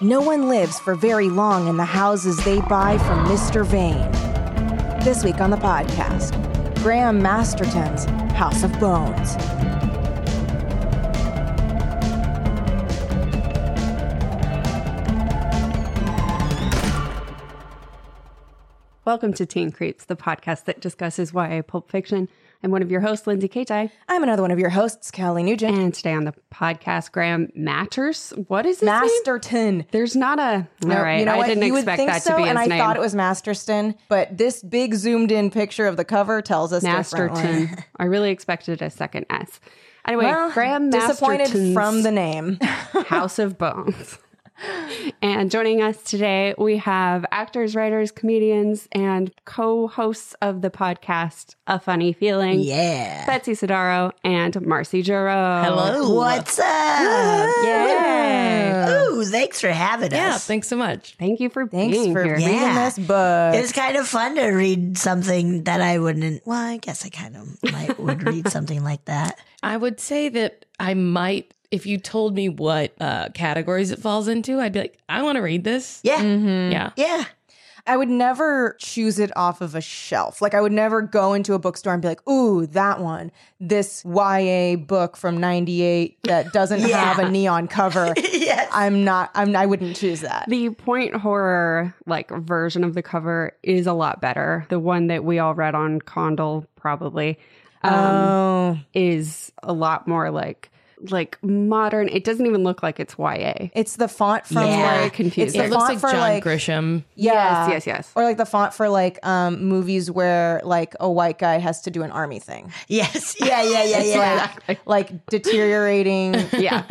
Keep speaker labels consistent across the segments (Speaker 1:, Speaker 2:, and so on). Speaker 1: No one lives for very long in the houses they buy from Mr. Vane. This week on the podcast, Graham Masterton's House of Bones.
Speaker 2: Welcome to Teen Creeps, the podcast that discusses YA pulp fiction. I'm one of your hosts, Lindsay Kaitai.
Speaker 1: I'm another one of your hosts, Callie Nugent.
Speaker 2: And today on the podcast, Graham Matters. What is his name?
Speaker 1: Masterton.
Speaker 2: There's not a.
Speaker 1: No,
Speaker 2: all right.
Speaker 1: you know
Speaker 2: I
Speaker 1: what?
Speaker 2: didn't
Speaker 1: you would
Speaker 2: expect
Speaker 1: think
Speaker 2: that
Speaker 1: so,
Speaker 2: to be his
Speaker 1: and I
Speaker 2: name.
Speaker 1: thought it was Masterston, but this big zoomed in picture of the cover tells us differently.
Speaker 2: Masterton. I really expected a second S. Anyway,
Speaker 1: Well,
Speaker 2: Graham
Speaker 1: disappointed
Speaker 2: Masterton's
Speaker 1: from the name.
Speaker 2: House of Bones. and joining us today, we have actors, writers, comedians, and co hosts of the podcast, A Funny Feeling.
Speaker 3: Yeah.
Speaker 2: Betsy Sidaro and Marcy Juro.
Speaker 3: What's up?
Speaker 2: Yay.
Speaker 3: Ooh, thanks for having
Speaker 4: Yeah,
Speaker 3: us.
Speaker 4: thanks so much.
Speaker 2: Thanks for
Speaker 1: Thanks
Speaker 2: being
Speaker 1: for
Speaker 2: here.
Speaker 1: reading
Speaker 3: Yeah.
Speaker 1: this book.
Speaker 3: It's kind of fun to read something that I wouldn't. Well, I guess I kind of might would read something like that.
Speaker 4: I would say that I might, if you told me what uh, categories it falls into, I'd be like, I want to read this. Mm-hmm.
Speaker 3: Yeah,
Speaker 4: Yeah.
Speaker 3: yeah.
Speaker 1: I would never choose it off of a shelf. Like I would never go into a bookstore and be like, "Ooh, that one. This YA book from 98 that doesn't have a neon cover."
Speaker 3: Yes.
Speaker 1: I'm not I'm I wouldn't choose that.
Speaker 2: The point horror like version of the cover is a lot better. The one that we all read on Condal probably um,
Speaker 1: oh.
Speaker 2: is a lot more like like modern. It doesn't even look like it's YA.
Speaker 1: It's the font from
Speaker 3: Yeah.
Speaker 1: like
Speaker 2: Confusing.
Speaker 1: the
Speaker 4: It looks
Speaker 1: font
Speaker 4: like
Speaker 1: for,
Speaker 4: John
Speaker 1: like-
Speaker 4: Grisham.
Speaker 1: yeah.
Speaker 2: Yes, yes, yes.
Speaker 1: Or like the font for like um movies where like a white guy has to do an army thing.
Speaker 3: Yes. Yeah. Yeah. Yeah. Yeah.
Speaker 1: Like deteriorating.
Speaker 2: yeah.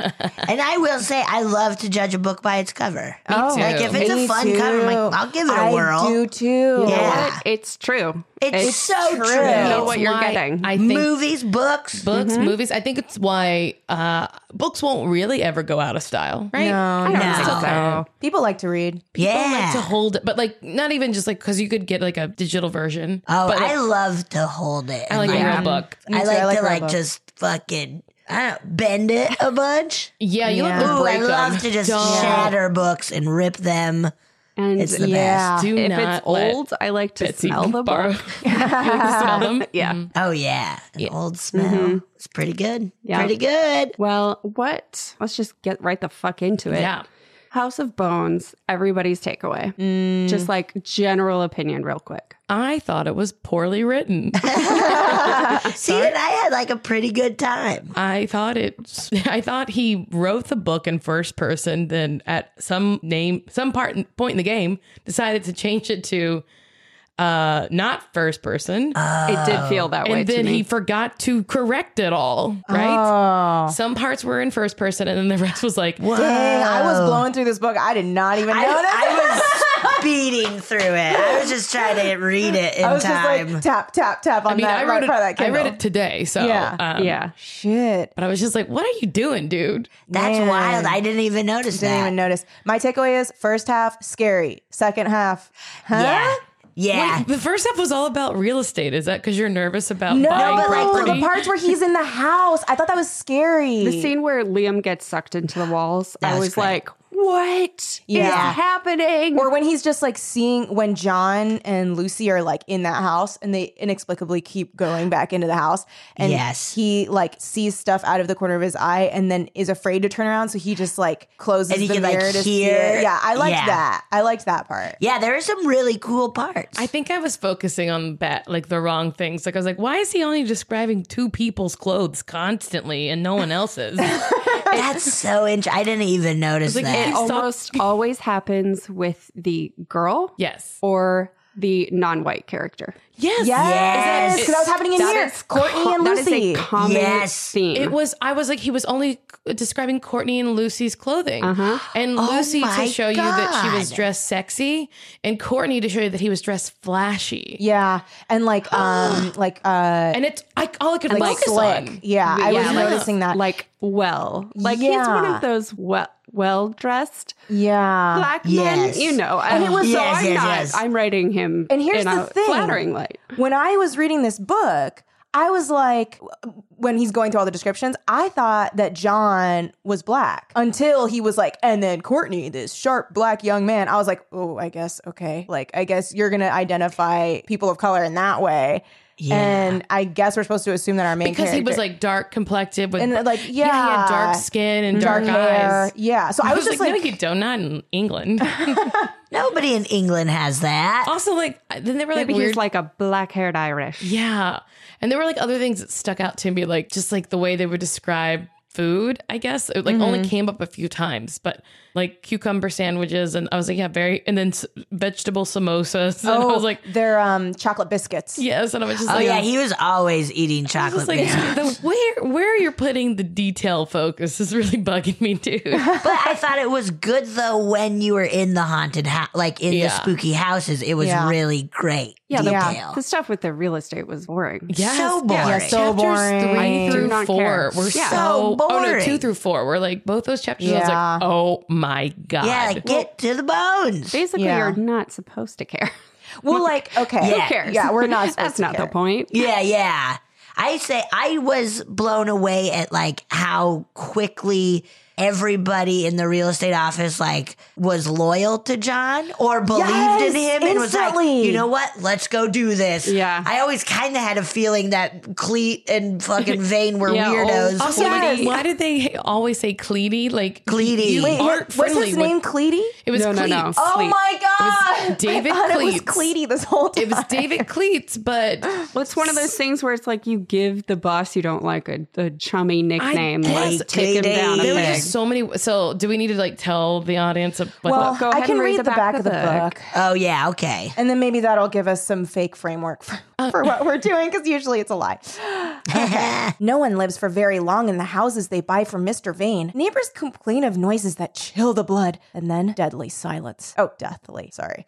Speaker 3: and I will say, I love to judge a book by its cover.
Speaker 1: oh,
Speaker 4: too.
Speaker 3: Like if it's
Speaker 1: me
Speaker 3: a fun cover, I'm like,
Speaker 1: too.
Speaker 3: I'll give it a
Speaker 1: I
Speaker 3: whirl.
Speaker 1: do too.
Speaker 2: You know
Speaker 3: Yeah.
Speaker 2: what? It's true.
Speaker 3: It's, so
Speaker 1: true.
Speaker 3: true.
Speaker 2: you know
Speaker 4: It's
Speaker 2: what you're
Speaker 4: why
Speaker 2: getting.
Speaker 4: I think
Speaker 3: Movies, books.
Speaker 4: books, Oh, movies. I think it's why uh, books won't really ever go out of style, right?
Speaker 1: No,
Speaker 2: I don't
Speaker 3: No.
Speaker 2: think so.
Speaker 1: People like to read.
Speaker 4: People
Speaker 3: yeah.
Speaker 4: like to hold, but like not even just like because you could get like a digital version.
Speaker 3: oh,
Speaker 4: but
Speaker 3: I love to hold it.
Speaker 4: I like
Speaker 3: Like,
Speaker 4: a real book.
Speaker 1: Me
Speaker 3: I
Speaker 1: too.
Speaker 3: like,
Speaker 1: I like
Speaker 3: to
Speaker 1: real
Speaker 3: like
Speaker 1: books.
Speaker 3: just fucking I don't bend it a bunch.
Speaker 4: Yeah, you
Speaker 1: Yeah.
Speaker 4: love to
Speaker 3: Ooh, I
Speaker 4: break
Speaker 3: love
Speaker 4: them.
Speaker 3: to just
Speaker 4: Don't-
Speaker 3: shatter books and rip them.
Speaker 2: And
Speaker 3: It's the
Speaker 1: Yeah.
Speaker 3: best.
Speaker 4: Do
Speaker 2: if
Speaker 4: not
Speaker 2: it's
Speaker 4: let
Speaker 2: old, I like to
Speaker 4: Betsy
Speaker 2: smell the
Speaker 4: borrow-
Speaker 2: book.
Speaker 4: smell them.
Speaker 2: Yeah.
Speaker 3: Oh yeah, an old smell. It's pretty good.
Speaker 2: Yeah.
Speaker 3: Pretty good.
Speaker 2: Well, what? Let's just get right the fuck into it.
Speaker 4: Yeah.
Speaker 2: House of Bones, everybody's takeaway.
Speaker 3: Mm.
Speaker 2: Just like general opinion, real quick.
Speaker 4: I thought it was poorly written.
Speaker 3: See, and I had like a pretty good time.
Speaker 4: I thought it. I thought he wrote the book in first person. Then at some name, some part point in the game, decided to change it to uh not first person,
Speaker 1: Oh,
Speaker 2: it
Speaker 3: Oh.
Speaker 2: did feel that way
Speaker 4: and
Speaker 2: to
Speaker 4: then
Speaker 2: me.
Speaker 4: he forgot to correct it all. Right?
Speaker 1: Oh.
Speaker 4: Some parts were in first person, and then the rest was like,
Speaker 3: Whoa.
Speaker 1: Dang, I
Speaker 4: Oh.
Speaker 1: was blowing through this book. I did not even know
Speaker 3: I,
Speaker 1: that.
Speaker 3: I was speeding through it. I was just trying to read it in
Speaker 1: I, was
Speaker 3: time.
Speaker 1: just like tap tap tap on
Speaker 4: I mean,
Speaker 1: that
Speaker 4: I
Speaker 1: right
Speaker 4: read it.
Speaker 1: part of that
Speaker 4: I
Speaker 1: Kindle.
Speaker 4: read it today, so
Speaker 1: Yeah.
Speaker 4: um,
Speaker 2: yeah.
Speaker 1: Shit,
Speaker 4: But I was just like, what are you doing, dude?
Speaker 3: That's
Speaker 1: Man.
Speaker 3: wild. I didn't even notice
Speaker 1: didn't
Speaker 3: that.
Speaker 1: even notice. My takeaway is first half scary, second half, huh?
Speaker 3: Yeah. Yeah.
Speaker 4: Wait, the first half was all about real estate. Is that because you're nervous about
Speaker 1: No,
Speaker 4: buying
Speaker 1: but like
Speaker 4: property?
Speaker 1: the parts where he's in the house, I thought that was scary.
Speaker 2: The scene where Liam gets sucked into the walls, I
Speaker 3: That's
Speaker 2: was
Speaker 3: great.
Speaker 2: like, what is
Speaker 1: Yeah.
Speaker 2: happening?
Speaker 1: or when he's just like seeing when John and Lucy are like in that house and they inexplicably keep going back into the house and
Speaker 3: Yes.
Speaker 1: he like sees stuff out of the corner of his eye and then is afraid to turn around so he just like closes
Speaker 3: And he
Speaker 1: the
Speaker 3: can, like,
Speaker 1: mirror to see
Speaker 3: hear.
Speaker 1: it. Yeah, I liked
Speaker 3: Yeah.
Speaker 1: that. I liked that part.
Speaker 3: yeah, there are some really cool parts.
Speaker 4: I think I was focusing on that, like the wrong things. Like I was like, why is he only describing two people's clothes constantly and no one else's?
Speaker 3: That's so interesting. I didn't even notice
Speaker 4: like,
Speaker 3: that.
Speaker 4: it-
Speaker 2: almost always happens with the girl
Speaker 4: yes.
Speaker 2: or the non-white character.
Speaker 4: Yes.
Speaker 1: Yes, because that was happening in
Speaker 2: That
Speaker 1: here.
Speaker 2: is
Speaker 1: Courtney
Speaker 2: co-
Speaker 1: and
Speaker 2: That
Speaker 1: Lucy.
Speaker 2: is a common
Speaker 3: Yes.
Speaker 2: theme.
Speaker 4: It was. I was like, he was only describing Courtney and Lucy's clothing,
Speaker 2: Uh-huh.
Speaker 4: and
Speaker 3: Oh
Speaker 4: Lucy
Speaker 3: my
Speaker 4: to show you that she was
Speaker 3: God.
Speaker 4: dressed sexy, and Courtney to show you that he was dressed flashy.
Speaker 1: yeah, and like um like uh
Speaker 4: And it's I, all I could
Speaker 1: like
Speaker 4: focus
Speaker 1: slick.
Speaker 4: on.
Speaker 1: Yeah, I was
Speaker 2: like-
Speaker 1: noticing that.
Speaker 2: Like well, like he's one
Speaker 1: Yeah.
Speaker 2: of those well well dressed
Speaker 1: yeah,
Speaker 2: black
Speaker 3: yes.
Speaker 2: men. You know,
Speaker 1: And it was-
Speaker 2: so
Speaker 3: Yes,
Speaker 2: I'm
Speaker 3: yes,
Speaker 2: not.
Speaker 3: yes.
Speaker 2: I'm writing him.
Speaker 1: And here's
Speaker 2: in
Speaker 1: the
Speaker 2: a
Speaker 1: thing.
Speaker 2: flattering light.
Speaker 1: when I was reading this book, I was like, when he's going through all the descriptions, I thought that John was black until he was like, and then Courtney, this sharp black young man. I was like, oh, I guess, okay. Like, I guess you're going to identify people of color in that way.
Speaker 3: Yeah.
Speaker 1: And I guess we're supposed to assume that our main
Speaker 4: Because he was
Speaker 1: character-
Speaker 4: like dark complected with
Speaker 1: And, like,
Speaker 4: he
Speaker 1: yeah.
Speaker 4: had dark skin and dark,
Speaker 1: hair.
Speaker 4: eyes.
Speaker 1: Yeah. So I was, just like,
Speaker 4: no, you don't. Not in England.
Speaker 3: Nobody in England has that.
Speaker 4: also, like then there were like
Speaker 2: Maybe
Speaker 4: weird,
Speaker 2: he's like a black haired Irish.
Speaker 4: yeah, and there were like other things that stuck out to me, like just like the way they would describe food. I guess it like only came up a few times, but like cucumber sandwiches, and I was like, yeah, very, and then s- vegetable samosas, and I
Speaker 1: oh,
Speaker 4: was like,
Speaker 1: they're um, chocolate biscuits.
Speaker 4: yes, and I was just
Speaker 3: Oh
Speaker 4: like,
Speaker 3: yeah, he was always eating
Speaker 4: I was
Speaker 3: chocolate.
Speaker 4: just like,
Speaker 3: biscuits.
Speaker 4: the- where where you're putting the detail focus is really bugging me too.
Speaker 3: but I thought it was good though when you were in the haunted house, like in the
Speaker 4: Yeah.
Speaker 3: spooky houses. It was
Speaker 1: Yeah.
Speaker 3: really great
Speaker 2: Yeah, the-
Speaker 3: detail.
Speaker 2: The stuff with the real estate was boring.
Speaker 3: So boring.
Speaker 1: Yeah, so boring.
Speaker 2: I
Speaker 4: Chapters three
Speaker 2: do
Speaker 4: through
Speaker 2: not
Speaker 4: four
Speaker 2: care.
Speaker 4: were
Speaker 2: Yeah.
Speaker 3: So
Speaker 4: so, Oh no,
Speaker 3: boring.
Speaker 4: two through four were like both those chapters.
Speaker 1: Yeah.
Speaker 4: I was like, oh my god.
Speaker 3: yeah, like, get to the bones.
Speaker 2: Basically,
Speaker 1: Yeah.
Speaker 2: you're not supposed to care.
Speaker 1: Well, like, okay.
Speaker 3: Who
Speaker 2: Who cares?
Speaker 1: Yeah, we're not supposed
Speaker 2: That's
Speaker 1: to
Speaker 2: not
Speaker 1: care.
Speaker 2: the point.
Speaker 3: Yeah, yeah. I say I was blown away at like how quickly everybody in the real estate office like was loyal to John or believed
Speaker 1: Yes,
Speaker 3: in him and was like,
Speaker 1: instantly.
Speaker 3: you know what? Let's go do this.
Speaker 2: Yeah.
Speaker 3: I always kind of had a feeling that Cleet and fucking Vane were
Speaker 2: Yeah, old-
Speaker 3: weirdos.
Speaker 4: Also,
Speaker 1: Yes.
Speaker 4: like, why did they always say Cleety? Like
Speaker 3: Cleety.
Speaker 4: you
Speaker 3: Wait,
Speaker 4: aren't
Speaker 1: What's
Speaker 4: friendly.
Speaker 1: his
Speaker 4: with-
Speaker 1: name? Cleety?
Speaker 4: It was
Speaker 2: No, no,
Speaker 4: Cleets.
Speaker 2: no.
Speaker 1: Oh
Speaker 4: Cleet.
Speaker 1: my
Speaker 4: It
Speaker 1: god!
Speaker 4: was David
Speaker 1: I thought It was
Speaker 4: Cleets.
Speaker 1: Cleety this whole time.
Speaker 4: It was David Cleets, but
Speaker 2: Well, it's one of those things where it's like you give the boss you don't like a, a chummy nickname.
Speaker 4: guess.
Speaker 2: Like, take him
Speaker 3: Cleety.
Speaker 2: down a
Speaker 4: there were
Speaker 2: peg.
Speaker 4: just so many. So, do we need to like tell the audience of what
Speaker 1: well,
Speaker 4: the
Speaker 2: go
Speaker 1: I
Speaker 2: ahead
Speaker 1: can
Speaker 2: and
Speaker 1: read, the, back, of the book.
Speaker 3: oh yeah, okay.
Speaker 1: and then maybe that'll give us some fake framework for, for what we're doing because usually it's a lie. Okay. no one lives for very long in the houses they buy from Mr. Vane. Neighbors complain of noises that chill the blood and then deadly silence. Oh, deathly. Sorry.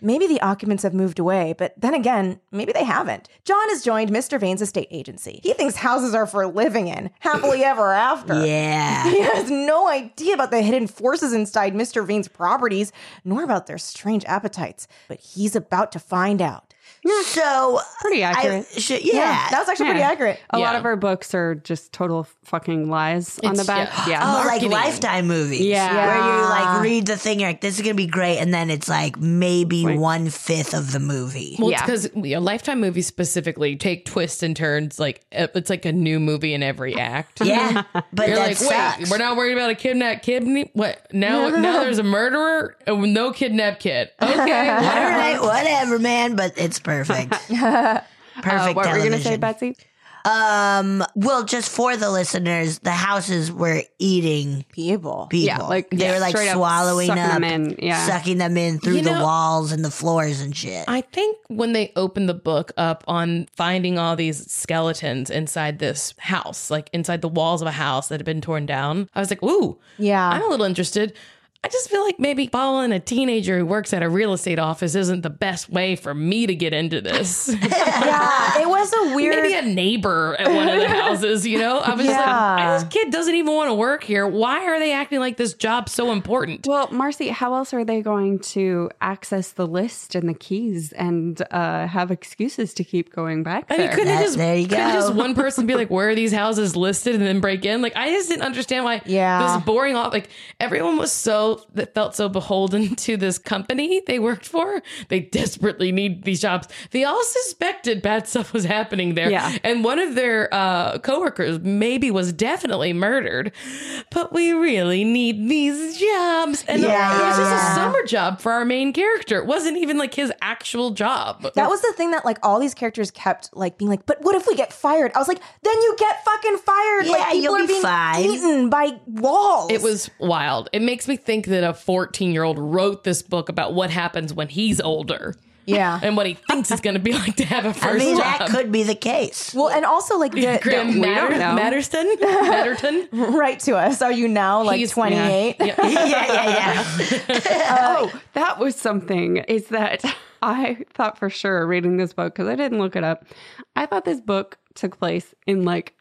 Speaker 1: Maybe the occupants have moved away, but then again, maybe they haven't. John has joined Mr. Vane's estate agency. He thinks houses are for living in, happily ever after.
Speaker 3: Yeah.
Speaker 1: He has no idea about the hidden forces inside Mr. Vane's properties, nor about their strange appetites, but he's about to find out.
Speaker 3: So
Speaker 2: Pretty
Speaker 3: I
Speaker 2: accurate.
Speaker 3: should, yeah.
Speaker 1: that was actually pretty
Speaker 2: Yeah.
Speaker 1: accurate.
Speaker 2: a lot
Speaker 4: Yeah.
Speaker 2: of our books are just total fucking lies on the
Speaker 4: It's-
Speaker 2: back.
Speaker 4: yeah.
Speaker 2: Yeah.
Speaker 3: Oh,
Speaker 4: Marketing.
Speaker 3: like lifetime movies.
Speaker 2: Yeah.
Speaker 3: Where you
Speaker 1: Yeah.
Speaker 3: like read the thing, you're like, this is going to be great. And then it's like maybe
Speaker 2: Right.
Speaker 3: one fifth of the movie.
Speaker 4: Well,
Speaker 2: Yeah.
Speaker 4: because you know, Lifetime movies specifically take twists and turns. Like it- it's like a new movie in every act.
Speaker 3: Yeah. But
Speaker 4: You're
Speaker 3: that
Speaker 4: like,
Speaker 3: sucks.
Speaker 4: wait, we're not worried about a kidnapped kid. Any- What now? now there's a murderer. Oh, no kidnapped kid. Okay.
Speaker 3: All right, whatever, man. But it's perfect. perfect Oh,
Speaker 2: Uh, what were you
Speaker 3: television.
Speaker 2: going to say, Betsy?
Speaker 3: um, well, just for the listeners, the houses were eating
Speaker 1: People.
Speaker 3: people.
Speaker 2: Yeah, like
Speaker 3: they were like
Speaker 2: straight up
Speaker 3: swallowing
Speaker 2: sucking
Speaker 3: up,
Speaker 2: them in. Yeah.
Speaker 3: sucking them in through
Speaker 4: You
Speaker 3: the
Speaker 4: know-
Speaker 3: walls and the floors and shit.
Speaker 4: I think when they opened the book up on finding all these skeletons inside this house, like inside the walls of a house that had been torn down, I was like, ooh,
Speaker 1: Yeah.
Speaker 4: I'm a little interested. I just feel like maybe following a teenager who works at a real estate office isn't the best way for me to get into this.
Speaker 1: yeah, it was a weird.
Speaker 4: maybe a neighbor at one of the houses, you know? I was just
Speaker 1: Yeah.
Speaker 4: like, this kid doesn't even want to work here. Why are they acting like this job's so important?
Speaker 2: Well, Marcy, how else are they going to access the list and the keys and uh, have excuses to keep going back
Speaker 4: I mean,
Speaker 2: there?
Speaker 4: couldn't
Speaker 3: That-
Speaker 4: it just
Speaker 3: there you
Speaker 4: couldn't
Speaker 3: go.
Speaker 4: just one person be like, "Where are these houses listed?" and then break in? Like, I just didn't understand why.
Speaker 1: Yeah.
Speaker 4: this boring off. Like, everyone was so that felt so beholden to this company they worked for. They desperately need these jobs. They all suspected bad stuff was happening there.
Speaker 2: Yeah.
Speaker 4: and one of their uh, coworkers maybe was definitely murdered. But we really need these jobs, and
Speaker 1: Yeah.
Speaker 4: it was just a summer job for our main character. It wasn't even like his actual job.
Speaker 1: that was the thing that like all these characters kept like being like, but what if we get fired? I was like, then you get fucking fired. like
Speaker 3: Yeah,
Speaker 1: people
Speaker 3: you'll
Speaker 1: are
Speaker 3: be
Speaker 1: being
Speaker 3: fine.
Speaker 1: eaten by walls.
Speaker 4: It was wild. It makes me think that a 14 year old wrote this book about what happens when he's older.
Speaker 1: Yeah.
Speaker 4: and what he thinks it's going to be like to have a first
Speaker 3: I mean,
Speaker 4: job.
Speaker 3: that could be the case.
Speaker 1: Well, and also like the,
Speaker 4: Graham
Speaker 2: we don't
Speaker 4: Matter-
Speaker 2: know.
Speaker 4: Matterson, Matterton.
Speaker 1: the- right to us. Are you now like
Speaker 4: He's-
Speaker 1: twenty eight?
Speaker 4: Yeah.
Speaker 3: yeah, yeah, yeah.
Speaker 2: oh, that was something is that I thought for sure reading this book because I didn't look it up. I thought this book took place in like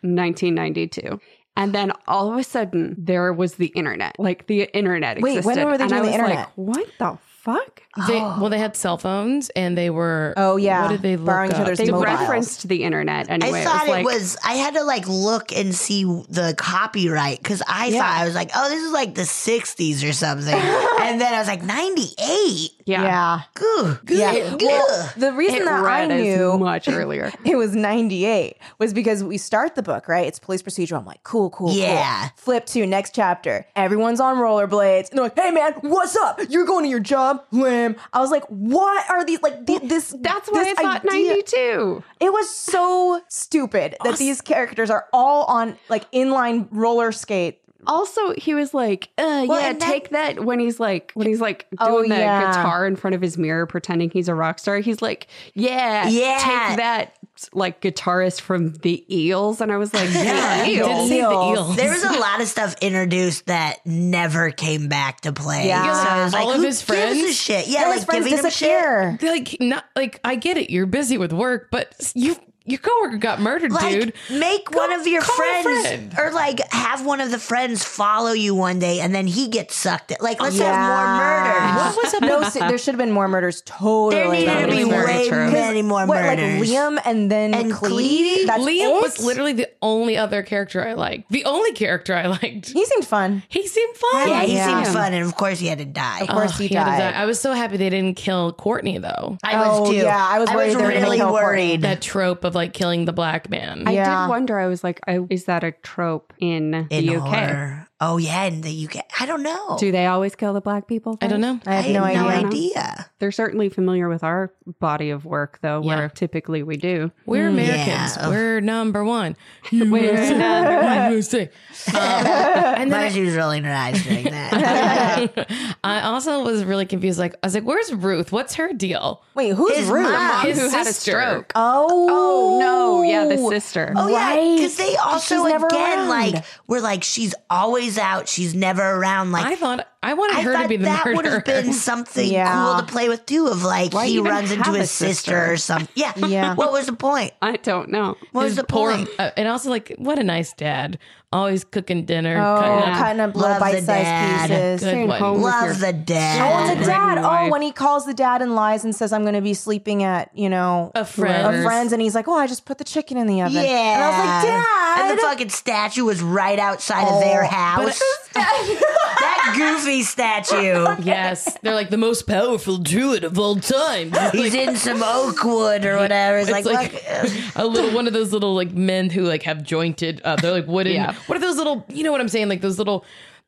Speaker 2: 1992. And then all of a sudden, there was the internet. Like the internet
Speaker 1: Wait, when
Speaker 2: existed.
Speaker 1: were they
Speaker 2: and I
Speaker 1: doing
Speaker 2: was
Speaker 1: the
Speaker 2: like,
Speaker 1: internet?
Speaker 2: what the fuck?
Speaker 4: They, well, they had cell phones and they were.
Speaker 1: Oh, yeah.
Speaker 4: What did they look
Speaker 1: Borrowing each
Speaker 4: up?
Speaker 1: other's
Speaker 2: They
Speaker 1: Mobiles.
Speaker 2: referenced the internet anyway.
Speaker 3: I thought
Speaker 2: it was. like,
Speaker 3: I had to like look and see the copyright because I
Speaker 1: Yeah.
Speaker 3: thought I was like, oh, this is like the '60s or something, and then I was like, '98.
Speaker 2: yeah.
Speaker 1: Yeah.
Speaker 3: Goo, goo,
Speaker 1: Yeah.
Speaker 3: goo.
Speaker 1: Well, the reason
Speaker 2: It
Speaker 1: that I
Speaker 2: read as
Speaker 1: knew
Speaker 2: much earlier.
Speaker 1: it was 98 was because we start the book, right? It's police procedural. I'm like, cool, cool, cool.
Speaker 3: Yeah.
Speaker 1: Flip to next chapter. Everyone's on rollerblades. And they're like, hey, man, what's up? You're going to your job? Lame. I was like, what are these? Like, the, this.
Speaker 2: That's why I
Speaker 1: this
Speaker 2: thought
Speaker 1: idea-
Speaker 2: 92.
Speaker 1: It was so stupid that these characters are all on like inline roller skate.
Speaker 2: Also, he was like, uh,
Speaker 3: Well,
Speaker 2: yeah,
Speaker 3: and then-
Speaker 2: take that when he's like when he's like doing
Speaker 1: Oh,
Speaker 2: the
Speaker 1: yeah.
Speaker 2: guitar in front of his mirror pretending he's a rock star. He's like, yeah,
Speaker 3: Yeah.
Speaker 2: take that like guitarist from the Eels and I was like, yeah,
Speaker 4: They did
Speaker 2: Eels.
Speaker 4: say the
Speaker 1: Eels.
Speaker 4: eels.
Speaker 3: There was a lot of stuff introduced that never came back to play.
Speaker 1: Yeah.
Speaker 3: So I was like,
Speaker 4: All of
Speaker 3: who
Speaker 4: his
Speaker 3: gives a
Speaker 4: friends?
Speaker 3: shit. Yeah,
Speaker 1: All
Speaker 3: like
Speaker 1: his friends
Speaker 3: giving him shit.
Speaker 1: disappear.
Speaker 4: They're like not like I get it. You're busy with work, but you your coworker got murdered,
Speaker 3: Like,
Speaker 4: dude.
Speaker 3: make one of your
Speaker 4: call a
Speaker 3: friends,
Speaker 4: friend.
Speaker 3: or like have one of the friends follow you one day, and then he gets sucked. At. Like, let's have more
Speaker 1: Yeah.
Speaker 3: murders.
Speaker 4: What was up?
Speaker 1: No,
Speaker 4: with-
Speaker 1: se- there should have been more murders. Totally.
Speaker 3: There needed to be
Speaker 4: Totally very
Speaker 3: way
Speaker 4: true.
Speaker 3: many more
Speaker 1: what, like
Speaker 3: murders.
Speaker 1: Liam and then
Speaker 3: And Cleve?
Speaker 1: Cleve. That's
Speaker 4: Liam
Speaker 1: it?
Speaker 4: was literally the only other character I liked. The only character I liked.
Speaker 1: He seemed fun.
Speaker 4: He seemed Oh. fun.
Speaker 3: yeah, he
Speaker 1: Yeah.
Speaker 3: seemed fun, and of course he had to die.
Speaker 1: course he
Speaker 4: had to
Speaker 1: died.
Speaker 4: die. I was so happy they didn't kill Courtney though.
Speaker 3: I was
Speaker 1: Oh,
Speaker 3: too.
Speaker 1: yeah, I was worried they were gonna
Speaker 3: really
Speaker 1: kill Courtney.
Speaker 3: worried.
Speaker 4: That trope of like killing the black man.
Speaker 2: I
Speaker 1: Yeah.
Speaker 2: did wonder, I was like, I, is that a trope in,
Speaker 3: in
Speaker 2: the UK?
Speaker 3: horror. Oh yeah, in the UK. I don't know.
Speaker 2: Do they always kill the black people?
Speaker 4: I don't know.
Speaker 1: I have no
Speaker 3: have
Speaker 1: idea.
Speaker 3: No idea.
Speaker 2: They're certainly familiar with our body of work though,
Speaker 4: Yeah.
Speaker 2: where typically we do.
Speaker 4: We're Americans.
Speaker 3: yeah.
Speaker 4: We're number one.
Speaker 2: We're
Speaker 4: USA. Um,
Speaker 3: And then she was really nice doing that.
Speaker 4: I also was really confused. Like, I was like, "Where's Ruth? What's her deal?"
Speaker 1: Wait, who's
Speaker 3: His
Speaker 1: Ruth?
Speaker 3: mom.
Speaker 4: His
Speaker 2: who had a
Speaker 4: sister.
Speaker 2: stroke.
Speaker 1: Oh,
Speaker 2: Oh no, yeah, the sister.
Speaker 3: Oh yeah, because
Speaker 1: Right.
Speaker 3: they
Speaker 1: 'Cause
Speaker 3: also
Speaker 1: she's never
Speaker 3: again
Speaker 1: around.
Speaker 3: like we're like she's always out, she's never around. Like
Speaker 4: I thought I wanted
Speaker 3: I
Speaker 4: her to
Speaker 3: thought
Speaker 4: be the
Speaker 3: that would
Speaker 4: murderer.
Speaker 3: have been something
Speaker 1: Yeah.
Speaker 3: cool to play with too. Of like he
Speaker 2: even
Speaker 3: runs into
Speaker 2: have a
Speaker 3: his sister
Speaker 2: sister?
Speaker 3: or something. Yeah.
Speaker 1: Yeah.
Speaker 3: What was the point?
Speaker 2: I don't know.
Speaker 3: What was
Speaker 4: His
Speaker 3: the
Speaker 4: poor,
Speaker 3: point?
Speaker 4: uh, and also like, what a nice dad. Always cooking dinner.
Speaker 1: Oh,
Speaker 4: cutting up
Speaker 1: cutting up little
Speaker 3: Love the
Speaker 1: bite-sized
Speaker 3: dad.
Speaker 1: pieces.
Speaker 4: Good
Speaker 2: Staying
Speaker 4: one.
Speaker 2: home with your-
Speaker 3: Love the
Speaker 1: Oh,
Speaker 3: dad.
Speaker 1: it's a
Speaker 2: Red
Speaker 1: dad.
Speaker 2: and
Speaker 1: Oh,
Speaker 2: white.
Speaker 1: when he calls the dad and lies and says, "I'm going to be sleeping at you know
Speaker 4: A friend's.
Speaker 1: a friend's," and he's like, "Oh, I just put the chicken in the oven."
Speaker 3: Yeah.
Speaker 1: and I was like, "Dad."
Speaker 3: And the fucking statue was right outside of their house. that goofy statue.
Speaker 4: Yes, they're like the most powerful druid of all time. It's
Speaker 3: He's in some oak wood or whatever. It's, like,
Speaker 4: like
Speaker 3: look, uh,
Speaker 4: a little one of those little like men who like have jointed. Uh, they're like wooden.
Speaker 2: Yeah.
Speaker 4: What are those little? You know what I'm saying? Like those little.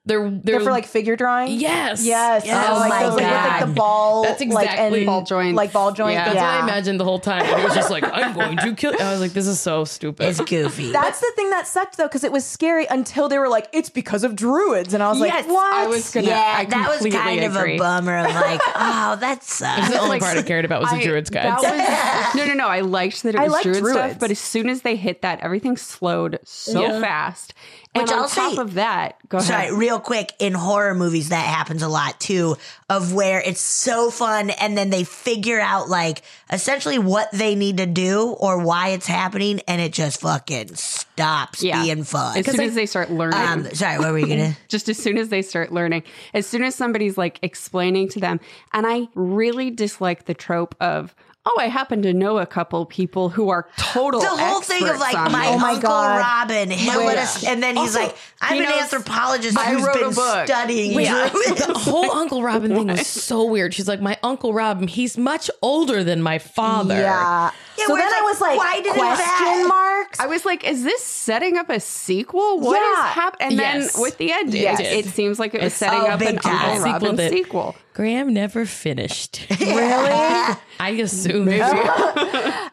Speaker 4: They're they're,
Speaker 1: They're for like figure drawing.
Speaker 4: Yes.
Speaker 1: Yes.
Speaker 3: Yes.
Speaker 1: Oh, like
Speaker 3: Oh,
Speaker 1: those,
Speaker 3: my
Speaker 1: like, with, like the
Speaker 3: God.
Speaker 1: ball.
Speaker 4: That's
Speaker 1: like, and-
Speaker 4: exactly- Ball
Speaker 2: joints.
Speaker 1: Like ball joint.
Speaker 2: Yeah.
Speaker 1: Yeah.
Speaker 4: That's what I imagined the whole time. It was just like I'm going to kill. I was like, this is so stupid.
Speaker 3: it's goofy.
Speaker 1: That's the thing that sucked though, because it was scary until they were like, "It's because of druids," and I was
Speaker 2: Yes,
Speaker 1: like, "What?"
Speaker 2: I was gonna.
Speaker 3: yeah,
Speaker 2: I
Speaker 3: that was
Speaker 2: completely
Speaker 3: kind
Speaker 2: agree.
Speaker 3: of a bummer. Of like, oh, that
Speaker 4: That's
Speaker 3: sucks.
Speaker 4: the only part I cared about was the
Speaker 2: I-
Speaker 4: druid's guide.
Speaker 2: that was- no, no, no. I liked that it
Speaker 1: I
Speaker 2: was
Speaker 1: liked
Speaker 2: druid stuff,
Speaker 1: druids.
Speaker 2: but as soon as they hit that, everything slowed so fast.
Speaker 3: Which
Speaker 2: and on
Speaker 3: I'll
Speaker 2: top
Speaker 3: say-
Speaker 2: of that, go
Speaker 3: Sorry,
Speaker 2: ahead.
Speaker 3: real quick. In horror movies, that happens a lot too, of where it's so fun and then they figure out like essentially what they need to do or why it's happening and it just fucking stops
Speaker 2: Yeah.
Speaker 3: being fun.
Speaker 2: As soon as they start learning,
Speaker 3: Um, sorry, what were you gonna?
Speaker 2: just as soon as they start learning, as soon as somebody's like explaining to them, and I really dislike the trope of. Oh, I happen to know a couple people who are total.
Speaker 3: the whole thing of
Speaker 2: experts
Speaker 3: like
Speaker 2: on
Speaker 3: Oh my
Speaker 2: this.
Speaker 1: my
Speaker 3: uncle
Speaker 1: God.
Speaker 3: Robin, he'll
Speaker 1: Wait.
Speaker 3: let us, and then he's like, "I'm
Speaker 2: he
Speaker 3: an
Speaker 2: knows-
Speaker 3: anthropologist
Speaker 2: I
Speaker 3: who's
Speaker 2: wrote a
Speaker 3: been
Speaker 2: book."
Speaker 3: studying druids."
Speaker 4: The whole Uncle Robin thing was so weird. She's like, my Uncle Robin, he's much older than my father.
Speaker 1: Yeah.
Speaker 3: Yeah,
Speaker 1: so
Speaker 3: we're
Speaker 1: then I
Speaker 3: like,
Speaker 1: was like,
Speaker 3: why did it
Speaker 1: question
Speaker 3: that-
Speaker 1: marks?
Speaker 2: I was like, is this setting up a sequel? What is
Speaker 1: Yeah.
Speaker 2: happening? And
Speaker 4: Yes.
Speaker 2: then with the end,
Speaker 4: Yes.
Speaker 2: it, it seems like it was
Speaker 4: It's-
Speaker 2: setting
Speaker 3: Oh,
Speaker 2: up
Speaker 3: big
Speaker 2: an
Speaker 3: time.
Speaker 2: Uncle
Speaker 4: Sequel
Speaker 2: Robin
Speaker 4: that-
Speaker 2: sequel.
Speaker 4: Graham never finished.
Speaker 1: really?
Speaker 4: I assume no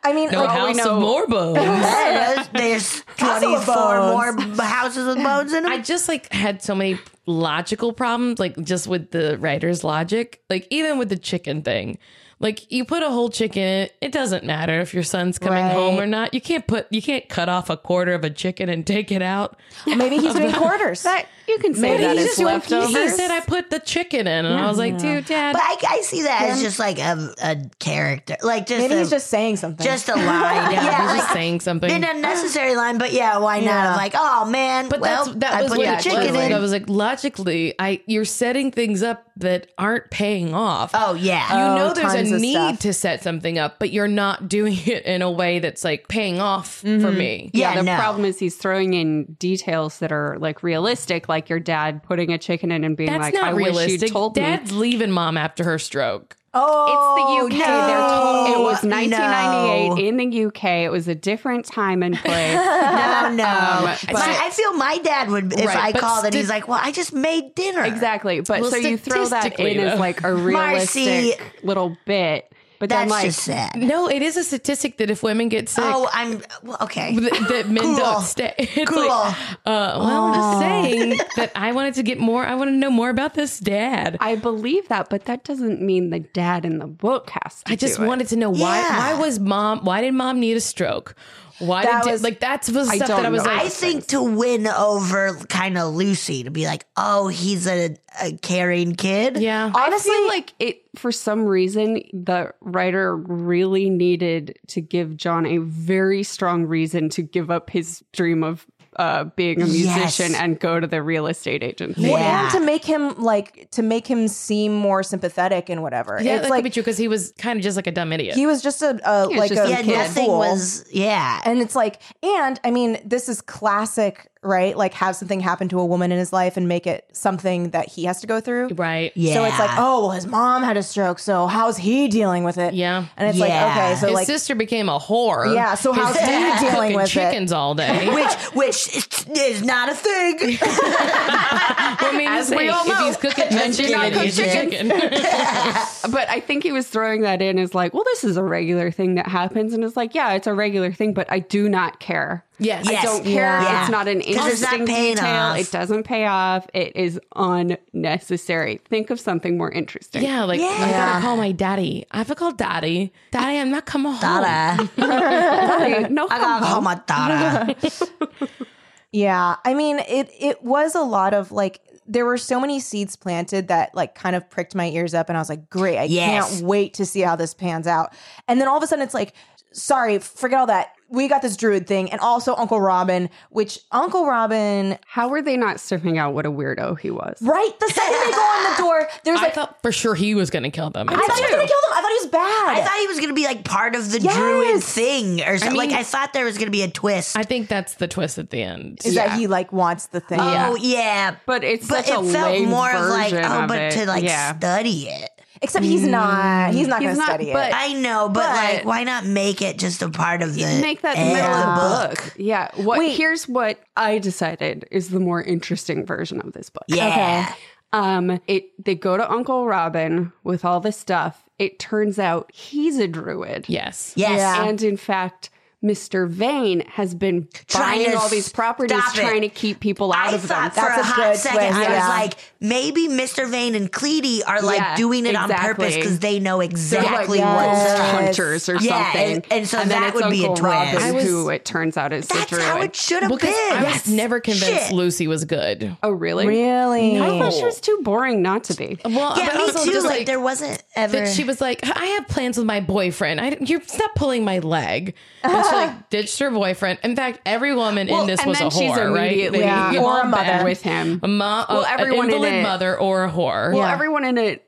Speaker 1: I mean, oh, like,
Speaker 4: house of more bones.
Speaker 3: There's, there's
Speaker 1: House of
Speaker 3: 24 more
Speaker 1: Bones.
Speaker 3: b- houses with bones in them.
Speaker 4: I just like had so many logical problems, like just with the writer's logic, like even with the chicken thing. Like you put a whole chicken in, it doesn't matter if your son's coming
Speaker 1: Right.
Speaker 4: home or not. You can't put you can't cut off a quarter of a chicken and take it out.
Speaker 1: Maybe he's doing quarters.
Speaker 2: That you can say
Speaker 1: Maybe
Speaker 2: that
Speaker 1: he's
Speaker 2: is
Speaker 1: just doing
Speaker 4: He
Speaker 2: leftovers.
Speaker 4: said I put the chicken in and I was like, dude, dad.
Speaker 3: But I, I see that as just like a, a character, like just
Speaker 1: Maybe
Speaker 3: a,
Speaker 1: he's just saying something.
Speaker 3: just a line.
Speaker 4: yeah,
Speaker 3: yeah,
Speaker 4: he's
Speaker 3: like
Speaker 4: just saying something.
Speaker 3: an unnecessary line, but yeah, why not?
Speaker 1: Yeah.
Speaker 3: I'm like, oh man,
Speaker 4: But
Speaker 3: well,
Speaker 4: that's that
Speaker 3: I
Speaker 4: was
Speaker 3: put
Speaker 4: what
Speaker 3: the
Speaker 4: it
Speaker 3: chicken
Speaker 4: was. Like,
Speaker 3: in.
Speaker 4: I was like, logically, I you're setting things up that aren't paying off.
Speaker 3: oh
Speaker 4: you
Speaker 3: yeah,
Speaker 1: Oh,
Speaker 4: know there's
Speaker 1: tons
Speaker 4: a
Speaker 1: of
Speaker 4: need
Speaker 1: stuff.
Speaker 4: to set something up, but you're not doing it in a way that's like paying off for me.
Speaker 2: Mm-hmm. yeah,
Speaker 3: yeah,
Speaker 2: the
Speaker 3: no.
Speaker 2: problem is he's throwing in details that are like realistic, like your dad putting a chicken in and being
Speaker 4: That's
Speaker 2: like,
Speaker 4: not
Speaker 2: "I
Speaker 4: realistic.
Speaker 2: wish you told me."
Speaker 4: Dad's leaving mom after her stroke.
Speaker 1: oh,
Speaker 2: It's the UK. They're
Speaker 3: no.
Speaker 2: told it was 1998
Speaker 3: No.
Speaker 2: in the UK. It was a different time and place.
Speaker 3: no, no.
Speaker 2: but-
Speaker 3: my, I feel my dad would if
Speaker 4: Um, Right,
Speaker 3: I
Speaker 4: but
Speaker 3: called and
Speaker 4: sti-
Speaker 3: he's like, well, I just made dinner.
Speaker 2: exactly, but
Speaker 4: Well,
Speaker 2: so you throw that in
Speaker 4: statistically,
Speaker 2: as
Speaker 4: though.
Speaker 2: like a
Speaker 3: Marcy.
Speaker 2: realistic little bit, but
Speaker 3: That's
Speaker 2: then like
Speaker 3: just sad.
Speaker 4: No, it is a statistic that if women get sick,
Speaker 3: Oh, I'm well, okay.
Speaker 4: that, that men
Speaker 3: Cool.
Speaker 4: don't stay. It's
Speaker 3: Cool.
Speaker 4: like, uh, well, I'm just saying that I wanted to get more. I want to know more about this dad.
Speaker 2: I believe that, but that doesn't mean the dad in the book has to.
Speaker 4: I just
Speaker 2: do it.
Speaker 4: wanted to know why.
Speaker 3: Yeah.
Speaker 4: Why was mom? Why did mom need a stroke? Why
Speaker 1: That
Speaker 4: did
Speaker 1: was-
Speaker 4: like that's the stuff
Speaker 2: don't
Speaker 4: that I was
Speaker 2: know.
Speaker 4: like.
Speaker 3: I think to win over kind of Lucy to be like, oh, he's a, a caring kid.
Speaker 4: yeah,
Speaker 2: Honestly, I feel like it for some reason the writer really needed to give John a very strong reason to give up his dream of uh, being a
Speaker 3: Yes.
Speaker 2: musician and go to the real estate agent.
Speaker 1: Maybe
Speaker 3: Yeah.
Speaker 1: to make him like to make him seem more sympathetic and whatever.
Speaker 4: yeah,
Speaker 1: it's
Speaker 4: that
Speaker 1: like
Speaker 4: could be true because he was kind of just like a dumb idiot.
Speaker 1: he was just a, a
Speaker 2: was
Speaker 1: like
Speaker 2: just
Speaker 1: a
Speaker 2: a
Speaker 3: Yeah,
Speaker 2: kid.
Speaker 1: little
Speaker 3: nothing
Speaker 1: fool.
Speaker 3: was, yeah.
Speaker 1: And it's like, and I mean, this is classic, right? Like, have something happen to a woman in his life and make it something that he has to go through.
Speaker 4: right.
Speaker 3: Yeah.
Speaker 1: So it's like, oh, well, his mom had a stroke, so how's he dealing with it?
Speaker 4: Yeah.
Speaker 1: And it's
Speaker 3: Yeah.
Speaker 1: like, okay, so
Speaker 4: His
Speaker 1: like,
Speaker 4: sister became a whore.
Speaker 1: Yeah, so
Speaker 4: His
Speaker 1: how's he
Speaker 4: dad
Speaker 1: dealing
Speaker 4: cooking
Speaker 1: with it?
Speaker 4: chickens all day?
Speaker 3: which which is- is not a thing.
Speaker 4: I mean,
Speaker 2: As
Speaker 4: it's
Speaker 2: we
Speaker 4: like,
Speaker 2: all
Speaker 4: if
Speaker 2: know,
Speaker 4: he's cooking chicken,
Speaker 2: do not
Speaker 4: and
Speaker 2: cook
Speaker 4: he's a
Speaker 2: chicken. But I think he was throwing that in as like, well, this is a regular thing that happens, and it's like, yeah, it's a regular thing, but I do not care.
Speaker 4: yes.
Speaker 3: Yes.
Speaker 2: I don't care.
Speaker 3: Yeah.
Speaker 2: It's not an
Speaker 3: 'Cause it's not
Speaker 2: interesting
Speaker 3: paying
Speaker 2: detail.
Speaker 3: off.
Speaker 2: It doesn't pay off. It is unnecessary. Think of something more interesting.
Speaker 4: Yeah, like I
Speaker 3: Yeah.
Speaker 4: gotta call my daddy. I have to call daddy. Daddy, I'm not coming home.
Speaker 3: Dada.
Speaker 2: Right? no,
Speaker 3: I got home a dada.
Speaker 1: yeah. I mean, it it was a lot of like, there were so many seeds planted that like kind of pricked my ears up, and I was like, great, I
Speaker 3: Yes.
Speaker 1: can't wait to see how this pans out. And then all of a sudden, it's like, sorry, forget all that. We got this druid thing, and also Uncle Robin, which Uncle Robin,
Speaker 2: How were they not sniffing out what a weirdo he was?
Speaker 1: right the second they go in the door, there's
Speaker 4: I
Speaker 1: like,
Speaker 4: thought for sure he was gonna kill them.
Speaker 1: I thought he was gonna kill them. I thought he was bad.
Speaker 3: I thought he was gonna be like part of the
Speaker 1: Yes.
Speaker 3: druid thing or something.
Speaker 4: mean-
Speaker 3: like I thought there was gonna be a twist.
Speaker 4: I think that's the twist at the end.
Speaker 1: is that he like wants the thing.
Speaker 3: oh yeah.
Speaker 2: But it's
Speaker 3: But
Speaker 2: such a
Speaker 3: it felt
Speaker 2: lame
Speaker 3: more of like,
Speaker 2: version
Speaker 3: oh,
Speaker 2: of
Speaker 3: but
Speaker 2: it.
Speaker 3: to like
Speaker 2: yeah.
Speaker 3: study it.
Speaker 1: Except he's not. He's not
Speaker 2: He's
Speaker 1: going to
Speaker 2: not,
Speaker 1: study
Speaker 2: but-
Speaker 1: it.
Speaker 3: I know, but, like, why not make it just a part of the
Speaker 2: make that the
Speaker 3: end
Speaker 2: middle
Speaker 3: of
Speaker 2: of
Speaker 3: the
Speaker 2: the
Speaker 3: book?
Speaker 2: book. Yeah. What
Speaker 1: Wait.
Speaker 2: here's what I decided is the more interesting version of this book.
Speaker 3: Yeah,
Speaker 2: Um it they go to Uncle Robin with all this stuff. It turns out he's a druid.
Speaker 4: Yes.
Speaker 3: yes,
Speaker 1: Yeah.
Speaker 2: And in fact, Mr. Vane has been
Speaker 3: Trying
Speaker 2: buying
Speaker 3: to
Speaker 2: all these properties,
Speaker 3: stop it.
Speaker 2: trying to keep people out
Speaker 3: I
Speaker 2: of them.
Speaker 3: thought for
Speaker 1: That's
Speaker 3: a
Speaker 1: a
Speaker 3: hot
Speaker 1: good
Speaker 3: second,
Speaker 1: twist,
Speaker 3: I
Speaker 1: yeah.
Speaker 3: was like, maybe Mr. Vane and Cleety are like
Speaker 2: Yeah,
Speaker 3: doing it on
Speaker 2: exactly.
Speaker 3: purpose because they know
Speaker 2: They're like
Speaker 3: exactly
Speaker 2: ghost
Speaker 3: what's
Speaker 1: yes.
Speaker 3: up.
Speaker 2: hunters or
Speaker 3: Yeah,
Speaker 2: something.
Speaker 3: and- and so
Speaker 2: then
Speaker 3: that
Speaker 2: it's
Speaker 3: would
Speaker 2: Uncle
Speaker 3: be a
Speaker 2: Robin,
Speaker 3: twist.
Speaker 4: I was-
Speaker 2: who it turns out is
Speaker 3: That's
Speaker 2: the druid.
Speaker 3: how it should have
Speaker 4: Well, 'cause
Speaker 3: been.
Speaker 4: I was never convinced
Speaker 3: Shit.
Speaker 4: Lucy was good.
Speaker 2: oh, really?
Speaker 1: really?
Speaker 2: I thought she was too boring not to be.
Speaker 4: Well,
Speaker 3: Yeah,
Speaker 4: but
Speaker 3: me
Speaker 4: also
Speaker 3: too.
Speaker 4: just
Speaker 3: Like,
Speaker 4: like
Speaker 3: there wasn't ever.
Speaker 4: that she was like, I have plans with my boyfriend. I, you're stop pulling my leg. And she like ditched her boyfriend. In fact, every woman in this
Speaker 2: and
Speaker 4: was a
Speaker 2: then she's
Speaker 4: whore, right?
Speaker 2: immediately-
Speaker 4: They-
Speaker 1: Yeah.
Speaker 4: they
Speaker 1: Or
Speaker 4: all
Speaker 1: a mother.
Speaker 4: bad.
Speaker 2: with him.
Speaker 4: A mom,
Speaker 2: Well, everyone
Speaker 4: everyone
Speaker 2: in
Speaker 4: an invalid
Speaker 2: it-
Speaker 4: mother or a whore.
Speaker 2: Well,
Speaker 1: Yeah.
Speaker 2: everyone in it,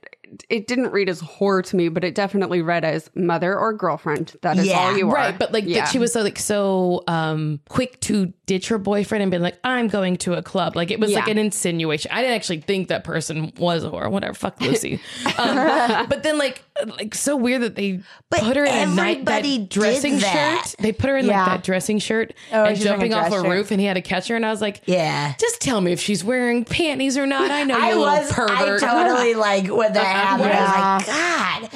Speaker 2: it didn't read as whore to me, but it definitely read as mother or girlfriend. That is
Speaker 3: Yeah.
Speaker 2: all you are.
Speaker 4: Right, but like
Speaker 2: Yeah.
Speaker 4: that she was so like so um quick to ditch her boyfriend and be like, I'm going to a club. Like it was like
Speaker 2: Yeah.
Speaker 4: an insinuation. I didn't actually think that person was a whore. Whatever, fuck Lucy. um, but then like like so weird that they
Speaker 3: But
Speaker 4: put her in a night that
Speaker 3: everybody did
Speaker 4: dressing
Speaker 3: that.
Speaker 4: shirt. They put her in
Speaker 1: Yeah.
Speaker 4: like that dressing shirt
Speaker 1: Oh,
Speaker 4: and
Speaker 1: she's wearing a
Speaker 4: jumping off
Speaker 1: dress
Speaker 4: a
Speaker 1: shirt.
Speaker 4: roof, and he had to catch her. And I was like,
Speaker 3: yeah.
Speaker 4: just tell me if she's wearing panties or not. I know you
Speaker 3: I
Speaker 4: little
Speaker 3: was,
Speaker 4: pervert.
Speaker 3: I totally like when that happened. I was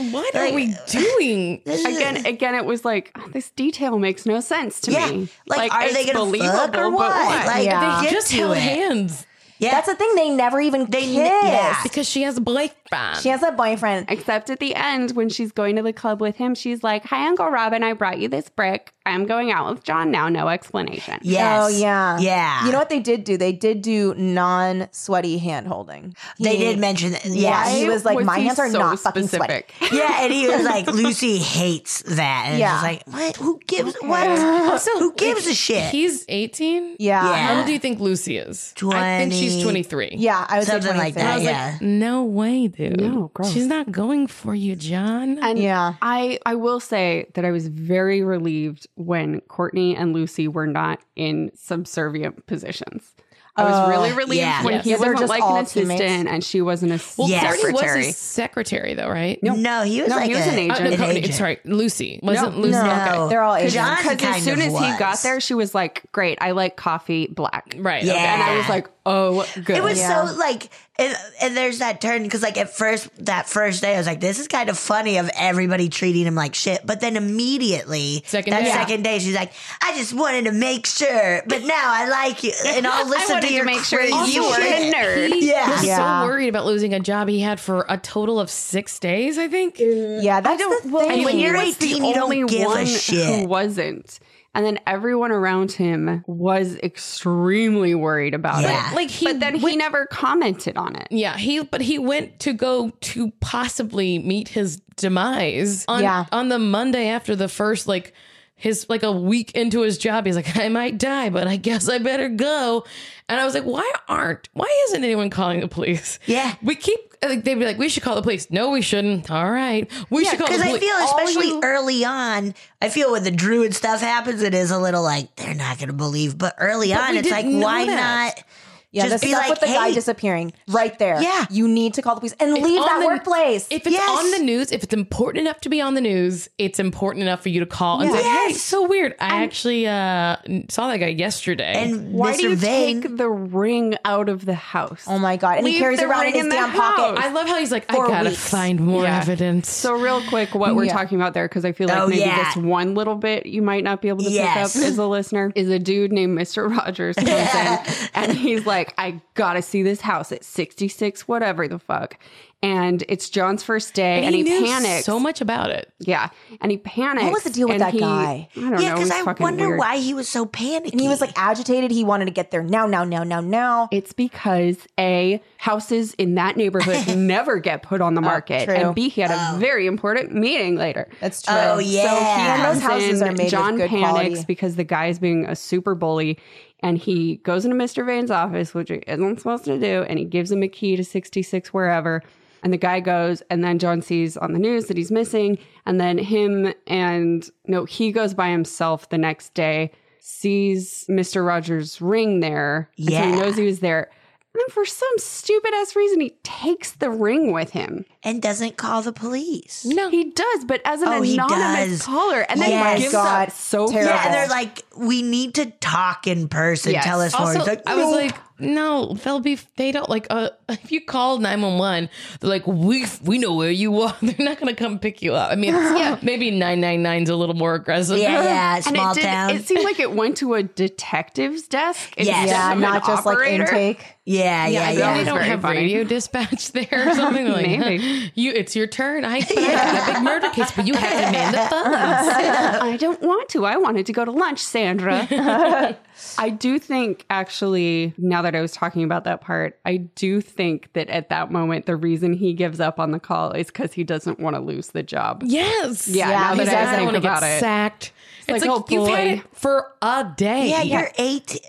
Speaker 3: like, God,
Speaker 4: what
Speaker 3: Like,
Speaker 4: are we doing?
Speaker 3: this is-
Speaker 2: Again, again, it was like "Oh, this detail makes no sense to
Speaker 3: Yeah.
Speaker 2: me.
Speaker 3: like, are
Speaker 2: it's
Speaker 3: they gonna
Speaker 2: believable,
Speaker 3: fuck or
Speaker 2: but
Speaker 3: what? Like,
Speaker 1: Yeah.
Speaker 3: get
Speaker 4: Just
Speaker 3: to
Speaker 4: held
Speaker 3: it.
Speaker 4: hands.
Speaker 3: Yeah.
Speaker 1: That's the thing. They never even
Speaker 3: They
Speaker 1: kiss.
Speaker 3: ne- yeah.
Speaker 4: because she has a boyfriend.
Speaker 1: She has a boyfriend. Oh,
Speaker 2: Except at the end, when she's going to the club with him, she's like, Hi, Uncle Robin, I brought you this brick. I'm going out with John now. No explanation.
Speaker 3: Yes.
Speaker 1: Oh yeah.
Speaker 3: Yeah.
Speaker 1: You know what they did do? They did do non-sweaty hand holding.
Speaker 3: They did mention that.
Speaker 1: Yeah,
Speaker 3: Yeah.
Speaker 1: he was like, "My
Speaker 2: he
Speaker 1: hands are
Speaker 2: so
Speaker 1: not fucking sweaty."
Speaker 3: Yeah, and he was like, Lucy hates that. And
Speaker 1: Yeah.
Speaker 3: yeah. like, what? Who gives what?
Speaker 4: Also,
Speaker 3: Who gives a shit?
Speaker 4: He's 18.
Speaker 1: Yeah.
Speaker 4: How old do you think Lucy is? I think she's
Speaker 3: 20.
Speaker 4: 23.
Speaker 1: Yeah, I was
Speaker 3: Something like that. yeah.
Speaker 4: No way, dude.
Speaker 2: No, gross.
Speaker 4: She's not going for you, John.
Speaker 2: And
Speaker 1: Yeah.
Speaker 2: I, I will say that I was very relieved when Courtney and Lucy were not in subservient positions. I was
Speaker 1: Oh,
Speaker 2: really relieved
Speaker 3: yeah.
Speaker 2: when
Speaker 4: Yes.
Speaker 2: he
Speaker 1: Yeah, they're
Speaker 2: wasn't
Speaker 1: just
Speaker 2: like
Speaker 1: all
Speaker 2: an assistant
Speaker 1: teammates.
Speaker 2: and she wasn't a
Speaker 4: well,
Speaker 3: Yes.
Speaker 4: Courtney was
Speaker 2: secretary.
Speaker 4: his secretary, though, right?
Speaker 2: No.
Speaker 3: No, he was
Speaker 2: No,
Speaker 3: like
Speaker 2: he was
Speaker 3: a,
Speaker 2: an agent.
Speaker 4: Uh, no,
Speaker 3: an
Speaker 4: Courtney,
Speaker 3: agent.
Speaker 4: Sorry, Lucy. Wasn't Lucy?
Speaker 1: No.
Speaker 4: Okay.
Speaker 1: They're all Asian.
Speaker 3: John
Speaker 2: Because
Speaker 3: kind
Speaker 2: as soon as
Speaker 3: of
Speaker 2: he got
Speaker 3: was.
Speaker 2: there, she was like, Great, I like coffee black.
Speaker 4: Right.
Speaker 3: Yeah.
Speaker 4: okay.
Speaker 2: And I was like, Oh, good.
Speaker 3: It was
Speaker 1: Yeah.
Speaker 3: so like, and, and there's that turn because like at first that first day I was like, this is kind of funny of everybody treating him like shit, but then immediately
Speaker 4: Second
Speaker 3: that
Speaker 4: day.
Speaker 3: second day she's like, I just wanted to make sure, but now I like you, and I'll listen
Speaker 2: wanted
Speaker 3: to
Speaker 2: to
Speaker 3: your
Speaker 2: make sure
Speaker 3: crazy
Speaker 2: you were
Speaker 3: shit.
Speaker 2: a nerd.
Speaker 4: He
Speaker 3: Yeah.
Speaker 4: was
Speaker 1: Yeah.
Speaker 4: so worried about losing a job he had for a total of six days, I think.
Speaker 1: Yeah, that's the
Speaker 2: well,
Speaker 1: thing.
Speaker 3: when
Speaker 2: he
Speaker 3: you're
Speaker 2: was the
Speaker 3: 18, you don't
Speaker 2: only
Speaker 3: give a
Speaker 2: one Who
Speaker 3: shit.
Speaker 2: wasn't? And then everyone around him was extremely worried about
Speaker 3: Yeah.
Speaker 2: it.
Speaker 4: Like, he
Speaker 2: but then he never commented on it.
Speaker 4: Yeah, he but he went to go to possibly meet his demise on
Speaker 1: Yeah.
Speaker 4: on the Monday after the first like his like a week into his job. He's like, I might die, but I guess I better go. And I was like, why aren't why isn't anyone calling the police?
Speaker 3: Yeah.
Speaker 4: we keep like they'd be like, we should call the police. No, we shouldn't. All right, we should call the
Speaker 3: Because I
Speaker 4: police.
Speaker 3: feel,
Speaker 4: All
Speaker 3: especially
Speaker 4: you-
Speaker 3: early on, I feel when the druid stuff happens, it is a little like they're not going to believe. But early on,
Speaker 4: we
Speaker 3: it's like,
Speaker 4: didn't know
Speaker 3: why
Speaker 4: that.
Speaker 3: not?
Speaker 1: Yeah,
Speaker 3: just
Speaker 1: the
Speaker 3: be
Speaker 1: stuff
Speaker 3: like,
Speaker 1: with the guy
Speaker 3: hey,
Speaker 1: disappearing right there.
Speaker 3: Yeah.
Speaker 1: you need to call the police and leave
Speaker 4: on
Speaker 1: that
Speaker 4: the-
Speaker 1: workplace.
Speaker 4: If it's
Speaker 3: Yes.
Speaker 4: on the news, if it's important enough to be on the news, it's important enough for you to call and say, "Hey,
Speaker 3: Yes.
Speaker 4: so weird. I actually uh, saw that guy yesterday."
Speaker 3: and
Speaker 2: Why do
Speaker 3: Mr.
Speaker 2: you
Speaker 3: Vane,
Speaker 2: take the ring out of the house?
Speaker 1: oh my god, and he
Speaker 2: Leave
Speaker 1: carries
Speaker 2: the
Speaker 1: around in
Speaker 2: ring
Speaker 1: his
Speaker 2: in the
Speaker 1: damn pocket.
Speaker 2: house.
Speaker 4: I love how he's like, I
Speaker 1: For
Speaker 4: gotta
Speaker 1: weeks.
Speaker 4: find more
Speaker 2: Yeah.
Speaker 4: evidence.
Speaker 2: So real quick, what we're
Speaker 1: Yeah.
Speaker 2: talking about there, because I feel like
Speaker 3: Oh,
Speaker 2: maybe
Speaker 3: yeah.
Speaker 2: this one little bit you might not be able to
Speaker 3: Yes.
Speaker 2: pick up as a listener is a dude named Mr. Rogers comes in and he's like, I gotta see this house at 66, whatever the fuck. And it's John's first day, and, he,
Speaker 4: knew
Speaker 2: panics.
Speaker 4: so much about it.
Speaker 2: yeah, and he panics.
Speaker 1: What was the deal with
Speaker 2: and
Speaker 1: that
Speaker 2: he-
Speaker 1: guy?
Speaker 2: I don't
Speaker 3: yeah,
Speaker 2: know.
Speaker 3: because
Speaker 2: he's
Speaker 3: I
Speaker 2: fucking
Speaker 3: wonder
Speaker 2: weird.
Speaker 3: why he was so panicky.
Speaker 1: and he was like agitated. He wanted to get there now, now, now, now, now.
Speaker 2: It's because a houses in that neighborhood never get put on the market,
Speaker 1: true.
Speaker 2: and b he had a very important meeting later.
Speaker 1: That's true.
Speaker 3: oh
Speaker 1: And
Speaker 3: yeah,
Speaker 1: those houses
Speaker 2: in,
Speaker 1: are made
Speaker 2: John
Speaker 1: with good
Speaker 2: panics
Speaker 1: quality.
Speaker 2: because the guy's being a super bully, and he goes into Mr. Vane's office, which he isn't supposed to do, and he gives him a key to 66 wherever. And the guy goes, and then John sees on the news that he's missing, and then him and no, he goes by himself the next day, sees Mr. Rogers' ring there, and so
Speaker 3: Yeah.
Speaker 2: he knows he was there. And then for some stupid ass reason, he takes the ring with him.
Speaker 3: and doesn't call the police.
Speaker 4: No,
Speaker 2: He does, but as an
Speaker 3: Oh, he
Speaker 2: anonymous
Speaker 3: does.
Speaker 2: caller, and then
Speaker 3: Oh my
Speaker 2: he gives
Speaker 1: God,
Speaker 2: up so
Speaker 1: terrible.
Speaker 3: Yeah, and they're
Speaker 2: fast.
Speaker 3: like, we need to talk in person.
Speaker 2: Yes.
Speaker 3: Tell us more.
Speaker 4: also,
Speaker 3: He's like,
Speaker 4: I was
Speaker 3: "Nope."
Speaker 4: like, no, they'll be. They don't like. Uh, if you call nine one one, they're like, we we know where you are. They're not gonna come pick you up. I mean, it's- yeah, maybe nine nine nine's a little more aggressive.
Speaker 3: yeah, yeah,
Speaker 2: and
Speaker 3: small
Speaker 2: it, did,
Speaker 3: town.
Speaker 2: it seemed like it went to a detective's desk.
Speaker 3: Yes.
Speaker 2: instead
Speaker 1: yeah,
Speaker 2: of an
Speaker 1: not just
Speaker 2: operator.
Speaker 1: like intake.
Speaker 3: yeah, yeah, yeah.
Speaker 4: I really
Speaker 2: That was
Speaker 4: don't
Speaker 2: very
Speaker 4: have
Speaker 2: funny.
Speaker 4: radio dispatch there or something like
Speaker 2: Maybe.
Speaker 4: you. It's your turn. I, but I got a big murder case, but you haven't made the phones.
Speaker 2: I don't want to. I wanted to go to lunch, Sandra. I do think, actually, now that I was talking about that part, I do think that at that moment, the reason he gives up on the call is because he doesn't want to lose the job.
Speaker 4: Yes.
Speaker 2: Yeah,
Speaker 1: Yeah,
Speaker 2: now
Speaker 1: he
Speaker 2: that I
Speaker 4: I don't
Speaker 2: think
Speaker 4: want to
Speaker 2: about
Speaker 4: get
Speaker 2: it.
Speaker 4: sacked. It's,
Speaker 2: like,
Speaker 4: like,
Speaker 2: oh,
Speaker 4: you've had
Speaker 2: boy.
Speaker 4: it for a day.
Speaker 3: yeah, you're eight.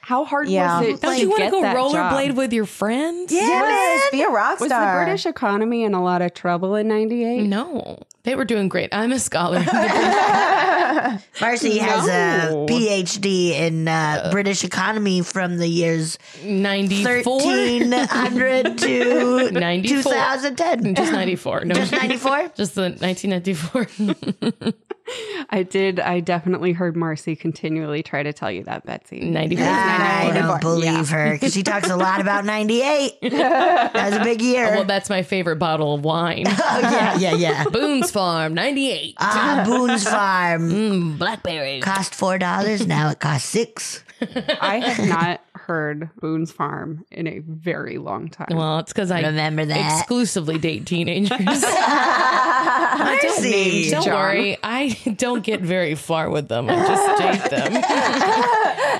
Speaker 2: How hard
Speaker 1: Yeah.
Speaker 2: was it?
Speaker 4: Don't
Speaker 2: to
Speaker 4: you want to
Speaker 2: get
Speaker 4: go
Speaker 2: that job?
Speaker 4: rollerblade with your friends? Yeah.
Speaker 1: Yes, be a rock
Speaker 2: Was the
Speaker 1: star.
Speaker 2: British economy in a lot of trouble in 98?
Speaker 4: No, they were doing great. I'm a scholar.
Speaker 3: Marcy has a
Speaker 2: No.
Speaker 3: PhD in uh, British economy from the years
Speaker 4: 94.
Speaker 3: 1300 to
Speaker 4: 94.
Speaker 3: 2010.
Speaker 4: Just 94. No,
Speaker 3: Just 94?
Speaker 4: Just the 1994.
Speaker 2: I did. I definitely heard Marcy continually try to tell you that, Betsy.
Speaker 4: 94.
Speaker 3: I don't believe her because she talks a lot about 98. that was a big year.
Speaker 4: Well, that's my favorite bottle of wine.
Speaker 3: oh, yeah, yeah, yeah.
Speaker 4: Boone's Farm, 98.
Speaker 3: Ah, Boone's Farm.
Speaker 4: Mm, blackberry.
Speaker 3: Cost $4. Now it costs 6
Speaker 2: I have not heard Boone's Farm in a very long time.
Speaker 4: Well, it's because I
Speaker 3: Remember that.
Speaker 4: exclusively date teenagers. I don't
Speaker 3: Mercy.
Speaker 4: name- Don't
Speaker 2: John.
Speaker 4: worry, I don't get very far with them. I just date them.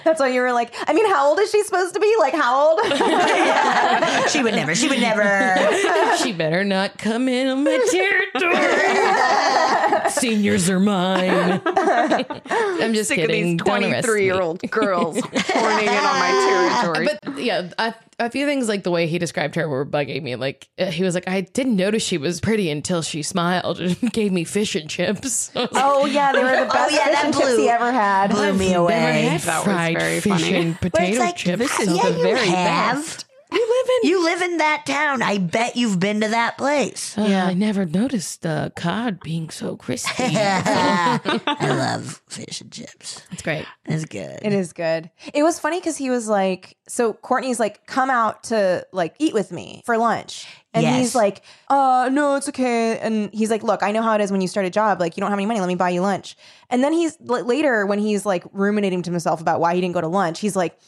Speaker 1: That's why you were like, I mean, how old is she supposed to be? Like, how old?
Speaker 3: she would never. She would never.
Speaker 4: she better not come in on my territory. Seniors are mine. I'm just
Speaker 2: Sick of these
Speaker 4: kidding. Don't arrest me.
Speaker 2: 23 year old girls horning in on my territory.
Speaker 4: But yeah, a, a few things like the way he described her were bugging me. Like uh, he was like, I didn't notice she was pretty until she smiled and gave me fish and chips. I was like,
Speaker 1: oh yeah, they were the best
Speaker 3: yeah,
Speaker 1: fish
Speaker 3: that
Speaker 1: and chips
Speaker 3: blew-
Speaker 1: he ever had.
Speaker 3: Blew me
Speaker 4: "I've Never
Speaker 3: away.
Speaker 4: had
Speaker 2: That was
Speaker 4: fried
Speaker 2: very
Speaker 4: fish
Speaker 2: funny.
Speaker 4: and
Speaker 3: But it's
Speaker 4: potato
Speaker 3: like,
Speaker 4: chips.
Speaker 2: this is
Speaker 4: so
Speaker 3: yeah,
Speaker 2: the
Speaker 3: you
Speaker 2: very
Speaker 3: have.
Speaker 2: best.
Speaker 4: you live in.
Speaker 3: You live in that town. I bet you've been to that place.
Speaker 4: Uh, I never noticed the cod being so crispy.
Speaker 3: I love fish and chips.
Speaker 4: it's great.
Speaker 3: It's good.
Speaker 1: It is good. It was funny because he was like, so Courtney's like, come out to like eat with me for lunch. And
Speaker 3: Yes.
Speaker 1: he's like, uh, no, it's okay. And he's like, look, I know how it is when you start a job. Like, you don't have any money. Let me buy you lunch. And then he's l- later, when he's like ruminating to himself about why he didn't go to lunch, he's like,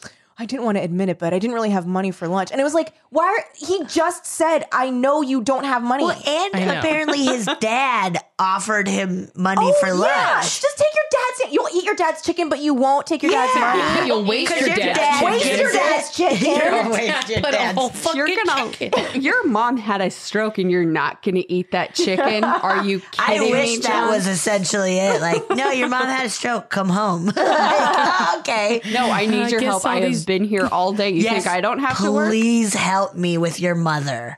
Speaker 1: I didn't want to admit it, but I didn't really have money for lunch. And it was like, why? Are, he just said, I know you don't have money.
Speaker 3: Well,
Speaker 4: I
Speaker 3: and
Speaker 4: know.
Speaker 3: apparently his dad offered him money for
Speaker 1: Oh, Yeah,
Speaker 3: lunch.
Speaker 1: just take your dad's. You'll eat your dad's chicken, but you won't take your dad's money.
Speaker 4: You'll waste your
Speaker 3: your
Speaker 4: dad's
Speaker 3: dad-
Speaker 4: chicken.
Speaker 1: Waste your dad's chicken.
Speaker 3: You'll waste your
Speaker 4: Put a
Speaker 3: dad's
Speaker 4: whole fucking
Speaker 2: You're gonna.
Speaker 4: chicken.
Speaker 2: Your mom had a stroke, and you're not gonna eat that chicken. Are you
Speaker 3: I
Speaker 2: kidding me?
Speaker 3: wish that
Speaker 2: John?
Speaker 3: was essentially it. Like, no, your mom had a stroke. Come home. Like, oh, okay.
Speaker 2: No, I need
Speaker 4: I
Speaker 2: your
Speaker 4: guess
Speaker 2: help.
Speaker 4: all
Speaker 2: I have
Speaker 4: these-
Speaker 2: been here all day. You think I don't have to work?
Speaker 3: Please help me with your mother.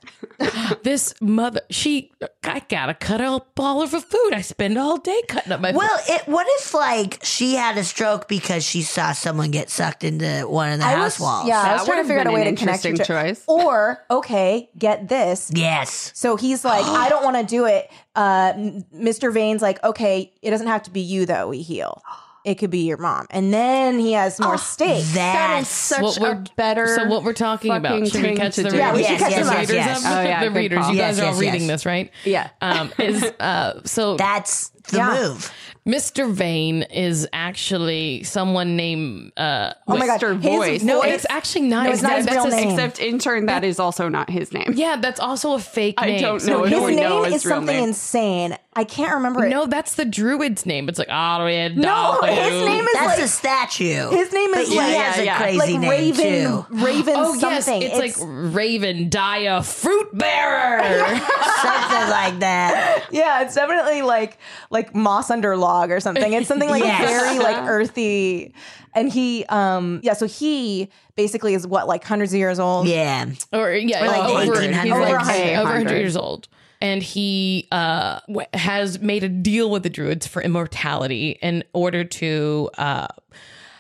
Speaker 4: This mother, she, I gotta cut up all of her food. I spend all day cutting up my
Speaker 3: Well, it, what if like she had a stroke because she saw someone get sucked into one of the
Speaker 1: I
Speaker 3: house
Speaker 1: was,
Speaker 3: walls?
Speaker 1: yeah, I
Speaker 2: That
Speaker 1: was trying to
Speaker 2: would've
Speaker 1: figure out a
Speaker 2: been
Speaker 1: way to
Speaker 2: an
Speaker 1: connect you to
Speaker 2: interesting choice.
Speaker 1: Or okay, get this.
Speaker 3: Yes.
Speaker 1: So he's like, I don't want to do it. Uh, m- Mr. Vane's like, okay, it doesn't have to be you though. We heal. It could be your mom, and then he has more stakes.
Speaker 3: That's
Speaker 4: food. What we're better. So what we're talking about?
Speaker 2: fucking
Speaker 4: Should we
Speaker 2: thing
Speaker 4: catch
Speaker 2: to
Speaker 4: the
Speaker 2: do.
Speaker 4: readers?
Speaker 2: Yeah, we
Speaker 3: should catch
Speaker 4: the
Speaker 3: them up.
Speaker 4: readers
Speaker 3: Yes,
Speaker 4: up.
Speaker 3: yes.
Speaker 2: Oh, yeah,
Speaker 4: the
Speaker 2: good
Speaker 4: readers.
Speaker 2: call.
Speaker 4: You
Speaker 3: Yes,
Speaker 4: guys are all
Speaker 3: yes,
Speaker 4: reading
Speaker 3: yes.
Speaker 4: this, right?
Speaker 2: Yeah.
Speaker 4: Um, is uh, so
Speaker 3: that's the
Speaker 1: Yeah.
Speaker 3: move.
Speaker 4: Mr. Vane is actually someone named. Uh,
Speaker 1: Oh my god,
Speaker 2: Mr.
Speaker 1: his
Speaker 2: Voice.
Speaker 4: no,
Speaker 1: voice-
Speaker 4: it's actually not.
Speaker 1: No, it's not his
Speaker 4: That's
Speaker 1: real
Speaker 4: a-
Speaker 1: name.
Speaker 2: Except intern, that is also not his name.
Speaker 4: Yeah, that's also a fake
Speaker 2: I
Speaker 4: name.
Speaker 2: don't
Speaker 4: So
Speaker 2: know if
Speaker 1: his
Speaker 2: we know
Speaker 1: name
Speaker 2: his
Speaker 1: is
Speaker 2: real
Speaker 1: something
Speaker 2: name.
Speaker 1: insane. I can't remember it.
Speaker 4: No, that's the druid's name. It's like Ariad.
Speaker 1: no, his name is
Speaker 3: That's
Speaker 1: like
Speaker 3: a statue.
Speaker 1: his name
Speaker 3: but
Speaker 1: is
Speaker 3: he
Speaker 1: like,
Speaker 3: has a
Speaker 2: yeah.
Speaker 3: crazy
Speaker 1: like
Speaker 3: name
Speaker 1: Raven,
Speaker 3: too.
Speaker 1: Raven
Speaker 4: Oh yes,
Speaker 1: something.
Speaker 4: it's, like Raven Dia Fruit Bearer.
Speaker 3: Something like that.
Speaker 1: Yeah, it's definitely like like moss under log or something. It's something like
Speaker 3: Yes.
Speaker 1: very like earthy. And he um yeah, so he basically is what like hundreds of years old.
Speaker 3: Yeah.
Speaker 4: or yeah,
Speaker 3: Or like the
Speaker 4: over,
Speaker 3: 1800s.
Speaker 4: he's like,
Speaker 1: Over a hundred.
Speaker 4: over 100 years old. And he uh, w- has made a deal with the druids for immortality in order to uh,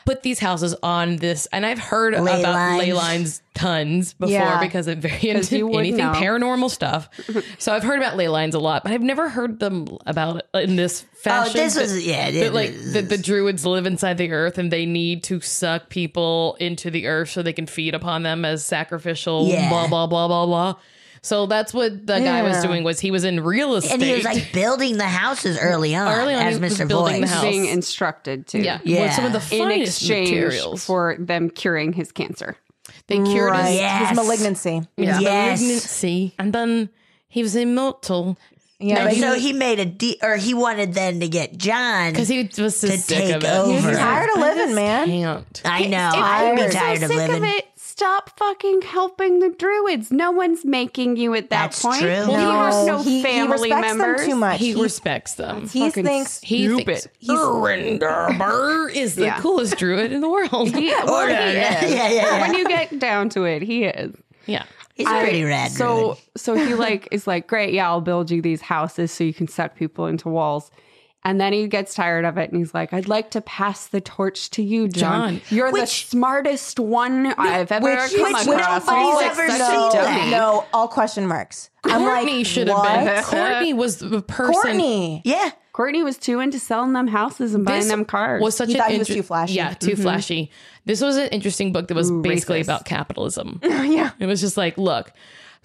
Speaker 4: put these houses on this. And I've heard
Speaker 3: Ley
Speaker 4: about ley
Speaker 3: lines.
Speaker 4: lines tons before
Speaker 1: Yeah.
Speaker 4: because I'm very
Speaker 2: you
Speaker 4: into
Speaker 2: would
Speaker 4: anything
Speaker 2: know.
Speaker 4: paranormal stuff. so I've heard about ley lines a lot, but I've never heard them about it in this fashion.
Speaker 3: Oh, this
Speaker 4: but-
Speaker 3: was yeah.
Speaker 4: that
Speaker 3: it
Speaker 4: like
Speaker 3: was-
Speaker 4: that the druids live inside the earth and they need to suck people into the earth so they can feed upon them as sacrificial
Speaker 3: Yeah.
Speaker 4: blah blah blah blah blah. So that's what the guy was
Speaker 1: Yeah.
Speaker 4: doing was he was in real estate.
Speaker 3: and he was like building the houses early on,
Speaker 4: Early on,
Speaker 3: as
Speaker 4: he was
Speaker 3: Mr.
Speaker 4: building the
Speaker 3: Boyce.
Speaker 4: house.
Speaker 2: Being instructed to.
Speaker 4: yeah,
Speaker 3: Yeah.
Speaker 4: with some of the
Speaker 2: In
Speaker 4: finest
Speaker 2: exchange
Speaker 4: materials.
Speaker 2: for them curing his cancer.
Speaker 4: they cured
Speaker 1: Right.
Speaker 4: his
Speaker 3: Yes.
Speaker 1: His malignancy.
Speaker 4: yeah.
Speaker 3: Yes.
Speaker 4: malignancy, and then he was immortal
Speaker 1: Yeah. but
Speaker 3: And
Speaker 1: he-
Speaker 3: so he made a de- or he wanted then to get John.
Speaker 4: because he was so
Speaker 3: To
Speaker 4: sick
Speaker 3: take
Speaker 4: of it.
Speaker 3: over.
Speaker 4: He's
Speaker 3: He's
Speaker 1: tired of living, man.
Speaker 4: Can't.
Speaker 3: I know. I'd be tired of
Speaker 2: sick
Speaker 3: living.
Speaker 2: of it. Stop fucking helping the druids. No one's making you at that
Speaker 3: That's
Speaker 2: point.
Speaker 3: true.
Speaker 2: He
Speaker 1: No,
Speaker 2: has no
Speaker 1: he- he
Speaker 2: family
Speaker 1: respects them
Speaker 2: members.
Speaker 1: too much.
Speaker 4: He
Speaker 1: He-
Speaker 4: respects them.
Speaker 1: he thinks
Speaker 4: He
Speaker 2: Stupid.
Speaker 4: thinks
Speaker 1: he's
Speaker 4: Renderber is the
Speaker 2: Yeah.
Speaker 4: coolest druid in the world.
Speaker 2: He- well,
Speaker 3: Or-
Speaker 2: he
Speaker 3: yeah,
Speaker 2: is.
Speaker 3: yeah, yeah.
Speaker 2: When you get down to it, he is.
Speaker 4: yeah.
Speaker 3: He's a pretty
Speaker 2: I-
Speaker 3: rad.
Speaker 2: So
Speaker 3: dude.
Speaker 2: so he like is like, great, yeah, I'll build you these houses so you can suck people into walls. And then he gets tired of it and he's like, I'd like to pass the torch to you, John.
Speaker 4: John.
Speaker 2: You're the
Speaker 3: Which-
Speaker 2: smarest one I've ever
Speaker 1: which,
Speaker 2: come
Speaker 1: which
Speaker 2: across.
Speaker 3: nobody's
Speaker 2: He's
Speaker 1: nobody's
Speaker 2: like
Speaker 1: ever
Speaker 3: ever
Speaker 2: such a
Speaker 3: known
Speaker 1: no,
Speaker 2: dummy.
Speaker 3: that.
Speaker 1: no, all question marks. I'm like,
Speaker 4: Courtney should have been.
Speaker 1: what?
Speaker 4: Courtney was the person.
Speaker 1: Courtney.
Speaker 3: yeah,
Speaker 2: Courtney was too into selling them houses and buying
Speaker 4: This
Speaker 2: them cars.
Speaker 4: was such
Speaker 1: He
Speaker 4: an
Speaker 1: thought he was
Speaker 4: inter-
Speaker 1: too flashy. Mm-hmm.
Speaker 4: Yeah, too flashy. This was an interesting book that was basically about capitalism. yeah, it was just like, look,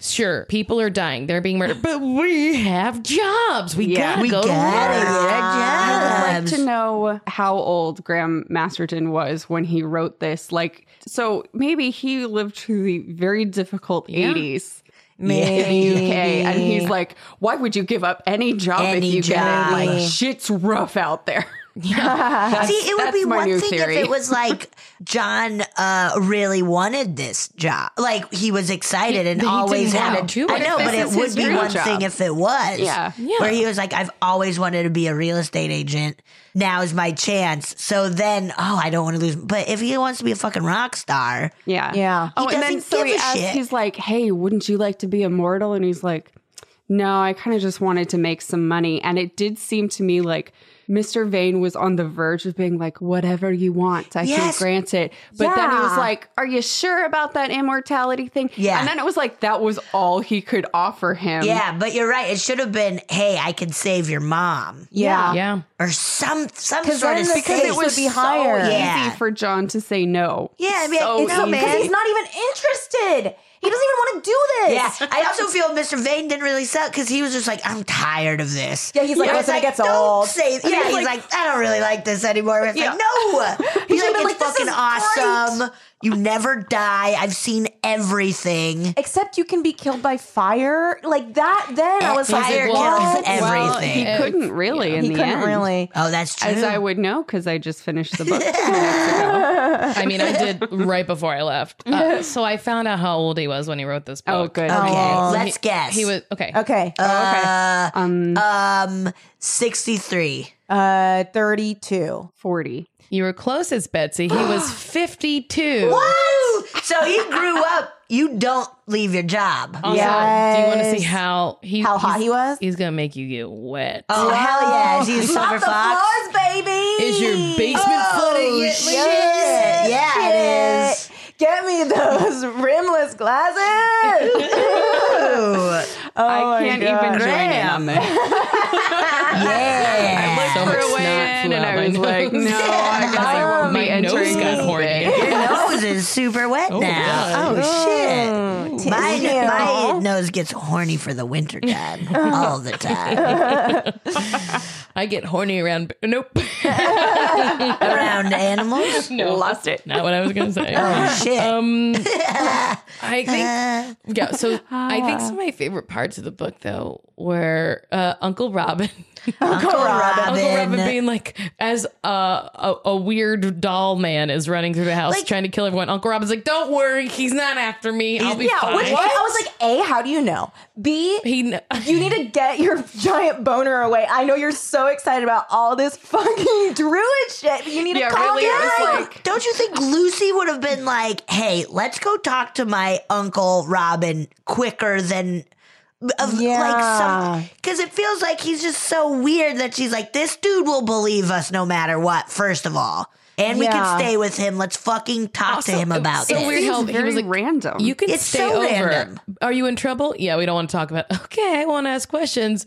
Speaker 4: sure, people are dying, they're being murdered, but we have jobs. We
Speaker 2: Yeah.
Speaker 4: gotta
Speaker 3: We
Speaker 4: go. to
Speaker 3: gotta
Speaker 4: work.
Speaker 3: get
Speaker 2: I
Speaker 3: a
Speaker 2: would
Speaker 3: job.
Speaker 2: like to know how old Graham Masterton was when he wrote this. Like, so maybe he lived through the very difficult 80s. in
Speaker 3: Maybe.
Speaker 2: the UK, and he's like, "Why would you give up any job
Speaker 3: Any
Speaker 2: if you
Speaker 3: job.
Speaker 2: can? Like, shit's rough out there."
Speaker 3: See, it would
Speaker 2: that's
Speaker 3: be
Speaker 2: my
Speaker 3: one
Speaker 2: new
Speaker 3: thing
Speaker 2: theory.
Speaker 3: if it was like John uh, really wanted this job, like he was excited and
Speaker 4: He- he
Speaker 3: always
Speaker 4: didn't
Speaker 3: had a
Speaker 4: want to.
Speaker 3: I
Speaker 4: What if
Speaker 3: know, but
Speaker 2: this
Speaker 3: it
Speaker 2: is
Speaker 3: would
Speaker 2: his
Speaker 3: be
Speaker 2: dream
Speaker 3: one
Speaker 2: job?
Speaker 3: thing if it was.
Speaker 2: Yeah.
Speaker 4: Yeah.
Speaker 3: Where he was like, I've always wanted to be a real estate agent. Now is my chance. So then, oh, I don't want to lose. But if he wants to be a fucking rock star,
Speaker 2: Yeah,
Speaker 1: Yeah.
Speaker 2: Oh,
Speaker 3: He
Speaker 2: and then
Speaker 3: doesn't
Speaker 2: so
Speaker 3: give
Speaker 2: he
Speaker 3: a
Speaker 2: asks,
Speaker 3: shit.
Speaker 2: he's like, "Hey, wouldn't you like to be immortal?" And he's like, "No, I kind of just wanted to make some money." And it did seem to me like Mr. Vane was on the verge of being like, "Whatever you want, I
Speaker 3: Yes.
Speaker 2: can grant it." But then he was
Speaker 1: Yeah.
Speaker 2: like, "Are you sure about that immortality thing?"
Speaker 3: Yeah.
Speaker 2: And then it was like that was all he could offer him.
Speaker 3: yeah, but you're right. It should have been, hey, I can save your mom
Speaker 1: Yeah.
Speaker 4: Yeah.
Speaker 3: or some some
Speaker 1: 'Cause
Speaker 3: sort
Speaker 1: then
Speaker 3: of
Speaker 1: the
Speaker 3: save.
Speaker 1: Because it
Speaker 2: It
Speaker 1: would
Speaker 2: was
Speaker 1: be
Speaker 2: so
Speaker 1: higher.
Speaker 3: Yeah.
Speaker 2: easy for John to say no.
Speaker 3: Yeah, I mean,
Speaker 2: So
Speaker 3: it's not
Speaker 2: easy.
Speaker 3: bad.
Speaker 1: Because he's not even interested. He doesn't even want to do this.
Speaker 3: Yeah, I also feel Mr. Vane didn't really suck because he was just like, I'm tired of this.
Speaker 1: Yeah, he's like,
Speaker 3: I was
Speaker 1: listen, it gets
Speaker 3: don't
Speaker 1: old.
Speaker 3: Say, yeah, he's, like, I don't really like this anymore. It's like, no. He's like,
Speaker 1: should've
Speaker 3: it's
Speaker 1: been like, this
Speaker 3: fucking
Speaker 1: is
Speaker 3: awesome. You never die. I've seen everything.
Speaker 1: Except you can be killed by fire. Like that, then I was
Speaker 3: Fire
Speaker 1: like, what?
Speaker 3: kills everything.
Speaker 2: Well, he
Speaker 4: Everything.
Speaker 2: couldn't really in
Speaker 1: He
Speaker 2: the
Speaker 1: couldn't
Speaker 2: end.
Speaker 1: really.
Speaker 3: Oh, that's true.
Speaker 2: As I would know because I just finished the book. two minutes ago.
Speaker 4: I mean, I did right before I left. Uh, so I found out how old he was when he wrote this
Speaker 2: Oh,
Speaker 4: book. Um,
Speaker 2: good.
Speaker 3: okay,
Speaker 1: Oh,
Speaker 3: let's guess.
Speaker 4: He was okay.
Speaker 1: Okay.
Speaker 3: Uh,
Speaker 2: Um,
Speaker 3: um, 63.
Speaker 1: Uh, 32.
Speaker 2: forty.
Speaker 4: You were close as Betsy. He was 52.
Speaker 3: Woo! So he grew up. You don't leave your job.
Speaker 4: Also, Do you want to see
Speaker 1: Yes.
Speaker 4: how he
Speaker 1: How hot
Speaker 4: he's-
Speaker 1: he was?
Speaker 4: He's gonna make you get wet.
Speaker 3: Oh, hell yeah. Is he a
Speaker 1: Not
Speaker 3: silver
Speaker 1: the
Speaker 3: fox?
Speaker 1: floors, baby.
Speaker 4: Is your basement
Speaker 1: Oh,
Speaker 4: flooding yet,
Speaker 3: shit.
Speaker 4: lady?
Speaker 1: Yes,
Speaker 3: Yeah, it is.
Speaker 1: Uh, Get me those rimless glasses. Oh
Speaker 2: I
Speaker 1: my
Speaker 2: can't
Speaker 1: God.
Speaker 2: even join in on this.
Speaker 3: yeah.
Speaker 4: So much
Speaker 2: Threw
Speaker 4: snot
Speaker 2: in and
Speaker 4: flew out
Speaker 2: I
Speaker 4: my
Speaker 2: was like,
Speaker 4: nose.
Speaker 2: no, I guess I won't
Speaker 4: My
Speaker 2: be
Speaker 4: nose
Speaker 2: entering
Speaker 4: got
Speaker 2: this
Speaker 4: horny.
Speaker 2: bit.
Speaker 3: Your nose is super wet now.
Speaker 4: God.
Speaker 3: Oh, shit. My,
Speaker 1: Ew.
Speaker 3: my nose gets horny for the winter time
Speaker 4: Uh.
Speaker 3: all the time.
Speaker 4: I get horny around. Nope.
Speaker 3: Around animals.
Speaker 4: no, lost it. Not what I was gonna say.
Speaker 3: Oh, shit.
Speaker 4: Um, I think yeah. So I
Speaker 1: Ah.
Speaker 4: think some of my favorite parts of the book though were uh, Uncle Robin,
Speaker 3: Uncle Robin.
Speaker 4: Uncle Robin being like as uh, a a weird doll man is running through the house
Speaker 3: Like-
Speaker 4: trying to kill everyone. Uncle Robin's like, "Don't worry, he's not after me. I'll be
Speaker 1: Yeah,
Speaker 4: fine."
Speaker 1: which I was like, A, how do you know? B,
Speaker 4: he kn-
Speaker 1: you need to get your giant boner away. I know you're so excited about all this fucking druid shit, but you need
Speaker 2: Yeah,
Speaker 1: to calm
Speaker 2: really, it was
Speaker 1: down.
Speaker 2: like-
Speaker 3: Don't you think Lucy would have been like, hey, let's go talk to my Uncle Robin quicker than. Of like
Speaker 1: Yeah.
Speaker 3: some, because it feels like he's just so weird that she's like, this dude will believe us no matter what. First of all, and we
Speaker 1: Yeah.
Speaker 3: can stay with him. Let's fucking talk to
Speaker 4: Also,
Speaker 3: him
Speaker 4: it was
Speaker 3: about
Speaker 4: Oh, so
Speaker 3: this.
Speaker 4: weird how
Speaker 2: It's
Speaker 4: he
Speaker 2: very
Speaker 4: was like,
Speaker 2: random.
Speaker 4: You can
Speaker 3: Um, It's
Speaker 4: stay
Speaker 3: so
Speaker 4: over.
Speaker 3: random.
Speaker 4: Are you in trouble? Yeah, we don't want to talk about. Okay, I want to ask questions.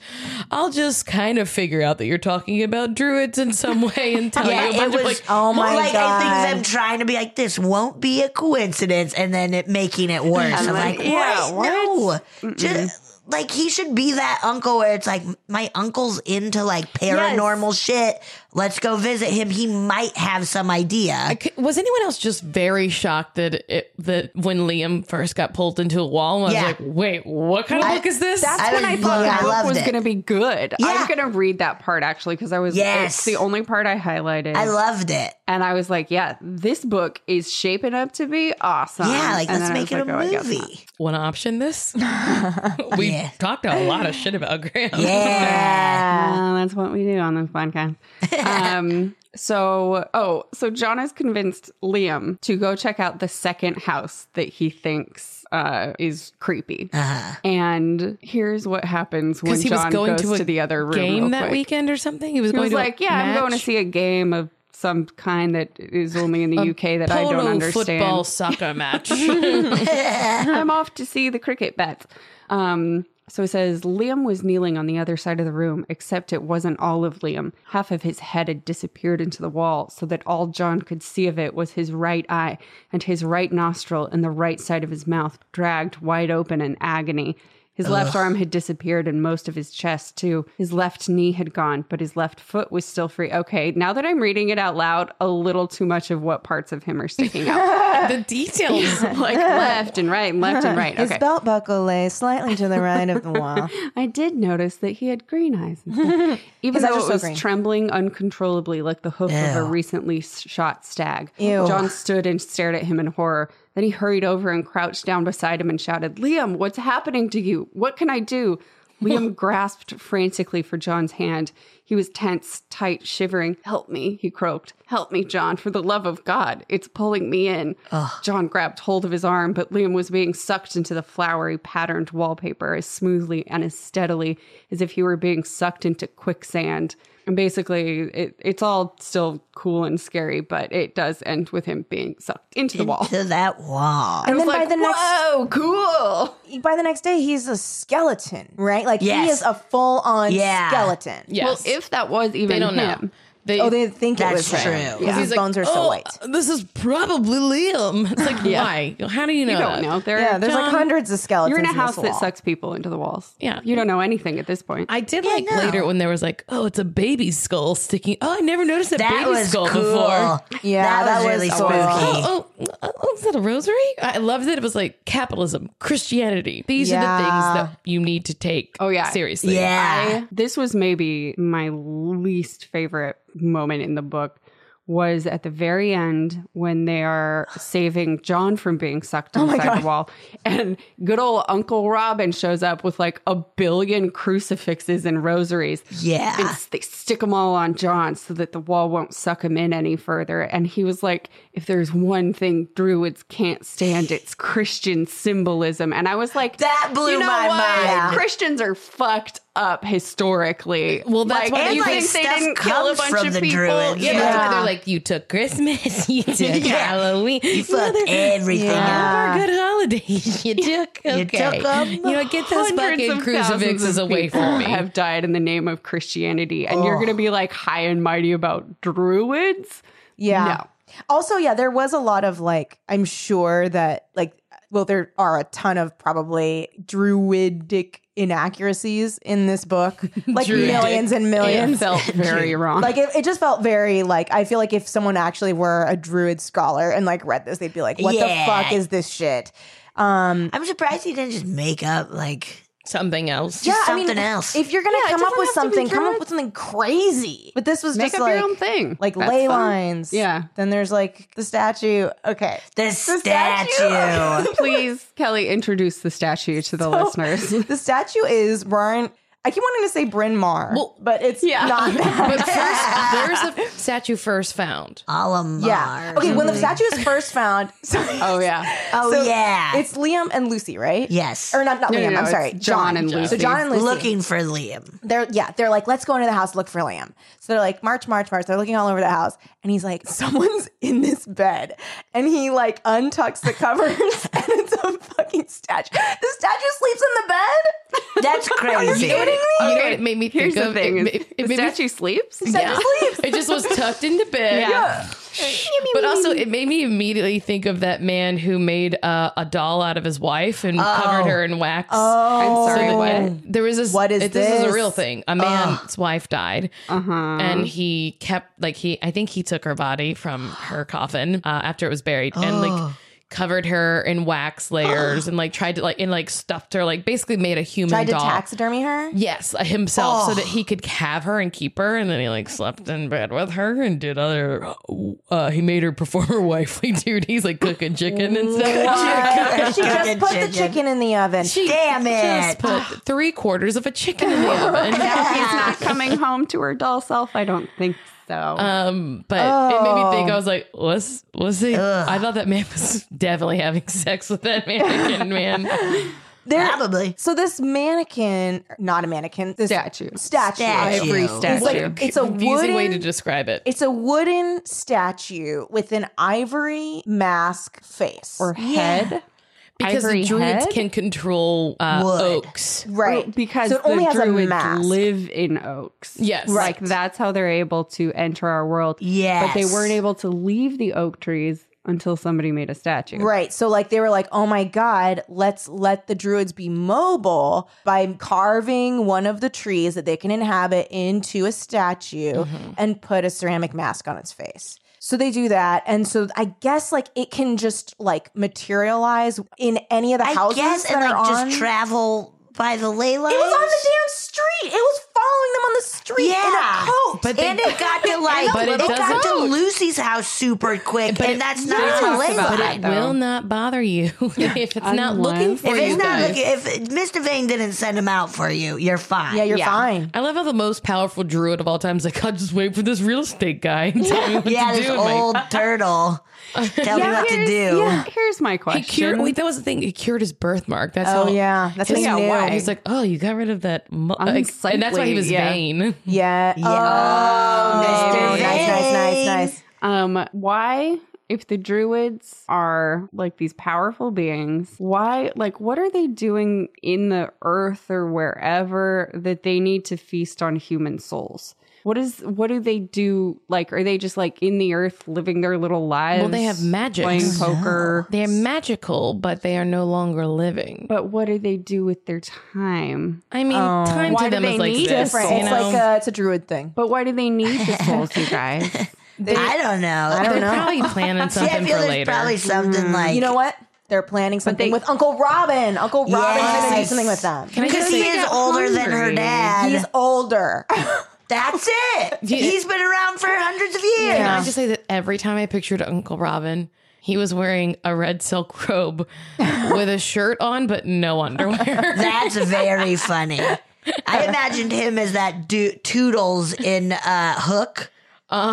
Speaker 4: I'll just kind of figure out that you're talking about druids in some way and tell you a bunch of like.
Speaker 1: oh my
Speaker 3: like, I
Speaker 1: God.
Speaker 3: think them trying to be like, this won't be a coincidence, and then it making it worse. I'm
Speaker 2: like,
Speaker 3: like,
Speaker 2: yeah,
Speaker 3: what? No, just like he should be that uncle where it's like, my uncle's into like paranormal shit. Let's go visit him. He might have some idea.
Speaker 4: c- Was anyone else just very shocked that it, that when Liam first got pulled into a wall, and
Speaker 3: Yeah.
Speaker 4: I was like, "Wait, what kind of book is this?"
Speaker 2: That's
Speaker 3: I
Speaker 2: when I
Speaker 3: was-
Speaker 2: thought
Speaker 3: I
Speaker 2: the book
Speaker 3: loved
Speaker 2: was
Speaker 3: it.
Speaker 2: going to be good. I
Speaker 3: Yeah.
Speaker 2: was going to read that part actually because I was.
Speaker 3: Yes.
Speaker 2: It's the only part I highlighted.
Speaker 3: I loved it.
Speaker 2: and I was like, yeah, this book is shaping up to be awesome.
Speaker 3: Yeah, like
Speaker 2: Uh-huh. And
Speaker 3: let's
Speaker 2: then I
Speaker 3: make
Speaker 2: was
Speaker 3: it
Speaker 2: like,
Speaker 3: a
Speaker 2: oh, I guess not.
Speaker 3: movie.
Speaker 4: One option. This we
Speaker 3: Yeah.
Speaker 4: talked a lot of shit about Graham.
Speaker 3: Yeah.
Speaker 2: Uh, that's what we do on this podcast. um, so, oh, so John has convinced Liam to go check out the second house that he thinks uh, is creepy. And here's what happens when
Speaker 4: because Uh-huh. he was
Speaker 2: John
Speaker 4: going
Speaker 2: goes
Speaker 4: to a
Speaker 2: to the other room real
Speaker 4: game that
Speaker 2: quick.
Speaker 4: weekend or something. He was
Speaker 2: He
Speaker 4: going
Speaker 2: was
Speaker 4: to a
Speaker 2: like, "Yeah, I'm going to
Speaker 4: match.
Speaker 2: see a game of some kind that is only in the UK that I don't
Speaker 4: Polo
Speaker 2: understand.
Speaker 4: football soccer match."
Speaker 2: I'm off to see the cricket bats." Um, So he says Liam was kneeling on the other side of the room, except it wasn't all of Liam. Half of his head had disappeared into the wall, so that all John could see of it was his right eye and his right nostril and the right side of his mouth dragged wide open in agony. His left arm had disappeared and most of his chest, too. His left knee had gone, but his left foot was still free. Okay, now that I'm reading it out loud, a little too much of what parts of him are sticking out.
Speaker 4: the details.
Speaker 2: like left and right and left and right.
Speaker 1: His
Speaker 2: Okay.
Speaker 1: belt buckle lay slightly to the right of the wall.
Speaker 2: I did notice that he had green eyes, and stuff, even
Speaker 1: His eyes
Speaker 2: though
Speaker 1: are
Speaker 2: it
Speaker 1: so
Speaker 2: was
Speaker 1: green.
Speaker 2: trembling uncontrollably like the hoof of a
Speaker 3: Ew.
Speaker 2: recently s- shot stag.
Speaker 1: Ew.
Speaker 2: John stood and stared at him in horror. Then he hurried over and crouched down beside him and shouted, "Liam, what's happening to you? What can I do?" Liam grasped frantically for John's hand. He was tense, tight, shivering. Help me, he croaked. Help me, John, for the love of God. It's pulling me in. John grabbed hold of his arm, but Liam was being sucked into the flowery patterned wallpaper as smoothly and as steadily as if he were being sucked into quicksand. And basically, it, it's all still cool and scary, but it does end with him being sucked into the wall.
Speaker 3: to that wall.
Speaker 1: And then
Speaker 2: Like,
Speaker 1: by the next
Speaker 2: whoa, cool.
Speaker 1: by the next day, he's a skeleton, right? Like he
Speaker 3: Yes.
Speaker 1: is a full on
Speaker 3: Yeah.
Speaker 1: skeleton.
Speaker 4: Yes.
Speaker 2: Well, if that was even
Speaker 4: they don't
Speaker 2: him,
Speaker 4: know. They,
Speaker 1: Oh, they think it was
Speaker 3: That's
Speaker 1: him.
Speaker 3: true.
Speaker 1: 'Cause His bones are so
Speaker 4: "Oh,
Speaker 1: white.
Speaker 4: This is probably Liam. It's like, why? How do you know?
Speaker 2: you
Speaker 4: that?
Speaker 2: don't know. There,
Speaker 1: Yeah, there's like
Speaker 4: John,
Speaker 1: hundreds of skeletons.
Speaker 2: you're in a
Speaker 1: this
Speaker 2: house that
Speaker 1: wall.
Speaker 2: sucks people into the walls.
Speaker 4: Yeah.
Speaker 2: you don't know anything at this point.
Speaker 4: I did like later when there was like, oh, it's a baby skull sticking. Oh, I never noticed a
Speaker 3: That
Speaker 4: baby
Speaker 3: was
Speaker 4: skull
Speaker 3: cool.
Speaker 4: before.
Speaker 1: Yeah,
Speaker 3: that,
Speaker 1: that
Speaker 3: was,
Speaker 1: was
Speaker 3: really
Speaker 1: cool.
Speaker 3: spooky.
Speaker 4: Oh, oh, oh, is that a rosary? I love that it was like capitalism, Christianity. These are the
Speaker 1: Yeah.
Speaker 4: things that you need to take.
Speaker 2: Oh, yeah.
Speaker 4: seriously.
Speaker 3: yeah.
Speaker 2: I- this was maybe my least favorite moment in the book was at the very end when they are saving John from being sucked
Speaker 3: Oh
Speaker 2: inside the wall. And good old Uncle Robin shows up with like a billion crucifixes and rosaries.
Speaker 3: Yeah.
Speaker 2: And s- they stick them all on John so that the wall won't suck him in any further. And he was like, if there's one thing Druids can't stand, it's Christian symbolism. And I was like,
Speaker 3: That blew
Speaker 2: you know
Speaker 3: my
Speaker 2: what?
Speaker 3: mind.
Speaker 2: Christians are fucked up historically.
Speaker 4: Well, that's why
Speaker 2: and
Speaker 4: you
Speaker 2: think
Speaker 4: think
Speaker 2: they
Speaker 3: stuff
Speaker 2: didn't kill a
Speaker 3: comes
Speaker 2: bunch
Speaker 3: from
Speaker 2: of
Speaker 3: the
Speaker 2: people.
Speaker 3: Druids.
Speaker 4: Yeah,
Speaker 2: Yeah.
Speaker 4: that's why
Speaker 1: Yeah.
Speaker 4: they're like, you took Christmas, you took Halloween,
Speaker 3: You fucked everything
Speaker 4: all
Speaker 1: Yeah.
Speaker 4: of our good holidays. You took, okay.
Speaker 3: You took 'em.
Speaker 4: You know, get those
Speaker 2: Hundreds
Speaker 4: fucking
Speaker 2: of thousands
Speaker 4: crucifixes
Speaker 2: of
Speaker 4: away
Speaker 2: people
Speaker 4: from me.
Speaker 2: Have died in the name of Christianity, and you're going to be like high and mighty about druids.
Speaker 1: Yeah.
Speaker 2: No.
Speaker 1: Also, yeah, there was a lot of like, I'm sure that like, well, there are a ton of probably druidic inaccuracies in this book, like
Speaker 4: Druidic.
Speaker 1: millions and
Speaker 2: It
Speaker 1: millions.
Speaker 2: felt very wrong.
Speaker 1: Like it, it just felt very like I feel like if someone actually were a druid scholar and like read this, they'd be like, "What
Speaker 3: Yeah.
Speaker 1: the fuck is this shit?" Um,
Speaker 3: I'm surprised he didn't just make up like
Speaker 4: Something else.
Speaker 3: just
Speaker 1: yeah, I mean,
Speaker 3: something else.
Speaker 1: If you're gonna
Speaker 2: Yeah, it
Speaker 1: come up
Speaker 2: doesn't
Speaker 1: with
Speaker 2: have to be
Speaker 1: something, come
Speaker 2: druid.
Speaker 1: up with something crazy. But this was
Speaker 2: Make
Speaker 1: just
Speaker 2: up
Speaker 1: like
Speaker 2: your own thing.
Speaker 1: like
Speaker 2: That's
Speaker 1: ley
Speaker 2: fun.
Speaker 1: lines.
Speaker 2: Yeah.
Speaker 1: Then there's like the statue. Okay.
Speaker 3: the
Speaker 1: statue.
Speaker 3: statue.
Speaker 2: Please, Kelly, introduce the statue to the listeners.
Speaker 1: The statue is Brian. I keep wanting to say Bryn Mawr,
Speaker 4: Well,
Speaker 1: but it's not that.
Speaker 4: But first, there's a statue first found.
Speaker 3: Alamar.
Speaker 1: yeah. Okay. When the statue is first found. So,
Speaker 2: Mm-hmm. oh yeah.
Speaker 3: Oh
Speaker 1: so
Speaker 3: yeah.
Speaker 1: It's Liam and Lucy, right?
Speaker 3: yes.
Speaker 1: Or not? Not
Speaker 2: No, no,
Speaker 1: Liam.
Speaker 2: no,
Speaker 1: I'm
Speaker 2: it's
Speaker 1: sorry.
Speaker 2: John and Lucy.
Speaker 1: So John and Lucy.
Speaker 3: looking for Liam.
Speaker 1: They're yeah. They're like, let's go into the house look for Liam. So they're like, march, march, march. They're looking all over the house, and he's like, someone's in this bed, and he like untucks the covers, and it's a fucking statue. The statue sleeps in the bed.
Speaker 3: That's crazy.
Speaker 4: You know what it made me think
Speaker 2: Here's the
Speaker 4: of?
Speaker 2: thing: is
Speaker 4: It, ma- it
Speaker 2: the
Speaker 4: made me
Speaker 2: statue sleeps.
Speaker 1: Statue sleeps.
Speaker 4: it just was tucked into bed.
Speaker 2: Yeah.
Speaker 4: But also, it made me immediately think of that man who made uh, a doll out of his wife and covered
Speaker 2: Oh.
Speaker 4: her in wax.
Speaker 2: I'm
Speaker 1: Oh.
Speaker 2: sorry.
Speaker 4: So
Speaker 2: What?
Speaker 4: that- There was this.
Speaker 1: What is
Speaker 4: it- this? Is a
Speaker 1: this? Uh-huh.
Speaker 4: real thing. A man's wife died, and he kept like he. I think he took her body from her coffin uh, after it was buried, and like covered her in wax layers, and like tried to like and like stuffed her, like basically made a human
Speaker 1: Tried to
Speaker 4: doll.
Speaker 1: taxidermy her.
Speaker 4: Yes, uh, himself, so that he could have her and keep her, and then he like slept in bed with her and did other. Uh, he made her perform her wifely duties, like cooking chicken and stuff.
Speaker 1: Uh, she just
Speaker 3: Chicken,
Speaker 1: put the
Speaker 3: chicken.
Speaker 1: chicken in the oven.
Speaker 4: She
Speaker 3: Damn
Speaker 4: just
Speaker 3: it.
Speaker 4: put three quarters of a chicken in the oven.
Speaker 2: She's not coming home to her doll self. I don't think so.
Speaker 4: Um, but it made me think. I was like, let's let's see. I thought that man was definitely having sex with that mannequin man.
Speaker 1: There-
Speaker 3: Probably.
Speaker 1: So this mannequin, not a mannequin, this
Speaker 2: Statue.
Speaker 1: statue.
Speaker 3: Statue.
Speaker 2: Ivory
Speaker 3: It's
Speaker 2: statue.
Speaker 1: like- It's a
Speaker 4: confusing way to
Speaker 1: wooden-
Speaker 4: describe it.
Speaker 1: It's a wooden statue with an ivory mask face.
Speaker 2: or head.
Speaker 4: because
Speaker 2: Ivory
Speaker 4: the druids
Speaker 2: Head?
Speaker 4: can control uh,
Speaker 3: Wood.
Speaker 4: oaks.
Speaker 1: Right.
Speaker 2: because
Speaker 1: so it only has
Speaker 2: the druids
Speaker 1: a mask.
Speaker 2: live in oaks.
Speaker 4: Yes.
Speaker 2: like
Speaker 4: Right.
Speaker 2: that's how they're able to enter our world.
Speaker 3: Yes.
Speaker 2: but they weren't able to leave the oak trees until somebody made a statue.
Speaker 1: Right. So like they were like, "Oh my god, let's let the druids be mobile by carving one of the trees that they can inhabit into a statue and put a ceramic mask on its face." So they do that. And so I guess like it can just like materialize in any of the
Speaker 3: I
Speaker 1: houses
Speaker 3: guess,
Speaker 1: that
Speaker 3: and like
Speaker 1: are on.
Speaker 3: just travel by the ley lines.
Speaker 1: it was on the damn street. It was following them on the street
Speaker 3: Yeah.
Speaker 1: in a coat.
Speaker 4: But they-
Speaker 3: and it got to like,
Speaker 4: But
Speaker 3: it,
Speaker 4: it
Speaker 3: got to
Speaker 4: doesn't-
Speaker 3: Lucy's house super quick,
Speaker 4: But
Speaker 3: and
Speaker 4: it-
Speaker 3: that's not
Speaker 2: Yes.
Speaker 3: on the
Speaker 2: Talked
Speaker 3: ley
Speaker 2: about
Speaker 3: line.
Speaker 4: But
Speaker 2: Right,
Speaker 4: it
Speaker 2: though.
Speaker 4: will not bother you if it's not
Speaker 2: Unless-
Speaker 4: looking for
Speaker 3: If
Speaker 4: you.
Speaker 3: it's not
Speaker 4: guys.
Speaker 3: looking, if Mr. Vane didn't send him out for you, you're fine.
Speaker 1: yeah, you're
Speaker 2: Yeah.
Speaker 1: fine.
Speaker 4: I love how the most powerful druid of all time is like, I'll just wait for this real estate guy and tell me what
Speaker 3: yeah,
Speaker 4: to
Speaker 3: this
Speaker 4: do. with my-
Speaker 3: old turtle. Tell me what to
Speaker 2: here's-
Speaker 3: do.
Speaker 2: yeah, here's my question.
Speaker 4: He cured, wait, that was the thing. He cured his birthmark. That's
Speaker 1: Oh
Speaker 4: how.
Speaker 1: yeah, that's what
Speaker 4: His-
Speaker 1: you
Speaker 2: Yeah,
Speaker 1: knew.
Speaker 2: why?
Speaker 4: He's like, oh, you got rid of that. Mu- like,
Speaker 2: Unsightly,
Speaker 4: and that's why he was
Speaker 2: yeah.
Speaker 4: vain.
Speaker 1: Yeah. Oh,
Speaker 3: Mr.
Speaker 1: nice, nice, nice,
Speaker 3: Vane.
Speaker 1: nice.
Speaker 2: Um, why, if the druids are like these powerful beings, why, like, what are they doing in the earth or wherever that they need to feast on human souls? What is, what do they do? Like, are they just like in the earth living their little lives?
Speaker 4: Well, they have magic.
Speaker 2: playing poker.
Speaker 4: They're magical, but they are no longer living.
Speaker 2: But what do they do with their time?
Speaker 4: I mean,
Speaker 1: Oh.
Speaker 4: time
Speaker 2: Why
Speaker 4: to
Speaker 2: do
Speaker 4: them
Speaker 2: they
Speaker 4: is like
Speaker 2: need
Speaker 4: this.
Speaker 1: Different.
Speaker 2: So-
Speaker 4: You
Speaker 1: it's
Speaker 4: know?
Speaker 1: like a, it's a druid thing.
Speaker 2: But why do they need the souls, you guys?
Speaker 3: I don't know. I
Speaker 4: They're probably planning
Speaker 3: yeah, I
Speaker 4: something
Speaker 3: feel
Speaker 4: for
Speaker 3: there's
Speaker 4: later.
Speaker 3: probably something like
Speaker 1: You know what? They're planning something
Speaker 2: they-
Speaker 1: with Uncle Robin. Uncle Robin's gonna do
Speaker 3: Yes.
Speaker 1: something with them.
Speaker 4: Can I
Speaker 3: because
Speaker 4: just
Speaker 3: he
Speaker 4: say-
Speaker 3: is
Speaker 2: got
Speaker 3: older than her
Speaker 2: hungry.
Speaker 3: dad.
Speaker 1: He's older.
Speaker 3: That's it. He's been around for hundreds of years.
Speaker 4: Can I just say that every time I pictured Uncle Robin, he was wearing a red silk robe with a shirt on, but no underwear.
Speaker 3: That's very funny. I imagined him as that du- Toodles in uh, Hook.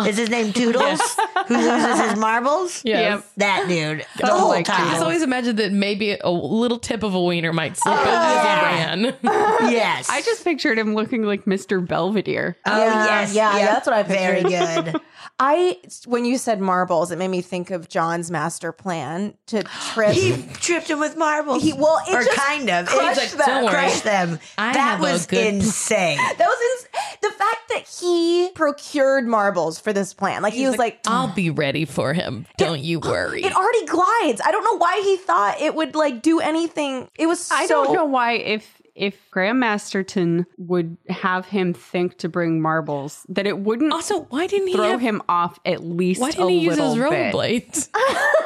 Speaker 3: is his name Toodles? Who loses his marbles?
Speaker 4: Yes.
Speaker 3: That dude. The whole
Speaker 2: like
Speaker 4: I
Speaker 3: time.
Speaker 4: just always imagined that maybe a little tip of a wiener might slip over
Speaker 1: Oh,
Speaker 4: his hand.
Speaker 3: yes.
Speaker 2: I just pictured him looking like Mr. Belvedere.
Speaker 3: Oh,
Speaker 1: Yeah,
Speaker 3: yes.
Speaker 1: yeah, that's what I
Speaker 3: Very good.
Speaker 1: I when you said marbles, it made me think of John's master plan to trip.
Speaker 3: he tripped him with marbles.
Speaker 1: He- well, it
Speaker 3: or
Speaker 1: just
Speaker 3: kind of. It
Speaker 1: crushed
Speaker 3: just
Speaker 1: them. Don't
Speaker 4: worry.
Speaker 3: crushed them.
Speaker 4: I
Speaker 3: that
Speaker 4: have a
Speaker 3: was
Speaker 4: good-
Speaker 3: insane.
Speaker 1: that was ins- the fact that he procured marbles for this plan. Like he was like,
Speaker 4: I'll be ready for him. Don't you worry.
Speaker 1: it already glides. I don't know why he thought it would like do anything. It was so
Speaker 2: I don't know why if if Graham Masterton would have him think to bring marbles, that it wouldn't
Speaker 4: Also, why didn't he
Speaker 2: throw
Speaker 4: have-
Speaker 2: him off at least.
Speaker 4: Why didn't
Speaker 2: a
Speaker 4: he use his
Speaker 2: little bit.
Speaker 4: rollerblades? blades?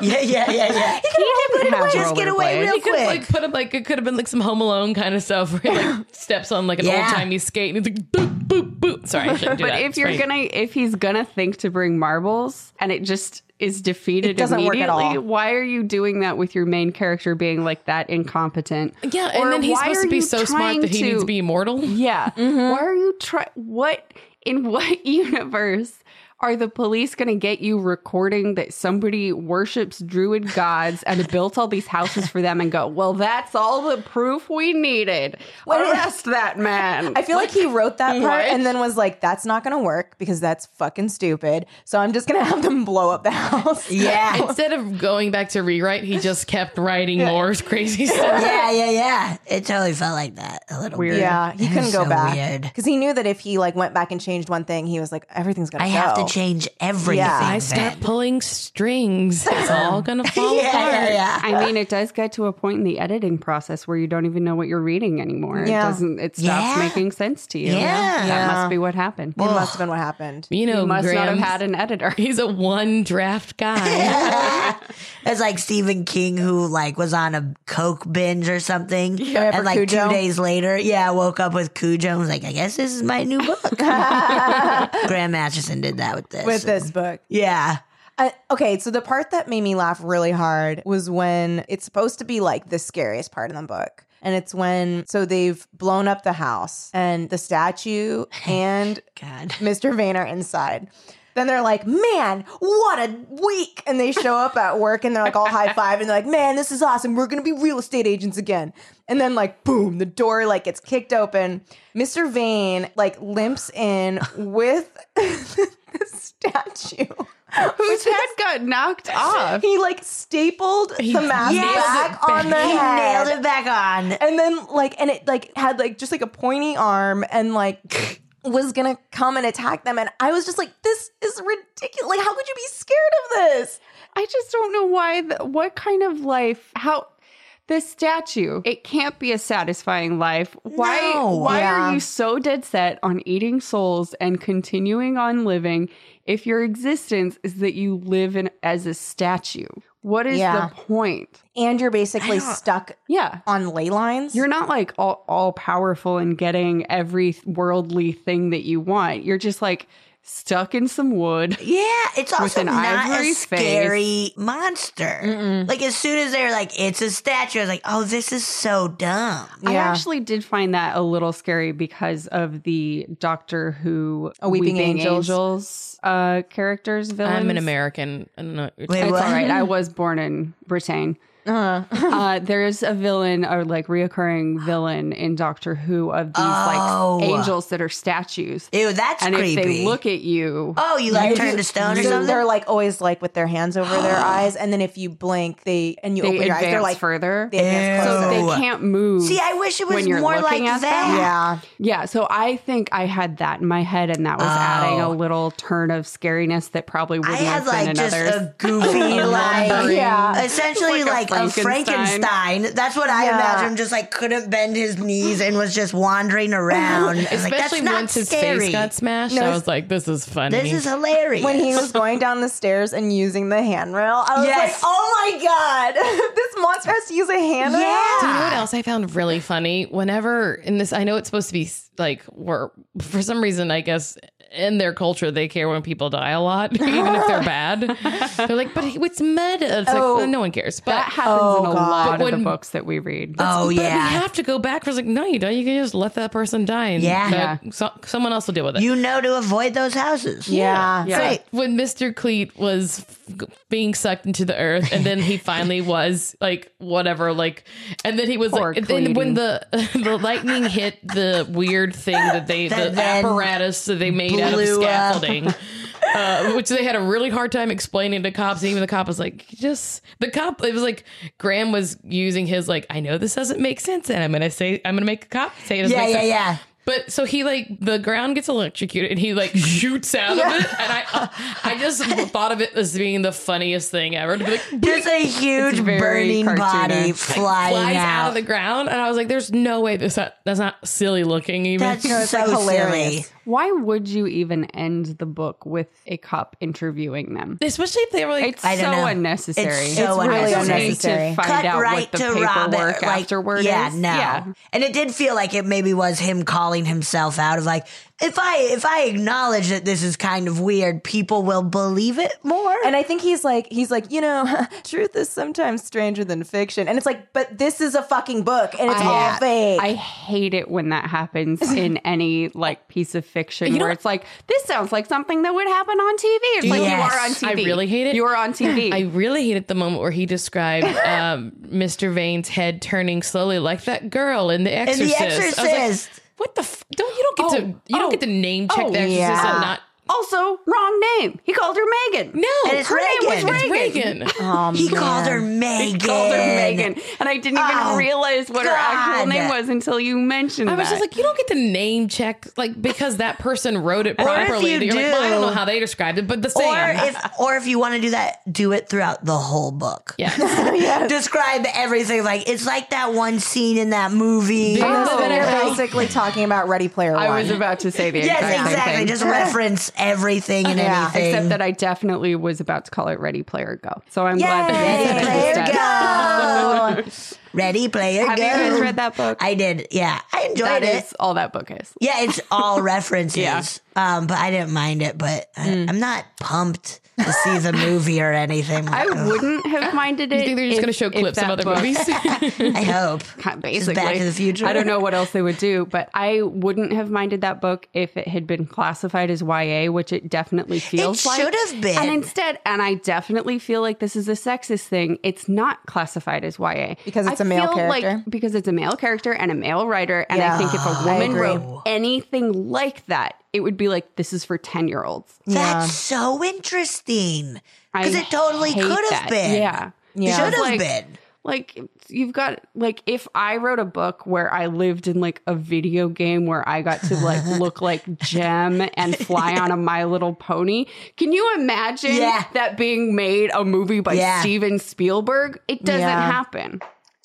Speaker 3: Yeah, yeah, yeah, yeah.
Speaker 2: He didn't have
Speaker 3: Just get away
Speaker 2: rollerblades.
Speaker 3: real
Speaker 4: He could have,
Speaker 3: quick.
Speaker 4: like put him like it could have been like some Home Alone kind of stuff where he like steps on like an
Speaker 3: Yeah.
Speaker 4: old timey skate and he's like boop boop boop. Sorry, I shouldn't do
Speaker 2: But
Speaker 4: that.
Speaker 2: if
Speaker 4: It's
Speaker 2: you're
Speaker 4: pretty-
Speaker 2: gonna, if he's gonna think to bring marbles, and it just is defeated
Speaker 1: It doesn't work at
Speaker 2: immediately,
Speaker 1: all.
Speaker 2: why are you doing that with your main character being like that incompetent?
Speaker 4: yeah, and
Speaker 2: Or
Speaker 4: then he's
Speaker 2: why
Speaker 4: supposed
Speaker 2: are
Speaker 4: to be
Speaker 2: you
Speaker 4: so smart
Speaker 2: trying
Speaker 4: that he
Speaker 2: to-
Speaker 4: needs to be immortal.
Speaker 2: Yeah.
Speaker 1: Mm-hmm.
Speaker 2: Why are you try? What in what universe are the police going to get you recording that somebody worships druid gods and built all these houses for them and go, well, that's all the proof we needed. Arrest that man.
Speaker 1: I feel like he wrote that part
Speaker 4: What?
Speaker 1: and then was like, "That's not gonna work because that's fucking stupid." So I'm just gonna have them blow up the house.
Speaker 3: Yeah.
Speaker 4: Instead of going back to rewrite, he just kept writing more crazy stuff.
Speaker 3: yeah, yeah, yeah. It totally felt like that a little
Speaker 2: Weird.
Speaker 3: bit.
Speaker 1: yeah, he
Speaker 3: That
Speaker 1: couldn't
Speaker 3: is
Speaker 1: go
Speaker 3: so
Speaker 1: back
Speaker 3: weird.
Speaker 1: because he knew that if he like went back and changed one thing, he was like, "Everything's gonna."
Speaker 3: I
Speaker 1: go.
Speaker 3: have to change everything.
Speaker 1: Yeah.
Speaker 4: I start pulling strings. It's all gonna fall
Speaker 3: Yeah, yeah,
Speaker 4: apart.
Speaker 3: yeah.
Speaker 2: I mean, it does get to a point in the editing process where you don't even know what you're reading anymore.
Speaker 1: Yeah.
Speaker 2: It doesn't. It stops
Speaker 3: Yeah.
Speaker 2: making sense to you.
Speaker 3: Yeah.
Speaker 2: that
Speaker 1: Yeah.
Speaker 2: must be what happened.
Speaker 1: It must have been what happened.
Speaker 4: You
Speaker 2: you
Speaker 4: know,
Speaker 2: must not have
Speaker 4: Graham's-
Speaker 2: had an editor.
Speaker 4: he's a one draft guy.
Speaker 3: It's like Stephen King who like was on a coke binge or something,
Speaker 1: for
Speaker 3: and like
Speaker 1: Cujo.
Speaker 3: two days later, yeah, I woke up with Cujo and was like, I guess this is my new book. Graham Masterson did that with this.
Speaker 1: With this book,
Speaker 3: yeah.
Speaker 1: Uh, okay, so the part that made me laugh really hard was when it's supposed to be like the scariest part in the book. And it's when, so they've blown up the house and the statue and
Speaker 3: God.
Speaker 1: Mr. Vane are inside. Then they're like, man, what a week. And they show up at work and they're like all high five and they're like, man, this is awesome. We're going to be real estate agents again. And then like, boom, the door like gets kicked open. Mr. Vane like limps in with the statue.
Speaker 2: Whose head got knocked off?
Speaker 1: He like stapled the mask
Speaker 3: Yes.
Speaker 1: back on the
Speaker 3: He
Speaker 1: head.
Speaker 3: nailed it back on.
Speaker 1: and then like and it like had like just like a pointy arm and like was gonna come and attack them and i was just like this is ridiculous like how could you be scared of this
Speaker 2: I just don't know why. The, what kind of life? How this statue? It can't be a satisfying life. Why?
Speaker 3: No.
Speaker 2: why
Speaker 1: Yeah.
Speaker 2: are you so dead set on eating souls and continuing on living if your existence is that you live in as a statue? What is
Speaker 1: Yeah.
Speaker 2: the point?
Speaker 1: and you're basically stuck
Speaker 2: Yeah.
Speaker 1: on ley lines
Speaker 2: You're not like all, all powerful and getting every worldly thing that you want. You're just like stuck in some wood.
Speaker 3: Yeah, it's also
Speaker 2: an
Speaker 3: not a
Speaker 2: ivory face.
Speaker 3: scary monster. Like as soon as they were like, "It's a statue," I was like, "Oh, this is so dumb."
Speaker 2: I
Speaker 1: Yeah.
Speaker 2: actually did find that a little scary because of the Doctor Who
Speaker 1: Oh, Weeping Angels.
Speaker 2: Angels, uh, characters villains.
Speaker 4: I'm an American. uh, I don't know. What
Speaker 3: Wait,
Speaker 4: you're talking
Speaker 2: It's
Speaker 3: what?
Speaker 2: all right. I was born in Britain.
Speaker 3: Uh-huh.
Speaker 2: uh, there's a villain, or like reoccurring villain in Doctor Who of these
Speaker 3: Oh.
Speaker 2: like angels that are statues,
Speaker 3: Ew, that's
Speaker 2: and
Speaker 3: creepy.
Speaker 2: if they look at you,
Speaker 3: oh, you like turn to stone or
Speaker 1: So
Speaker 3: something?
Speaker 1: they're like always like with their hands over their eyes and then if you blink they and you
Speaker 2: they
Speaker 1: open your eyes they're
Speaker 2: advance
Speaker 1: like
Speaker 2: further.
Speaker 1: they advance
Speaker 3: Ew.
Speaker 2: so
Speaker 1: closer.
Speaker 2: they
Speaker 3: Oh.
Speaker 2: can't move.
Speaker 3: See, I wish it was
Speaker 2: when you're
Speaker 3: more like
Speaker 2: looking
Speaker 3: that.
Speaker 2: at them.
Speaker 1: yeah
Speaker 2: Yeah, so I think I had that in my head, and that was adding a little turn of scariness that probably
Speaker 3: Oh. I
Speaker 2: wouldn't
Speaker 3: had
Speaker 2: have
Speaker 3: like
Speaker 2: been
Speaker 3: just
Speaker 2: in others.
Speaker 3: a goofy like.
Speaker 1: yeah
Speaker 3: Essentially, like,
Speaker 2: Like a
Speaker 3: a, Frankenstein.
Speaker 2: Frankenstein.
Speaker 3: That's what I
Speaker 1: Yeah.
Speaker 3: imagine. Just like couldn't bend his knees and was just wandering around. I was like, that's
Speaker 4: Especially
Speaker 3: not
Speaker 4: once his
Speaker 3: scary.
Speaker 4: face got smashed, I was like, "This is funny."
Speaker 3: This is hilarious. Oh,
Speaker 1: when he was going down the stairs and using the handrail i was
Speaker 3: Yes.
Speaker 1: like oh my god this monster has to use a handrail
Speaker 4: Do you know what
Speaker 3: yeah.
Speaker 4: else I found really funny? Whenever in this, I know it's supposed to be like we're for some reason, I guess in their culture they care when people die a lot, even if they're bad. They're like, but it's meta. It's
Speaker 1: Oh.
Speaker 4: like no one cares. But
Speaker 2: that happens in
Speaker 1: Oh,
Speaker 2: a
Speaker 1: God.
Speaker 2: lot
Speaker 4: But
Speaker 2: of
Speaker 4: when-
Speaker 2: the books that we read.
Speaker 3: Oh
Speaker 4: but
Speaker 3: yeah.
Speaker 4: we have to go back. It's like no, you don't. You can just let that person die, and
Speaker 3: Yeah.
Speaker 4: that- so- someone else will deal with it.
Speaker 3: you know to avoid those houses.
Speaker 1: yeah.
Speaker 2: Yeah.
Speaker 3: Great.
Speaker 4: when Mr. Cleet was f- being sucked into the earth, and then he finally was like whatever, like, and then he was
Speaker 2: Poor
Speaker 4: like, and then when
Speaker 2: Cleety.
Speaker 4: the the lightning hit the weird thing that they
Speaker 3: That
Speaker 4: the
Speaker 3: then
Speaker 4: apparatus that they made out of
Speaker 3: blew up.
Speaker 4: scaffolding. Uh, which they had a really hard time explaining to cops. And even the cop was like, just the cop. It was like Graham was using his like, I know this doesn't make sense, and I'm gonna say I'm gonna make a cop say it doesn't
Speaker 3: Yeah,
Speaker 4: make
Speaker 3: yeah,
Speaker 4: sense.
Speaker 3: yeah.
Speaker 4: But so he like the ground gets electrocuted and he like shoots out of it and I I just thought of it as being the funniest thing ever to be like
Speaker 3: There's a huge
Speaker 2: very
Speaker 3: burning body
Speaker 2: cartoonish.
Speaker 3: flying
Speaker 4: flies out.
Speaker 3: out.
Speaker 4: of the ground and I was like there's no way this not, that's not silly looking even
Speaker 3: That's
Speaker 1: No, it's,
Speaker 3: so
Speaker 1: like, hilarious.
Speaker 3: silly.
Speaker 2: Why would you even end the book with a cop interviewing them?
Speaker 4: especially if they were like
Speaker 2: It's
Speaker 3: I
Speaker 2: so
Speaker 3: don't know.
Speaker 2: unnecessary.
Speaker 3: It's so
Speaker 1: It's really
Speaker 3: unnecessary.
Speaker 1: unnecessary.
Speaker 2: To find
Speaker 3: Cut
Speaker 2: out
Speaker 3: right
Speaker 2: what the
Speaker 3: to
Speaker 2: paperwork
Speaker 3: Robert. Like,
Speaker 2: afterward
Speaker 3: yeah,
Speaker 2: is.
Speaker 3: no. And it did feel like it maybe was him calling himself out of like, if I if I acknowledge that this is kind of weird, people will believe it more.
Speaker 1: And I think he's like, he's like, you know, truth is sometimes stranger than fiction. And it's like, but this is a fucking book and it's all fake.
Speaker 2: I hate it when that happens in any like piece of fiction where it's like this sounds like something that would happen on TV. It's like
Speaker 3: Yes.
Speaker 2: you are on TV.
Speaker 4: I really hate it.
Speaker 2: You are on TV.
Speaker 4: I really hated the moment where he described um, Mr. Vane's head turning slowly like that girl in The
Speaker 3: and
Speaker 4: Exorcist.
Speaker 3: the
Speaker 4: I was like,
Speaker 3: exorcist.
Speaker 4: what the f- don't you don't get to
Speaker 2: Oh,
Speaker 4: you don't
Speaker 2: oh,
Speaker 4: get to name check
Speaker 2: oh,
Speaker 4: The Exorcist
Speaker 1: yeah.
Speaker 4: and not
Speaker 2: also, wrong name. He called her Megan.
Speaker 4: no
Speaker 3: and it's
Speaker 4: her name was
Speaker 3: Reagan.
Speaker 4: Reagan.
Speaker 1: Um,
Speaker 3: he called her
Speaker 2: He
Speaker 3: Megan.
Speaker 2: called her Megan, and I didn't even
Speaker 3: Oh,
Speaker 2: realize what her actual
Speaker 3: God.
Speaker 2: name was until you mentioned
Speaker 4: I was
Speaker 2: that.
Speaker 4: just like, you don't get to name check like because that person wrote it properly.
Speaker 3: you
Speaker 4: You're like, well, I don't
Speaker 3: do-
Speaker 4: know how they described it, but the same.
Speaker 3: Or if or if you want to do that, do it throughout the whole book.
Speaker 4: yeah.
Speaker 3: Describe everything like it's like that one scene in that movie.
Speaker 4: Dude,
Speaker 1: So
Speaker 4: Oh.
Speaker 1: they're basically talking about Ready Player One.
Speaker 2: I was about to say the exact
Speaker 3: Yes,
Speaker 2: same
Speaker 3: exactly.
Speaker 2: thing.
Speaker 3: Just reference everything and
Speaker 1: Yeah,
Speaker 3: anything.
Speaker 2: Except that I definitely was about to call it Ready Player Go. So I'm glad
Speaker 1: Yay!
Speaker 2: that you
Speaker 3: Ready
Speaker 2: said it
Speaker 3: player
Speaker 2: instead.
Speaker 3: go. Ready player
Speaker 2: Have
Speaker 3: go.
Speaker 2: you guys read that book?
Speaker 3: I did. Yeah, I enjoyed
Speaker 2: That
Speaker 3: it.
Speaker 2: is all that book is.
Speaker 3: yeah, it's all references.
Speaker 2: Yeah. Hmm.
Speaker 3: Um, but I didn't mind it. But I, I'm not pumped to see the movie or anything. oh,
Speaker 2: I
Speaker 3: Ugh,
Speaker 2: wouldn't have minded it.
Speaker 4: You think they're just
Speaker 2: if-
Speaker 4: going to show
Speaker 2: if
Speaker 4: clips of
Speaker 2: that
Speaker 4: other
Speaker 2: book-
Speaker 4: movies?
Speaker 3: I hope.
Speaker 2: Basically,
Speaker 3: Back to the Future.
Speaker 2: I don't know what else they would do, but I wouldn't have minded that book if it had been classified as YA, which it definitely feels like.
Speaker 3: should have been.
Speaker 2: And instead, and I definitely feel like this is a sexist thing. It's not classified as YA
Speaker 1: Because it's
Speaker 2: a
Speaker 1: a male character.
Speaker 2: because it's a male character and a male writer. And
Speaker 1: Yeah.
Speaker 2: I think if a
Speaker 1: I
Speaker 2: woman
Speaker 1: agree.
Speaker 2: wrote anything like that, it would be like, this is for 10 year olds.
Speaker 1: Yeah.
Speaker 3: That's so interesting. Because
Speaker 2: I
Speaker 3: it totally
Speaker 2: hate
Speaker 3: could
Speaker 2: that.
Speaker 3: have been.
Speaker 2: Yeah.
Speaker 1: Yeah.
Speaker 3: Should have
Speaker 2: Like-
Speaker 3: been.
Speaker 2: Like, you've got, like, if I wrote a book where I lived in like a video game where I got to like look like Gem and fly on a My Little Pony, can you imagine
Speaker 3: Yeah.
Speaker 2: that being made a movie by
Speaker 3: Yeah.
Speaker 2: Steven Spielberg? It doesn't
Speaker 1: Yeah.
Speaker 2: happen.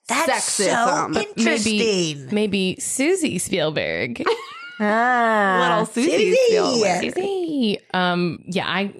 Speaker 3: That's
Speaker 2: Sexism.
Speaker 3: so
Speaker 2: But
Speaker 3: interesting.
Speaker 4: Maybe, maybe Susie Spielberg.
Speaker 1: Ah.
Speaker 2: Little Susie
Speaker 3: Susie.
Speaker 2: Spielberg.
Speaker 4: Susie. Um, yeah, I.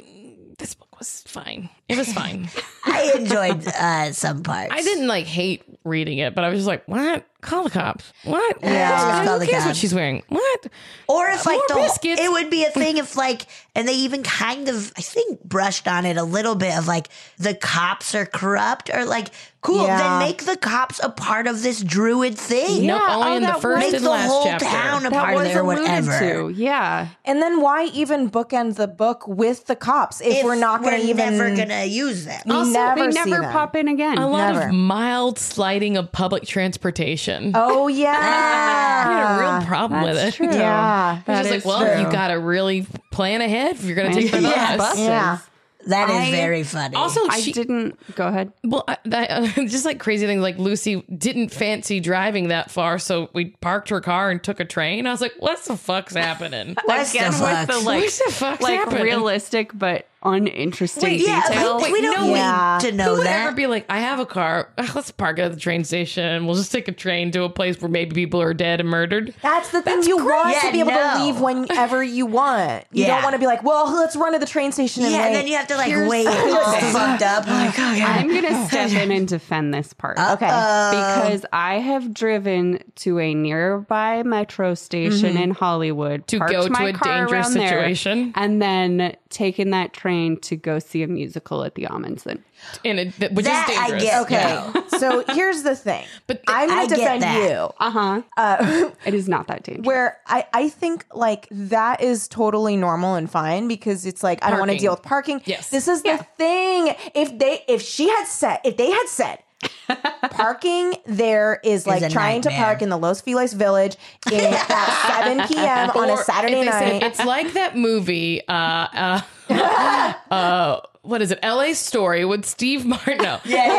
Speaker 4: This book was fine. It was fine.
Speaker 3: I enjoyed uh, some parts.
Speaker 4: I didn't like hate reading it, but I was just like, what? Call the cops. What?
Speaker 3: Yeah. Just call
Speaker 4: Who
Speaker 3: the
Speaker 4: cares what
Speaker 3: cops.
Speaker 4: she's wearing? What?
Speaker 3: Or if like
Speaker 4: more
Speaker 3: the whole-
Speaker 4: biscuits.
Speaker 3: it would be a thing if like and they even kind of I think brushed on it a little bit of like the cops are corrupt or like cool
Speaker 1: Yeah.
Speaker 3: then make the cops a part of this druid thing.
Speaker 4: No,
Speaker 2: Yeah,
Speaker 4: only
Speaker 2: oh,
Speaker 4: in the
Speaker 2: that
Speaker 4: first
Speaker 3: Make
Speaker 4: and
Speaker 3: the
Speaker 4: last
Speaker 3: whole
Speaker 4: chapter.
Speaker 3: town a
Speaker 2: That
Speaker 3: part of
Speaker 2: was
Speaker 3: it or
Speaker 2: alluded to.
Speaker 3: whatever.
Speaker 2: Yeah.
Speaker 1: And then why even bookend the book with the cops if,
Speaker 3: If
Speaker 1: we're not going to
Speaker 3: we're
Speaker 1: even
Speaker 3: never gonna use them.
Speaker 1: we
Speaker 2: Also,
Speaker 1: never
Speaker 2: they
Speaker 1: see
Speaker 2: never
Speaker 1: them.
Speaker 2: pop in again.
Speaker 4: A lot
Speaker 1: Never.
Speaker 4: of mild sliding of public transportation.
Speaker 1: Oh yeah,
Speaker 4: I had a real problem with it.
Speaker 2: true.
Speaker 1: Yeah,
Speaker 4: I
Speaker 2: That
Speaker 4: was
Speaker 2: is
Speaker 4: just like, well,
Speaker 2: true.
Speaker 4: you gotta really plan ahead if you're gonna take the
Speaker 2: Yes.
Speaker 4: bus.
Speaker 1: Yeah.
Speaker 3: That is
Speaker 2: I-
Speaker 3: very funny.
Speaker 4: Also,
Speaker 2: I
Speaker 4: she,
Speaker 2: didn't. Go ahead.
Speaker 4: well, I, that, uh, just like crazy things, like Lucy didn't fancy driving that far, so we parked her car and took a train. I was like, what the fuck's happening?
Speaker 3: What's the
Speaker 2: Again, with
Speaker 3: fuck?
Speaker 2: the like,
Speaker 4: What the fuck's
Speaker 2: like
Speaker 4: happening?
Speaker 2: realistic but uninteresting
Speaker 4: Wait,
Speaker 3: yeah,
Speaker 2: detail.
Speaker 3: like, we don't
Speaker 4: no
Speaker 3: need
Speaker 1: one-
Speaker 3: to
Speaker 4: Who
Speaker 3: know
Speaker 4: would
Speaker 3: that.
Speaker 4: ever be like, I have a car. Ugh, Let's park it at the train station. We'll just take a train to a place where maybe people are dead and murdered.
Speaker 1: That's the thing. you want
Speaker 3: Yeah,
Speaker 1: to be able to
Speaker 3: no.
Speaker 1: leave whenever you want. You
Speaker 3: Yeah.
Speaker 1: don't want to be like, well, let's run to the train station and
Speaker 3: yeah,
Speaker 1: wait.
Speaker 3: and then you have to like wait all fucked up. Oh
Speaker 2: I'm gonna step in and defend this part.
Speaker 1: okay.
Speaker 2: Because I have driven to a nearby metro station in Hollywood
Speaker 4: Mm-hmm. To
Speaker 2: parked
Speaker 4: go to
Speaker 2: my
Speaker 4: a
Speaker 2: car
Speaker 4: dangerous
Speaker 2: around there,
Speaker 4: situation.
Speaker 2: and then taken that train to go see a musical at the Amundsen.
Speaker 4: In a, th- which is
Speaker 3: That I
Speaker 4: dangerous.
Speaker 3: get.
Speaker 1: okay. so here's the thing.
Speaker 4: But th-
Speaker 1: I'm
Speaker 3: I
Speaker 1: going to
Speaker 3: get
Speaker 1: defend
Speaker 3: that.
Speaker 1: you.
Speaker 2: Uh huh.
Speaker 1: Uh,
Speaker 2: It is not that dangerous.
Speaker 1: where I, I think like that is totally normal and fine because it's like I don't want to
Speaker 4: Parking.
Speaker 1: deal with parking.
Speaker 4: Yes.
Speaker 1: This is the thing. If they if she had said if they had said parking there is like
Speaker 3: a
Speaker 1: trying to
Speaker 3: nightmare.
Speaker 1: park in the Los Feliz Village in, at 7 p.m. on a
Speaker 4: Or if
Speaker 1: Saturday
Speaker 4: they say-
Speaker 1: night.
Speaker 4: it's like that movie. Uh, uh, uh, what is it? L.A. Story with Steve Martin. No.
Speaker 3: Yeah, yeah,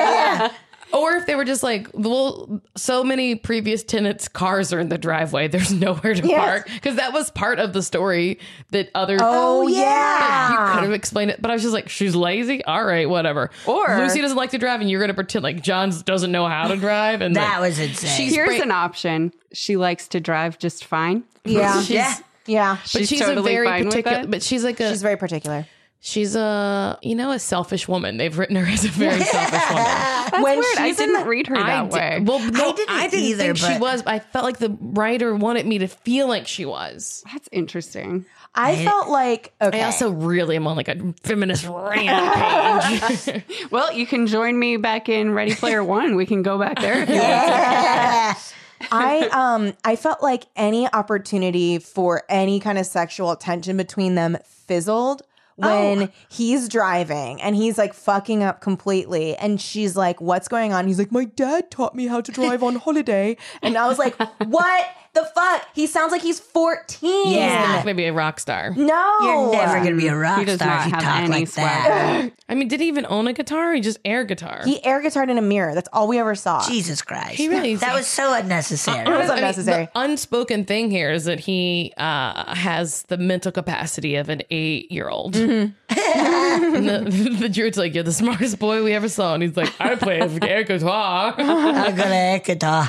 Speaker 3: yeah.
Speaker 4: Or if they were just like, well, so many previous tenants' cars are in the driveway. There's nowhere to
Speaker 1: Yes.
Speaker 4: park because that was part of the story that other.
Speaker 1: oh yeah.
Speaker 4: You could have explained it, but I was just like, she's lazy. All right, whatever.
Speaker 2: Or-
Speaker 4: Lucy doesn't like to drive, and you're going to pretend like John doesn't know how to drive. And
Speaker 3: That
Speaker 4: like,
Speaker 3: was insane.
Speaker 4: She's
Speaker 2: Here's
Speaker 4: break-
Speaker 2: an option. She likes to drive just fine.
Speaker 1: Yeah.
Speaker 4: she's,
Speaker 3: yeah.
Speaker 1: Yeah.
Speaker 4: but
Speaker 2: She's
Speaker 4: she's,
Speaker 2: totally
Speaker 4: a very
Speaker 2: fine with
Speaker 4: particular.
Speaker 2: it.
Speaker 4: But she's like a
Speaker 1: She's very particular.
Speaker 4: she's a you know a selfish woman. They've written her as a very selfish woman.
Speaker 2: That's
Speaker 1: When
Speaker 2: weird. I
Speaker 1: she's in
Speaker 2: didn't
Speaker 1: the-
Speaker 2: read her that
Speaker 4: I
Speaker 2: way.
Speaker 4: Did, well, no, I
Speaker 3: didn't
Speaker 4: didn't,
Speaker 3: either,
Speaker 4: think she
Speaker 3: but-
Speaker 4: was. I felt like the writer wanted me to feel like she was.
Speaker 2: That's interesting.
Speaker 1: I, felt like okay.
Speaker 4: I also really am on like a feminist rampage.
Speaker 2: Well, you can join me back in Ready Player One. We can go back there. if you want.
Speaker 1: I um I felt like any opportunity for any kind of sexual tension between them fizzled
Speaker 3: Oh.
Speaker 1: when he's driving and he's like fucking up completely and she's like what's going on he's like my dad taught me how to drive on holiday and i was like what the fuck he sounds like he's 14
Speaker 3: Yeah.
Speaker 4: Maybe a rock star.
Speaker 1: no
Speaker 3: You're never gonna be a rock
Speaker 2: He does
Speaker 3: star
Speaker 2: not
Speaker 3: if you
Speaker 2: have
Speaker 3: talk
Speaker 2: any
Speaker 3: like that.
Speaker 2: swagger.
Speaker 4: I mean, did he even own a guitar? Or he just air guitar.
Speaker 1: he air guitared in a mirror that's all we ever saw
Speaker 3: Jesus Christ.
Speaker 4: He really-
Speaker 3: that was so
Speaker 1: was
Speaker 3: unnecessary.
Speaker 4: I mean,
Speaker 1: unnecessary.
Speaker 4: the unspoken thing here is that he uh, has the mental capacity of an eight-year-old. And the, the druid's like, "You're the smartest boy we ever saw," and he's like, "I play air guitar.
Speaker 3: I'm gonna guitar.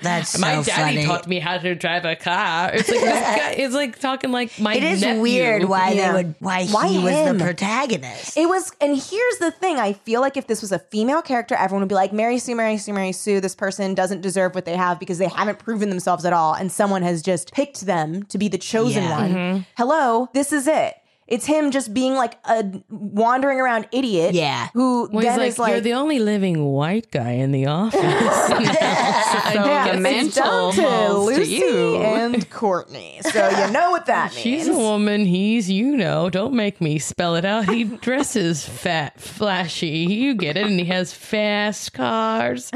Speaker 3: That's so
Speaker 4: My daddy
Speaker 3: funny.
Speaker 4: taught me how to drive a car." It's like this guy is like talking like my.
Speaker 3: it is
Speaker 4: nephew.
Speaker 3: weird why
Speaker 1: Yeah.
Speaker 3: they would why,
Speaker 1: Why
Speaker 3: he was
Speaker 1: him?
Speaker 3: the protagonist.
Speaker 1: It was, and here's the thing: I feel like if this was a female character, everyone would be like, "Mary Sue, Mary Sue, Mary Sue." This person doesn't deserve what they have because they haven't proven themselves at all, and someone has just picked them to be the chosen
Speaker 3: Yeah.
Speaker 1: one.
Speaker 4: Mm-hmm.
Speaker 1: Hello, this is it. It's him just being like a wandering around idiot.
Speaker 3: Yeah.
Speaker 1: who
Speaker 4: Well,
Speaker 1: then
Speaker 4: he's like,
Speaker 1: is like,
Speaker 4: "You're the only living white guy in the office." so
Speaker 1: "Yeah,
Speaker 2: Yeah, the
Speaker 1: it's down
Speaker 2: mantle
Speaker 1: to
Speaker 2: falls to
Speaker 1: Lucy
Speaker 2: you."
Speaker 1: and Courtney." So you know what that means.
Speaker 4: She's a woman. He's, you know, don't make me spell it out. He dresses fat, flashy. You get it. And he has fast cars.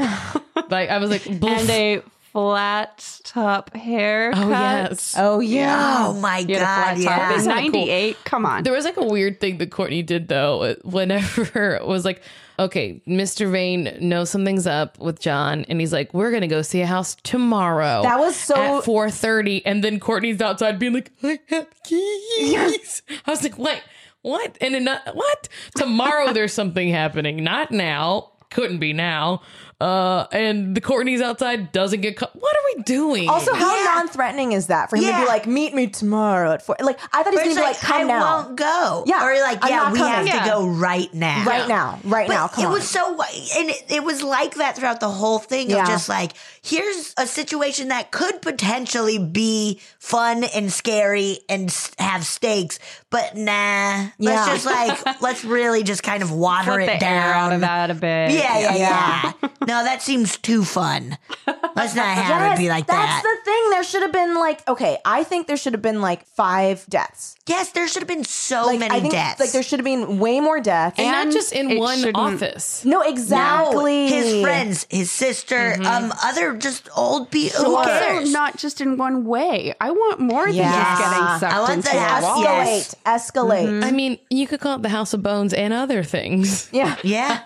Speaker 4: Like, I was like,
Speaker 2: and
Speaker 4: "Bleh."
Speaker 2: a flat top hair.
Speaker 4: Oh yes.
Speaker 1: Oh yeah.
Speaker 3: Oh my
Speaker 2: You
Speaker 3: god,
Speaker 2: had a flat top
Speaker 3: yeah.
Speaker 2: in
Speaker 4: Isn't that cool?
Speaker 2: 98. Come on.
Speaker 4: There was like a weird thing that Courtney did though, uh, whenever it was like, okay, Mr. Vane knows something's up with John, and he's like, we're gonna go see a house tomorrow.
Speaker 1: That was so-
Speaker 4: at four thirty, and then Courtney's outside being like, I have keys. I was like, wait, what? And ano- what? Tomorrow there's something happening, not now. Couldn't be now. Uh, and the Courtney's outside doesn't get. Cu- what are we doing?
Speaker 1: Also, how
Speaker 3: Yeah.
Speaker 1: non-threatening is that for him to
Speaker 3: Yeah.
Speaker 1: be like, "Meet me tomorrow at 4. Like I thought he was
Speaker 3: It's
Speaker 1: gonna be like, "Come
Speaker 3: I
Speaker 1: now,
Speaker 3: won't go.
Speaker 1: Yeah,
Speaker 3: Or like,
Speaker 1: I'm
Speaker 3: yeah,
Speaker 1: not
Speaker 3: we
Speaker 1: coming.
Speaker 3: have
Speaker 2: Yeah.
Speaker 3: to go right now.
Speaker 1: right now, right
Speaker 3: But
Speaker 1: now." Come
Speaker 3: it
Speaker 1: on.
Speaker 3: was so, and it, it was like that throughout the whole thing
Speaker 1: Yeah.
Speaker 3: of just like, here's a situation that could potentially be fun and scary and s- have stakes, but nah,
Speaker 1: Yeah.
Speaker 3: let's just like, let's really just kind of water
Speaker 2: Let
Speaker 3: it
Speaker 2: the
Speaker 3: down.
Speaker 2: air out of that a bit.
Speaker 3: Yeah, yeah,
Speaker 1: Yeah.
Speaker 3: yeah. no, that seems too fun. Let's not have
Speaker 1: Yes,
Speaker 3: it be like
Speaker 1: that's
Speaker 3: that.
Speaker 1: the thing. There should have been like, okay, I think there should have been like five deaths.
Speaker 3: yes, there should have been so
Speaker 1: Like
Speaker 3: many
Speaker 1: I think
Speaker 3: deaths.
Speaker 1: like there should have been way more deaths.
Speaker 4: and,
Speaker 2: and
Speaker 4: not just in
Speaker 2: it
Speaker 4: one
Speaker 2: shouldn't-
Speaker 4: office.
Speaker 1: no,
Speaker 3: No,
Speaker 1: exactly. Mm-hmm.
Speaker 3: his friends, his sister, um, other just old people. Who
Speaker 2: Also,
Speaker 3: cares?
Speaker 2: not just in one way. I want more than
Speaker 1: Yes.
Speaker 2: just getting sucked
Speaker 3: I want
Speaker 2: into
Speaker 3: the
Speaker 2: a
Speaker 3: house-
Speaker 2: wall.
Speaker 1: Escalate,
Speaker 3: Yes.
Speaker 1: escalate.
Speaker 3: Mm-hmm.
Speaker 4: I mean, you could call it the House of Bones and other things.
Speaker 1: Yeah.
Speaker 3: yeah,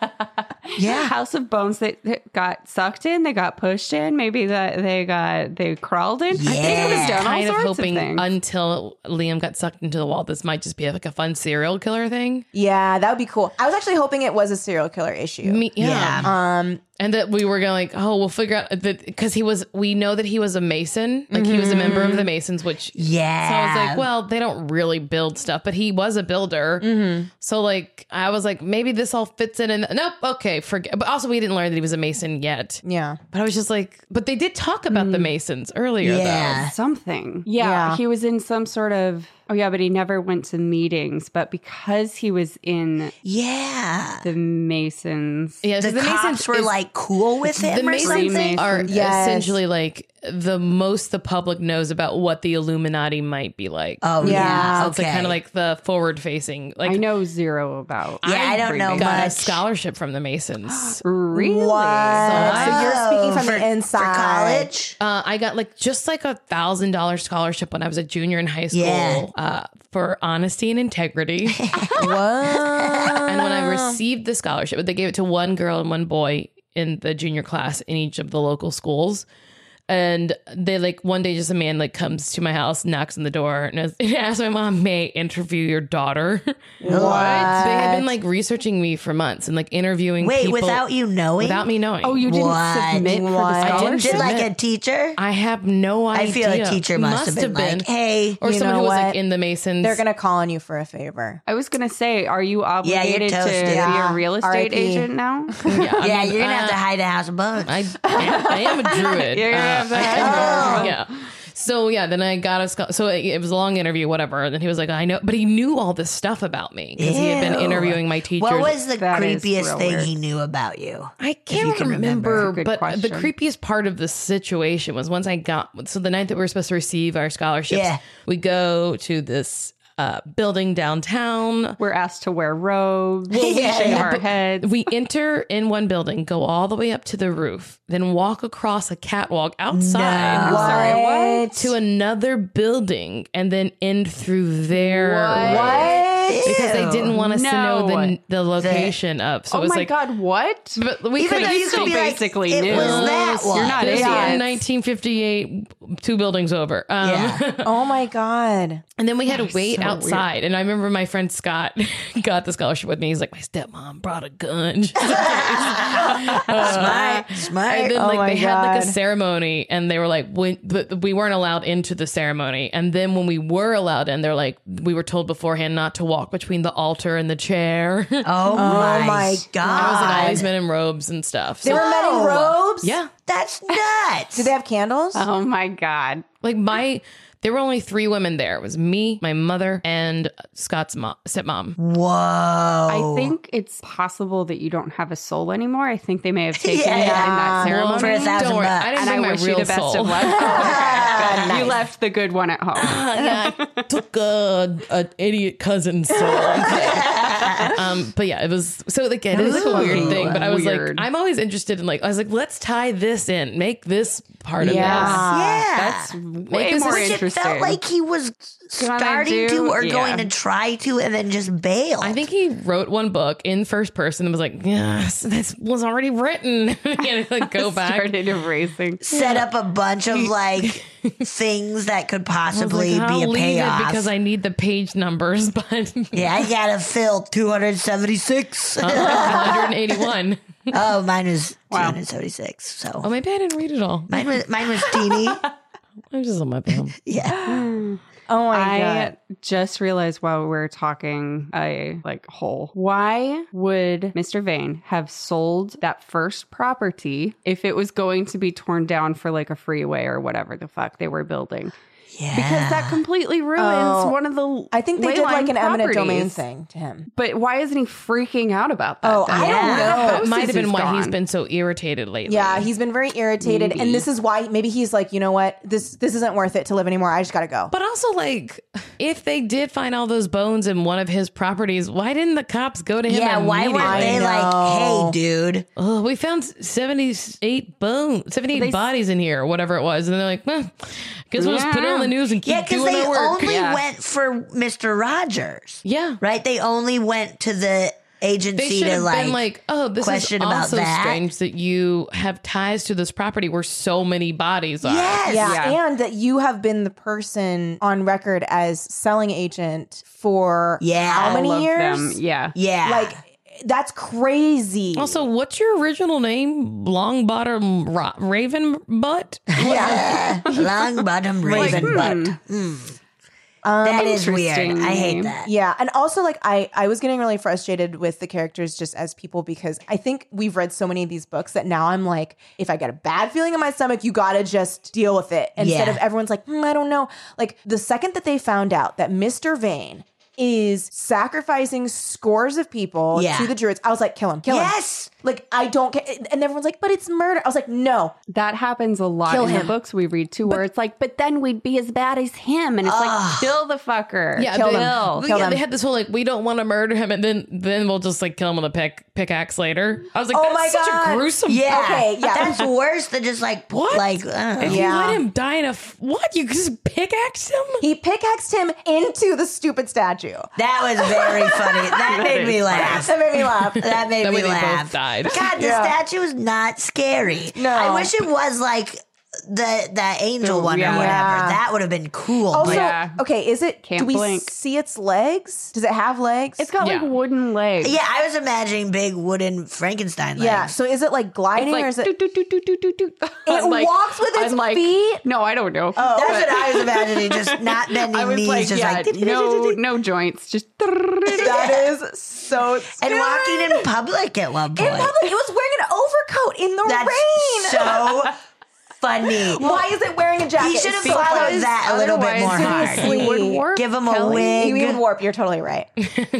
Speaker 3: yeah.
Speaker 2: House of Bones that that got sucked in, they got pushed in, maybe that they got they crawled in. I think it was
Speaker 3: Yeah.
Speaker 2: done all
Speaker 4: kind of
Speaker 2: sorts
Speaker 4: hoping
Speaker 2: things.
Speaker 4: until Liam got sucked into the wall, this might just be like a fun serial killer thing.
Speaker 1: Yeah, that would be cool. I was actually hoping it was a serial killer issue.
Speaker 4: Me- yeah.
Speaker 1: um,
Speaker 4: And that we were going like, oh, we'll figure out that because he was, we know that he was a Mason, like he was a member of the Masons, which
Speaker 3: Yeah.
Speaker 4: So I was like, well, they don't really build stuff, but he was a builder. So like, I was like, maybe this all fits in. And nope, okay, forget. But also, we didn't learn that he was a Mason yet.
Speaker 1: yeah.
Speaker 4: But I was just like, but they did talk about the Masons earlier,
Speaker 3: Yeah.
Speaker 2: something.
Speaker 1: Yeah.
Speaker 2: He was in some sort of oh yeah, but he never went to meetings. But because he was in
Speaker 3: Yeah.
Speaker 2: the Masons.
Speaker 4: though. Yeah,
Speaker 3: The,
Speaker 4: 'cause the
Speaker 3: cops
Speaker 4: Masons
Speaker 3: were
Speaker 4: is-
Speaker 3: like cool with him
Speaker 4: the
Speaker 3: or
Speaker 4: Masons
Speaker 3: something.
Speaker 4: are
Speaker 1: Yes.
Speaker 4: essentially like the most the public knows about what the Illuminati might be like.
Speaker 3: Oh
Speaker 1: Yeah.
Speaker 3: yeah,
Speaker 4: so it's
Speaker 3: okay.
Speaker 4: like kind of like the forward facing. Like
Speaker 2: I know zero about.
Speaker 3: Yeah, I don't know
Speaker 2: everything.
Speaker 4: got a
Speaker 3: much.
Speaker 4: scholarship from the Masons.
Speaker 2: Really?
Speaker 1: What? So you're speaking from
Speaker 3: Oh, for,
Speaker 1: the inside.
Speaker 3: for college.
Speaker 4: Uh, I got like just like a thousand dollar scholarship when I was a junior in high school
Speaker 3: Yeah.
Speaker 4: uh, for honesty and integrity.
Speaker 1: Whoa.
Speaker 4: and when I received the scholarship, they gave it to one girl and one boy in the junior class in each of the local schools. And they like one day, just a man like comes to my house, knocks on the door, and is- and asks my mom, "May I interview your daughter?" What? They had been like researching me for months and like interviewing.
Speaker 3: Wait,
Speaker 4: people
Speaker 3: without you knowing,
Speaker 4: without me knowing.
Speaker 2: Oh, you didn't
Speaker 3: What?
Speaker 2: submit for
Speaker 1: What?
Speaker 2: the
Speaker 4: I didn't
Speaker 2: scholarship?
Speaker 3: did like a
Speaker 4: submit.
Speaker 3: teacher?
Speaker 4: I have no idea.
Speaker 3: I feel a teacher must, have been, like, "Hey,
Speaker 4: or
Speaker 1: You
Speaker 4: someone
Speaker 1: know
Speaker 4: who was
Speaker 1: what?
Speaker 4: like in the Masons.
Speaker 1: They're going to call on you for a favor.
Speaker 2: I was gonna say, are you obligated
Speaker 3: toast,
Speaker 2: to be
Speaker 3: yeah.
Speaker 2: a real estate
Speaker 1: RIP.
Speaker 2: agent now?
Speaker 4: yeah, I
Speaker 3: yeah,
Speaker 4: mean,
Speaker 3: you're gonna have to
Speaker 4: uh,
Speaker 3: hide a house of bones."
Speaker 4: I, I am a druid.
Speaker 2: You're gonna
Speaker 4: Uh,
Speaker 2: have to
Speaker 4: I-
Speaker 2: hide
Speaker 4: yeah. So yeah, then I got a scho- so it, it was a long interview, whatever. And then he was like, "I know," but he knew all this stuff about me because he had been
Speaker 3: Ew.
Speaker 4: interviewing my teachers.
Speaker 3: what was the
Speaker 2: That is
Speaker 3: creepiest
Speaker 2: real
Speaker 3: thing
Speaker 2: weird.
Speaker 3: he knew about you?
Speaker 4: I can't
Speaker 3: can remember.
Speaker 4: remember,
Speaker 2: That's a good
Speaker 4: but the
Speaker 2: question.
Speaker 4: creepiest part of the situation was once I got so the night that we were supposed to receive our scholarships,
Speaker 3: Yeah.
Speaker 4: we go to this uh, building downtown.
Speaker 2: We're asked to wear robes, shave our heads.
Speaker 4: We enter in one building, go all the way up to the roof, then walk across a catwalk outside
Speaker 3: No.
Speaker 1: What?
Speaker 2: sorry, what?
Speaker 4: to another building, and then end through there.
Speaker 1: What?
Speaker 4: Because they didn't want us to know
Speaker 2: No.
Speaker 4: the, the location of. So it
Speaker 2: oh
Speaker 4: was
Speaker 2: my
Speaker 4: like,
Speaker 2: god, what?
Speaker 4: But we
Speaker 3: Even
Speaker 4: couldn't
Speaker 3: though you
Speaker 4: see.
Speaker 3: could be like,
Speaker 2: basically
Speaker 3: it
Speaker 2: knew.
Speaker 3: was that
Speaker 4: Yes,
Speaker 3: one.
Speaker 2: You're not
Speaker 4: This was
Speaker 2: idiots.
Speaker 4: in 1958, two buildings over. Um,
Speaker 3: Yeah.
Speaker 1: Oh my God.
Speaker 4: And then we had to wait outside. And I remember my friend Scott got the scholarship with me. He's like, my stepmom brought a gun. uh,
Speaker 3: smart, smart.
Speaker 4: And then
Speaker 1: Oh
Speaker 4: like
Speaker 1: my
Speaker 4: they had like a
Speaker 1: God.
Speaker 4: ceremony, and they were like, when, but we weren't allowed into the ceremony. And then when we were allowed in, they're like, we were told beforehand not to walk between the altar and the chair.
Speaker 3: oh, my,
Speaker 1: my
Speaker 3: god,
Speaker 4: I was like all these men in robes and stuff.
Speaker 1: They
Speaker 4: So,
Speaker 1: were men in
Speaker 3: Whoa.
Speaker 1: robes?
Speaker 4: yeah,
Speaker 3: that's nuts.
Speaker 1: Did they have candles?
Speaker 2: Oh my god.
Speaker 4: like my. There were only three women there. It was me, my mother, and Scott's mom, stepmom.
Speaker 3: Whoa! Oh.
Speaker 2: I think it's possible that you don't have a soul anymore. I think they may have taken it in
Speaker 1: Yeah.
Speaker 2: that ceremony.
Speaker 3: For a thousand
Speaker 4: Don't worry,
Speaker 3: bucks.
Speaker 4: I didn't
Speaker 2: and
Speaker 4: bring
Speaker 2: I
Speaker 4: my
Speaker 2: wish you
Speaker 4: real
Speaker 2: the best
Speaker 4: soul.
Speaker 2: of luck. Oh, okay, good. You left the good one at home.
Speaker 4: I took a, an idiot cousin's soul. um, but yeah, it was so like it is a
Speaker 2: was
Speaker 4: weird
Speaker 2: fucking
Speaker 4: thing. But I was
Speaker 2: weird.
Speaker 4: like, I'm always interested in like I was like, let's tie this in, make this part of this.
Speaker 3: Yeah.
Speaker 2: That's way
Speaker 4: this
Speaker 2: more
Speaker 4: is-
Speaker 3: Which it
Speaker 2: interesting.
Speaker 3: felt like he was
Speaker 2: Gonna
Speaker 3: starting
Speaker 2: do-
Speaker 3: to or
Speaker 2: yeah.
Speaker 3: going to try to and then just bail.
Speaker 4: I think he wrote one book in first person and was like, yes, this was already written. and like go back.
Speaker 2: started erasing.
Speaker 3: set up a bunch of like things that could possibly
Speaker 4: Like,
Speaker 3: be a
Speaker 4: I'll leave it
Speaker 3: payoff.
Speaker 4: because I need the page numbers, but
Speaker 3: yeah, I gotta fill 276.
Speaker 4: Uh. I'm like 181.
Speaker 3: oh, mine was 276. So
Speaker 4: Oh, maybe I didn't read it all.
Speaker 3: mine was mine was teeny.
Speaker 4: I'm just on my phone.
Speaker 3: yeah.
Speaker 1: Oh my god.
Speaker 2: I just realized while we were talking, I like whole. Why would Mr. Vane have sold that first property if it was going to be torn down for like a freeway or whatever the fuck they were building?
Speaker 3: Yeah.
Speaker 2: Because that completely ruins
Speaker 1: Ah. Oh.
Speaker 2: one of the.
Speaker 1: I think they
Speaker 2: ley
Speaker 1: did
Speaker 2: line
Speaker 1: like an eminent domain
Speaker 2: properties.
Speaker 1: thing to him.
Speaker 2: But why isn't he freaking out about that?
Speaker 1: Oh,
Speaker 2: then?
Speaker 1: I don't
Speaker 2: Where
Speaker 1: know.
Speaker 2: the houses
Speaker 4: That might have been
Speaker 2: is
Speaker 4: why he's
Speaker 2: gone?
Speaker 4: been so irritated lately.
Speaker 1: Yeah, he's been very irritated, and this is why maybe he's like, you know what, this this isn't worth it to live anymore. I just gotta go.
Speaker 4: But also, like, if they did find all those bones in one of his properties, why didn't the cops go to him?
Speaker 3: yeah, why
Speaker 4: immediately?
Speaker 3: weren't they
Speaker 1: know.
Speaker 3: like, hey dude,
Speaker 4: Oh, we found seventy-eight bones, seventy-eight
Speaker 2: They s-
Speaker 4: bodies in here, or whatever it was, and they're like, well, guess we'll just put it on the news and keep
Speaker 3: Yeah, because
Speaker 4: doing
Speaker 3: they
Speaker 4: our work.
Speaker 3: only
Speaker 2: Yeah.
Speaker 3: went for Mr. Rogers,
Speaker 4: yeah,
Speaker 3: right? They only went to the
Speaker 4: they
Speaker 3: agency
Speaker 4: should
Speaker 3: to
Speaker 4: have
Speaker 3: like,
Speaker 4: been like, oh, this is
Speaker 3: question about
Speaker 4: also
Speaker 3: that.
Speaker 4: strange that you have ties to this property where so many bodies are.
Speaker 3: yes,
Speaker 1: yeah,
Speaker 2: Yeah.
Speaker 1: and that you have been the person on record as selling agent for
Speaker 3: Yeah.
Speaker 1: how many
Speaker 2: All of
Speaker 1: years?
Speaker 2: them. Yeah.
Speaker 3: yeah,
Speaker 1: Like that's crazy.
Speaker 4: Also, what's your original name? Long bottom ro- raven butt.
Speaker 3: long bottom raven
Speaker 2: hmm.
Speaker 3: butt. Mm.
Speaker 1: Um,
Speaker 3: that is weird.
Speaker 2: Interesting
Speaker 3: I hate
Speaker 2: name.
Speaker 3: that.
Speaker 1: Yeah, and also like I I was getting really frustrated with the characters just as people because I think we've read so many of these books that now I'm like if I get a bad feeling in my stomach, you got to just deal with it instead
Speaker 3: Yeah.
Speaker 1: of everyone's like, "Hmm, "I don't know." Like the second that they found out that Mr. Vane is sacrificing scores of people
Speaker 3: Yeah.
Speaker 1: to the druids, I was like, "Kill him. Kill him."
Speaker 3: Yes,
Speaker 1: Like I don't care and everyone's like, "But it's murder." I was like, "No."
Speaker 2: That happens a lot
Speaker 1: Kill
Speaker 2: in
Speaker 1: him.
Speaker 2: the books we read too, where it's like, but then we'd be as bad as him, and it's like, kill the fucker,
Speaker 4: Yeah,
Speaker 1: Kill
Speaker 4: they,
Speaker 1: them.
Speaker 4: Well,
Speaker 1: Kill
Speaker 4: yeah,
Speaker 1: them.
Speaker 4: they had this whole like we don't want to murder him, and then then we'll just like kill him with a pick pickaxe later. I was like,
Speaker 1: Oh
Speaker 4: that's
Speaker 1: my
Speaker 4: such
Speaker 1: God.
Speaker 4: a gruesome.
Speaker 3: yeah,
Speaker 1: Okay, yeah.
Speaker 3: That's worse than just like
Speaker 4: What?
Speaker 3: like I don't
Speaker 4: If
Speaker 3: know.
Speaker 1: Yeah.
Speaker 4: you let him die in a f- what? You just pickaxe him?
Speaker 1: He pickaxed him into the stupid statue.
Speaker 3: that was very funny. That made me laugh.
Speaker 1: That made me laugh.
Speaker 3: That made
Speaker 4: That way
Speaker 3: me
Speaker 4: they
Speaker 3: laugh.
Speaker 4: both died.
Speaker 3: God, the
Speaker 1: Yeah.
Speaker 3: statue was not scary.
Speaker 1: No.
Speaker 3: I wish it was like the the angel one or
Speaker 2: yeah.
Speaker 3: whatever.
Speaker 1: Yeah.
Speaker 3: That would have been cool.
Speaker 1: Also,
Speaker 3: but
Speaker 2: Yeah.
Speaker 1: okay, is it?
Speaker 2: Can't
Speaker 1: do we
Speaker 2: blink.
Speaker 1: see its legs? Does it have legs?
Speaker 2: It's got
Speaker 4: Yeah.
Speaker 2: like wooden legs.
Speaker 3: yeah, I was imagining big wooden Frankenstein legs.
Speaker 1: yeah. So is it like gliding
Speaker 2: It's
Speaker 1: or
Speaker 2: like,
Speaker 1: is it?
Speaker 2: doo, doo, doo, doo, doo, doo.
Speaker 1: It
Speaker 2: I'm like-
Speaker 1: walks with its
Speaker 2: I'm like,
Speaker 1: feet.
Speaker 2: No, I don't know.
Speaker 3: That's what I was imagining. Just not bending
Speaker 2: I was
Speaker 3: knees,
Speaker 2: like,
Speaker 3: just
Speaker 2: yeah,
Speaker 3: like
Speaker 2: no, no joints, just.
Speaker 1: That is so.
Speaker 3: and
Speaker 1: scary.
Speaker 3: walking in public at one
Speaker 1: In
Speaker 3: point.
Speaker 1: public, it was wearing an overcoat in the
Speaker 3: That's
Speaker 1: rain.
Speaker 3: so funny.
Speaker 1: Why is it wearing a jacket?
Speaker 3: He should have
Speaker 1: It's because
Speaker 3: followed that a little bit
Speaker 2: otherwise
Speaker 3: more
Speaker 1: Seriously.
Speaker 3: hard.
Speaker 2: He would work.
Speaker 3: Give him a
Speaker 1: You
Speaker 3: wig.
Speaker 1: would warp. You're totally right.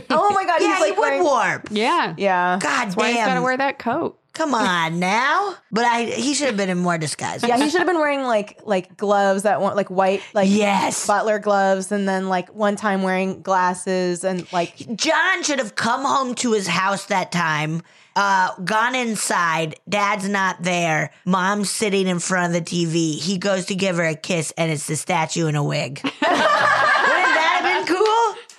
Speaker 1: oh my god.
Speaker 3: Yeah,
Speaker 1: he's like
Speaker 3: he would
Speaker 1: wearing-
Speaker 3: warp.
Speaker 2: Yeah.
Speaker 1: Yeah.
Speaker 3: God
Speaker 2: Why he's got to
Speaker 3: damn!
Speaker 2: wear that coat?
Speaker 3: Come on now, but I he should have been in more disguise.
Speaker 1: Yeah, he should have been wearing like like gloves that weren't like white like
Speaker 3: Yes.
Speaker 1: butler gloves, and then like one time wearing glasses and like
Speaker 3: John should have come home to his house that time, uh, gone inside. Dad's not there. Mom's sitting in front of the TV. He goes to give her a kiss, and it's the statue in a wig. Wouldn't that have been cool?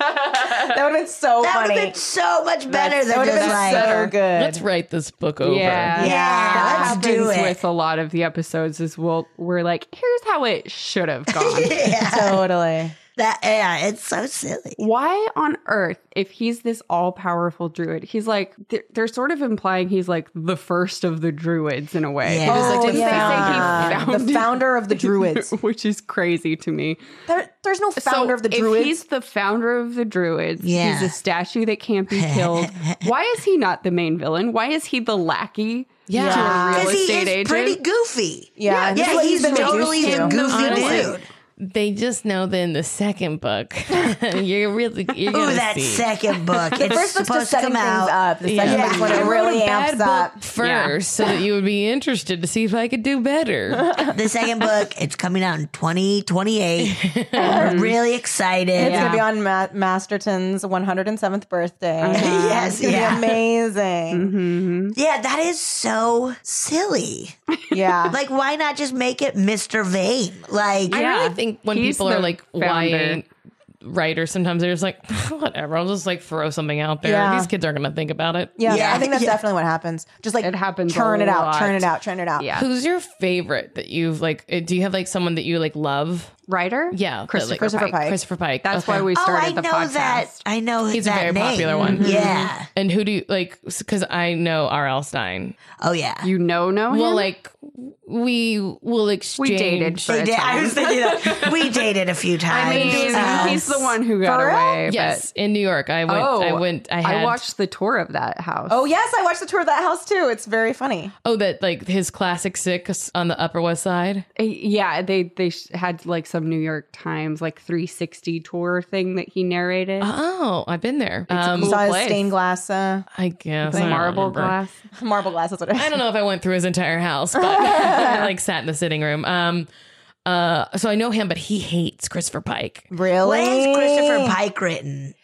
Speaker 1: that would have been so
Speaker 3: That would
Speaker 1: funny.
Speaker 3: have been so much better
Speaker 1: that
Speaker 3: than
Speaker 1: would have
Speaker 3: just
Speaker 1: been
Speaker 3: like.
Speaker 1: so good.
Speaker 4: Let's write this book over.
Speaker 2: Yeah.
Speaker 3: Yeah,
Speaker 2: That
Speaker 3: let's
Speaker 2: happens
Speaker 3: do it.
Speaker 2: with a lot of the episodes is we'll, we're like, here's how it should have gone.
Speaker 1: totally.
Speaker 3: That yeah, it's so silly.
Speaker 2: Why on earth, if he's this all powerful druid, he's like, they're, they're sort of implying he's like the first of the druids in a way.
Speaker 3: Yeah.
Speaker 2: Because, like,
Speaker 1: Oh,
Speaker 2: didn't they say he
Speaker 1: yeah. The
Speaker 2: founded-
Speaker 1: founder of the druids.
Speaker 2: Which is crazy to me.
Speaker 1: There, there's no founder
Speaker 2: so
Speaker 1: of the
Speaker 2: if
Speaker 1: druids.
Speaker 2: he's the founder of the druids,
Speaker 3: Yeah.
Speaker 2: he's a statue that can't be killed. Why is he not the main villain? Why is he the lackey
Speaker 4: Yeah.
Speaker 2: to a real
Speaker 3: Because he
Speaker 2: estate
Speaker 3: is
Speaker 2: agent?
Speaker 3: pretty goofy.
Speaker 1: yeah, and
Speaker 3: yeah,
Speaker 1: that's what
Speaker 3: he's
Speaker 1: been reduced
Speaker 3: totally
Speaker 1: to.
Speaker 3: a goofy
Speaker 4: Honestly.
Speaker 3: dude.
Speaker 4: They just know that in the second book, you're really you're
Speaker 3: Ooh,
Speaker 4: gonna
Speaker 3: that
Speaker 4: see.
Speaker 3: second book. It's
Speaker 1: First book's
Speaker 3: supposed
Speaker 1: just
Speaker 3: to
Speaker 1: setting
Speaker 3: come
Speaker 1: things
Speaker 3: out.
Speaker 1: up. The second
Speaker 4: Yeah.
Speaker 1: book's when
Speaker 4: I
Speaker 1: it
Speaker 4: wrote
Speaker 1: really
Speaker 4: a bad
Speaker 1: amps up.
Speaker 4: book first, so that you would be interested to see if I could do better.
Speaker 3: The second book, it's coming out in 2028. I'm really excited.
Speaker 1: It's gonna be on Ma- Masterton's 107th birthday.
Speaker 3: Yes,
Speaker 1: it's gonna
Speaker 3: yeah.
Speaker 1: be amazing.
Speaker 3: Yeah, that is so silly.
Speaker 1: Yeah,
Speaker 3: Like, why not just make it Mr. Vane? Like,
Speaker 4: I
Speaker 2: Yeah.
Speaker 4: really think when
Speaker 2: He's
Speaker 4: people are
Speaker 2: the
Speaker 4: like
Speaker 2: founder.
Speaker 4: why writers, sometimes they're just like whatever. I'll just like throw something out there.
Speaker 1: Yeah.
Speaker 4: These kids aren't gonna think about it.
Speaker 1: yeah,
Speaker 3: Yeah.
Speaker 1: I think that's
Speaker 3: Yeah.
Speaker 1: definitely what happens. Just like
Speaker 2: It happens
Speaker 1: Turn
Speaker 2: a
Speaker 1: it out. Turn
Speaker 2: lot.
Speaker 1: it out. Turn it out.
Speaker 2: Yeah.
Speaker 4: Who's your favorite that you've like? uh, Do you have like someone that you like love?
Speaker 2: Writer?
Speaker 4: Yeah, that,
Speaker 2: Christopher,
Speaker 4: like,
Speaker 1: Christopher
Speaker 2: Pike.
Speaker 1: Pike.
Speaker 4: Christopher Pike.
Speaker 2: That's
Speaker 4: Okay.
Speaker 2: why we
Speaker 3: oh,
Speaker 2: started
Speaker 3: I
Speaker 2: the
Speaker 3: know
Speaker 2: podcast.
Speaker 3: that. I know
Speaker 4: He's a
Speaker 3: that
Speaker 4: very
Speaker 3: name.
Speaker 4: popular one.
Speaker 3: Yeah.
Speaker 2: Mm-hmm.
Speaker 4: And who do you like? Because I know R.L. Stein.
Speaker 3: Oh, yeah.
Speaker 2: You know, know him?
Speaker 4: Well, like we will exchange.
Speaker 2: dated for-
Speaker 3: They did- I was thinking that. We dated a few
Speaker 2: I
Speaker 3: times.
Speaker 2: mean,
Speaker 3: Uh,
Speaker 2: he's the one who got away.
Speaker 4: um, Yes, in New York. I
Speaker 2: But,
Speaker 4: went.
Speaker 2: oh,
Speaker 4: I went. I had.
Speaker 2: watched the tour of that house.
Speaker 1: Oh yes, I watched the tour of that house too. It's very funny.
Speaker 4: Oh, that like his classic six on the Upper West Side.
Speaker 2: Uh, Yeah, they they sh- had like some New York Times like 360 tour thing that he narrated.
Speaker 4: Oh, I've been there.
Speaker 1: You
Speaker 4: Um,
Speaker 1: saw his
Speaker 2: place.
Speaker 1: stained glass, uh,
Speaker 4: I guess
Speaker 2: the
Speaker 4: I don't
Speaker 2: marble
Speaker 4: remember.
Speaker 2: glass.
Speaker 1: marble glass. That's what it is.
Speaker 4: I don't know if I went through his entire house, but I like sat in the sitting room. Um, uh, so I know him, but he hates Christopher Pike.
Speaker 1: Really?
Speaker 3: what has Christopher Pike written?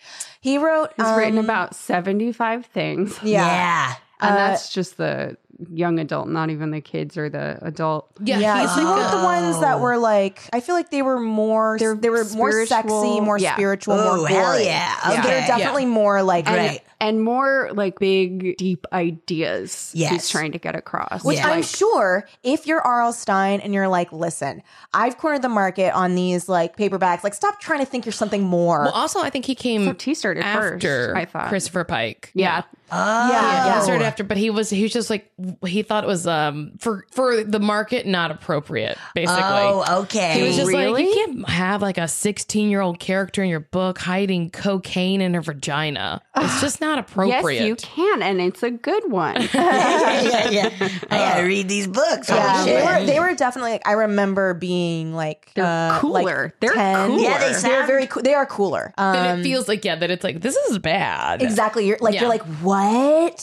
Speaker 1: He wrote.
Speaker 2: He's
Speaker 1: um,
Speaker 2: written about 75 things.
Speaker 1: Yeah.
Speaker 3: yeah.
Speaker 4: uh,
Speaker 2: And that's just the young adult, not even the kids or the adult.
Speaker 4: Yeah,
Speaker 1: Yeah,
Speaker 4: he's
Speaker 1: he
Speaker 4: like
Speaker 1: wrote the ones that were like I feel like they were more
Speaker 2: They're
Speaker 1: they were more sexy,
Speaker 2: spiritual.
Speaker 1: more
Speaker 2: Yeah.
Speaker 1: spiritual,
Speaker 3: Oh,
Speaker 1: more gory.
Speaker 3: hell yeah.
Speaker 1: So
Speaker 3: Okay.
Speaker 1: they're definitely more like
Speaker 2: And,
Speaker 3: Right.
Speaker 2: and more like big, deep ideas
Speaker 3: Yes.
Speaker 2: he's trying to get across.
Speaker 1: Which
Speaker 3: Yeah.
Speaker 1: I'm
Speaker 2: Like,
Speaker 1: sure if you're R.L. Stein and you're like, listen, I've cornered the market on these like paperbacks. Like, stop trying to think you're something more.
Speaker 4: well, also I think he came
Speaker 2: T started first,
Speaker 4: after
Speaker 2: I thought.
Speaker 4: Christopher Pike.
Speaker 2: yeah.
Speaker 3: Oh,
Speaker 1: Yeah, yeah.
Speaker 4: He started after, but he was he was just like he thought it was um for for the market not appropriate basically.
Speaker 3: Oh, okay.
Speaker 4: He was just like,
Speaker 2: Really?
Speaker 4: you can't have like a 16 year old character in your book hiding cocaine in her vagina. It's just not appropriate.
Speaker 2: Yes, you can. And it's a good one.
Speaker 3: yeah, yeah, yeah, yeah. I gotta read these books. Holy
Speaker 1: yeah,
Speaker 3: shit.
Speaker 1: they were they were definitely like I remember being like
Speaker 2: They're
Speaker 1: uh, like,
Speaker 2: cooler. They're
Speaker 1: 10.
Speaker 2: cooler.
Speaker 3: Yeah, they
Speaker 1: They're
Speaker 3: sound-
Speaker 1: very cool. They are cooler.
Speaker 4: Then
Speaker 1: Um,
Speaker 4: it feels like, yeah, that it's like, this is bad.
Speaker 1: Exactly. You're like
Speaker 4: Yeah.
Speaker 1: you're like what?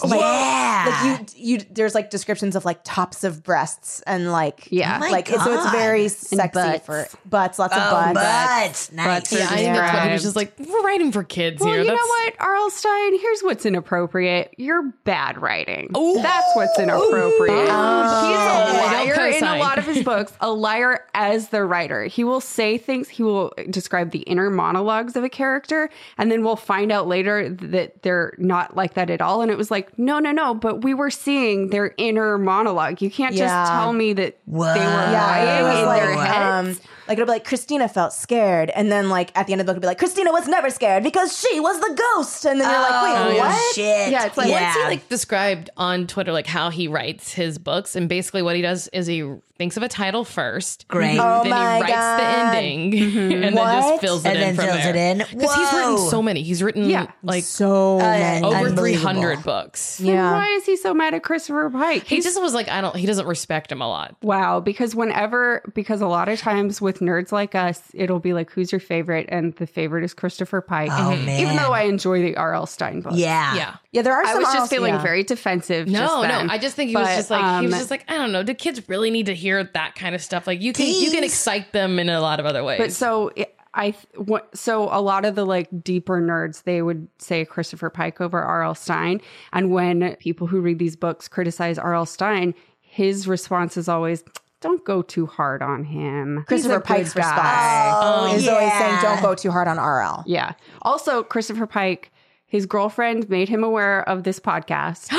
Speaker 1: Like,
Speaker 3: Yeah.
Speaker 1: Like you you there's like descriptions of like tops of breasts and like
Speaker 2: Yeah.
Speaker 3: My
Speaker 1: like so it's
Speaker 3: God.
Speaker 1: very
Speaker 2: Oh And
Speaker 1: sexy
Speaker 2: butts.
Speaker 1: for butts, lots of
Speaker 3: Oh,
Speaker 1: butts.
Speaker 3: butts. Nice.
Speaker 4: Yeah, I think that's what he was just like, we're writing for kids
Speaker 2: Well,
Speaker 4: here.
Speaker 2: you know
Speaker 4: That's-
Speaker 2: what, Arlstein? Here's what's inappropriate. You're bad writing. That's what's inappropriate.
Speaker 1: Ah.
Speaker 4: I
Speaker 2: He's a
Speaker 4: don't
Speaker 2: liar in a
Speaker 4: co-sign.
Speaker 2: lot of his books, a liar as the writer. He will say things, he will describe the inner monologues of a character, and then we'll find out later that they're not like that at all. And it was like, no, no, no, but we were seeing their inner monologue. You can't just
Speaker 1: Yeah.
Speaker 2: tell me that they were
Speaker 3: Wow.
Speaker 1: Yeah, it
Speaker 2: lying
Speaker 1: was
Speaker 2: in
Speaker 1: like,
Speaker 2: their heads.
Speaker 1: um, like it'll be like Christina felt scared, and then like at the end of the book, it'll be like Christina was never scared because she was the ghost, and then you're like, wait,
Speaker 3: Oh,
Speaker 1: what?
Speaker 3: shit.
Speaker 2: Yeah, it's like-
Speaker 4: Once he like described on Twitter like how he writes his books, and basically what he does is he thinks of a title first,
Speaker 3: Great.
Speaker 1: Oh
Speaker 4: then
Speaker 1: my
Speaker 4: he writes
Speaker 1: God.
Speaker 4: the ending, Mm-hmm. and then
Speaker 1: What?
Speaker 4: just fills it
Speaker 3: And
Speaker 4: in
Speaker 3: then
Speaker 4: from
Speaker 3: fills
Speaker 4: there.
Speaker 3: it in.
Speaker 4: because he's written
Speaker 3: Whoa.
Speaker 4: so many. He's written
Speaker 2: Yeah.
Speaker 4: like
Speaker 1: So many.
Speaker 4: over
Speaker 3: Unbelievable.
Speaker 4: three hundred books.
Speaker 2: Then
Speaker 1: Yeah.
Speaker 2: Why is he so mad at Christopher Pike?
Speaker 4: He
Speaker 2: He's-
Speaker 4: just was like, I don't. He doesn't respect him a lot.
Speaker 2: Wow, because whenever, because a lot of times with nerds like us, it'll be like, who's your favorite? And the favorite is Christopher Pike.
Speaker 3: Oh,
Speaker 2: Even
Speaker 3: man.
Speaker 2: though I enjoy the R.L. Stein book.
Speaker 3: Yeah.
Speaker 4: Yeah.
Speaker 1: Yeah, there are
Speaker 2: I
Speaker 1: some.
Speaker 2: was
Speaker 1: RLs
Speaker 2: just feeling
Speaker 1: yeah.
Speaker 2: very defensive.
Speaker 4: No,
Speaker 2: just then.
Speaker 4: no. I just think he
Speaker 2: But,
Speaker 4: was just like he was
Speaker 2: um,
Speaker 4: just like I don't know. Do kids really need to hear that kind of stuff? Like you can you can
Speaker 3: Teens.
Speaker 4: excite them in a lot of other ways.
Speaker 2: But so it- I, th- what, so a lot of the like deeper nerds, they would say Christopher Pike over R.L. Stein. And when people who read these books criticize R.L. Stein, his response is always, don't go too hard on him. He's a
Speaker 1: Christopher
Speaker 2: good
Speaker 1: Pike's
Speaker 2: guy."
Speaker 1: response
Speaker 3: Oh,
Speaker 1: is
Speaker 3: yeah.
Speaker 1: always saying, "Don't go too hard on RL."
Speaker 2: Yeah. Also, Christopher Pike, his girlfriend made him aware of this podcast.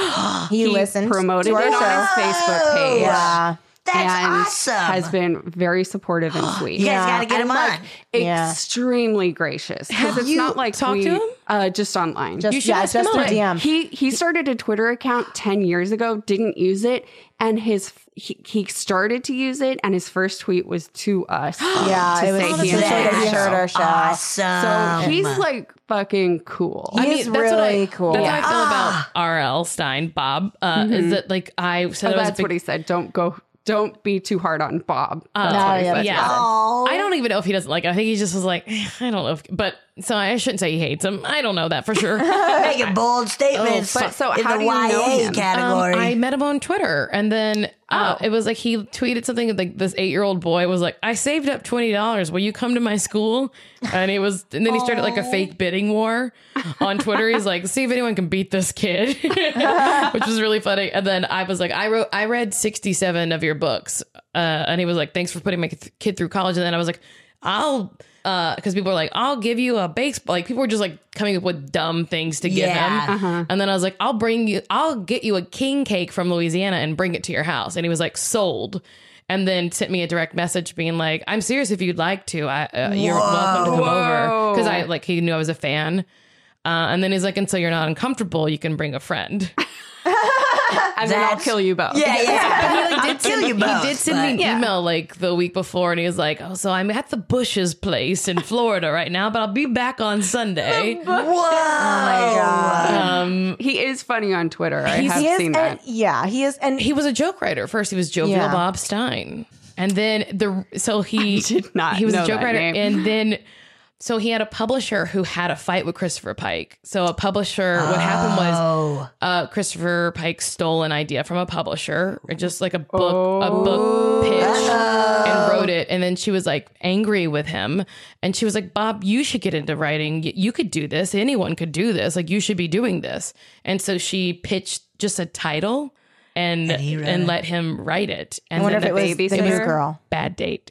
Speaker 1: He, listened,
Speaker 2: promoted
Speaker 1: to our
Speaker 2: it
Speaker 1: show.
Speaker 2: on his Facebook page.
Speaker 1: Yeah,
Speaker 3: Oh, That's
Speaker 2: and
Speaker 3: awesome.
Speaker 2: Has been very supportive and sweet.
Speaker 3: you guys
Speaker 1: Yeah.
Speaker 3: gotta get him
Speaker 2: And, like,
Speaker 3: on.
Speaker 1: Yeah.
Speaker 2: Extremely gracious. Because it's
Speaker 4: you
Speaker 2: not like
Speaker 4: talked
Speaker 2: we-
Speaker 4: to him?
Speaker 2: Uh, just online.
Speaker 1: just
Speaker 4: You should
Speaker 1: yeah,
Speaker 4: ask him
Speaker 1: just through
Speaker 4: on.
Speaker 1: DM.
Speaker 2: he he started a Twitter account ten years ago. Didn't use it, and his he, he started to use it, and his first tweet was to us.
Speaker 1: yeah,
Speaker 2: to
Speaker 1: it was
Speaker 2: say
Speaker 1: so
Speaker 2: he
Speaker 1: sweet that
Speaker 2: enjoyed
Speaker 1: he
Speaker 2: the show.
Speaker 1: heard our show.
Speaker 3: Awesome.
Speaker 2: So he's like fucking cool.
Speaker 4: I
Speaker 1: He's
Speaker 4: mean, that's what I-
Speaker 1: really cool.
Speaker 4: That's how I
Speaker 2: Ah.
Speaker 4: feel about R.L. Stein, Bob. Uh, Is that like I said?
Speaker 2: Oh,
Speaker 4: I was a
Speaker 2: that's
Speaker 4: big
Speaker 2: what he said. Don't go don't be too hard on Bob.
Speaker 4: Uh,
Speaker 2: That's what he
Speaker 1: yeah,
Speaker 2: said.
Speaker 4: yeah. I don't even know if he doesn't like him. I think he just was like, "Eh, I don't know if, but so I shouldn't say he hates him. I don't know that for sure. Um,
Speaker 3: making bold statements
Speaker 2: but so
Speaker 3: in
Speaker 2: how
Speaker 3: the
Speaker 2: do you know
Speaker 3: YA
Speaker 2: him?
Speaker 3: category.
Speaker 4: Um,
Speaker 3: Oh.
Speaker 4: I met him on Twitter and then uh, it was like he tweeted something like this eight year old boy was like, I saved up $20. Will you come to my school? And it was, and then he started like a fake bidding war on Twitter. He's like, see if anyone can beat this kid, which was really funny. And then I was like, I wrote, I read 67 of your books. Uh, and he was like, thanks for putting my th- kid through college. And then I was like, I'll, uh, cause people were like, I'll give you a baseball. Like people were just like coming up with dumb things to give
Speaker 3: Yeah.
Speaker 4: him. And then I was like, I'll bring you, I'll get you a king cake from Louisiana and bring it to your house. And he was like, sold. And then sent me a direct message being like, I'm serious if you'd like to. I, uh, you're welcome to come
Speaker 2: Whoa.
Speaker 4: over. Cause I, like, he knew I was a fan. Uh, and then he's like, until you're not uncomfortable, you can bring a friend.
Speaker 2: And then I'll
Speaker 3: That's-
Speaker 2: kill you both.
Speaker 3: yeah, yeah.
Speaker 4: He
Speaker 3: I'll kill you
Speaker 4: he
Speaker 3: both.
Speaker 4: did send me an email like the week before, and he was like, "Oh, so I'm at the Bush's place in Florida right now, but I'll be back on Sunday."
Speaker 3: but- Whoa!
Speaker 4: Um,
Speaker 2: He is funny on Twitter. I
Speaker 1: He's-
Speaker 2: have
Speaker 1: he is,
Speaker 2: seen
Speaker 1: and,
Speaker 2: that.
Speaker 1: yeah, he is, and
Speaker 4: he was a joke writer first. He was jovial
Speaker 1: Yeah.
Speaker 4: Bob Stein, and then the so he
Speaker 2: did not
Speaker 4: He was
Speaker 2: know
Speaker 4: a joke
Speaker 2: that
Speaker 4: writer,
Speaker 2: name.
Speaker 4: and then. So he had a publisher who had a fight with Christopher Pike. So a publisher, what happened was
Speaker 3: Oh,
Speaker 4: uh, Christopher Pike stole an idea from a publisher, or just like a book, a
Speaker 1: Oh.
Speaker 4: book pitch, and wrote it. And then she was like angry with him, and she was like, "Bob, you should get into writing. Y- You could do this. Anyone could do this. Like you should be doing this." And so she pitched just a title, and and, let him write it. And
Speaker 1: I wonder if
Speaker 4: then
Speaker 1: it was the
Speaker 4: the
Speaker 2: babysitter.
Speaker 1: news girl.
Speaker 4: bad date.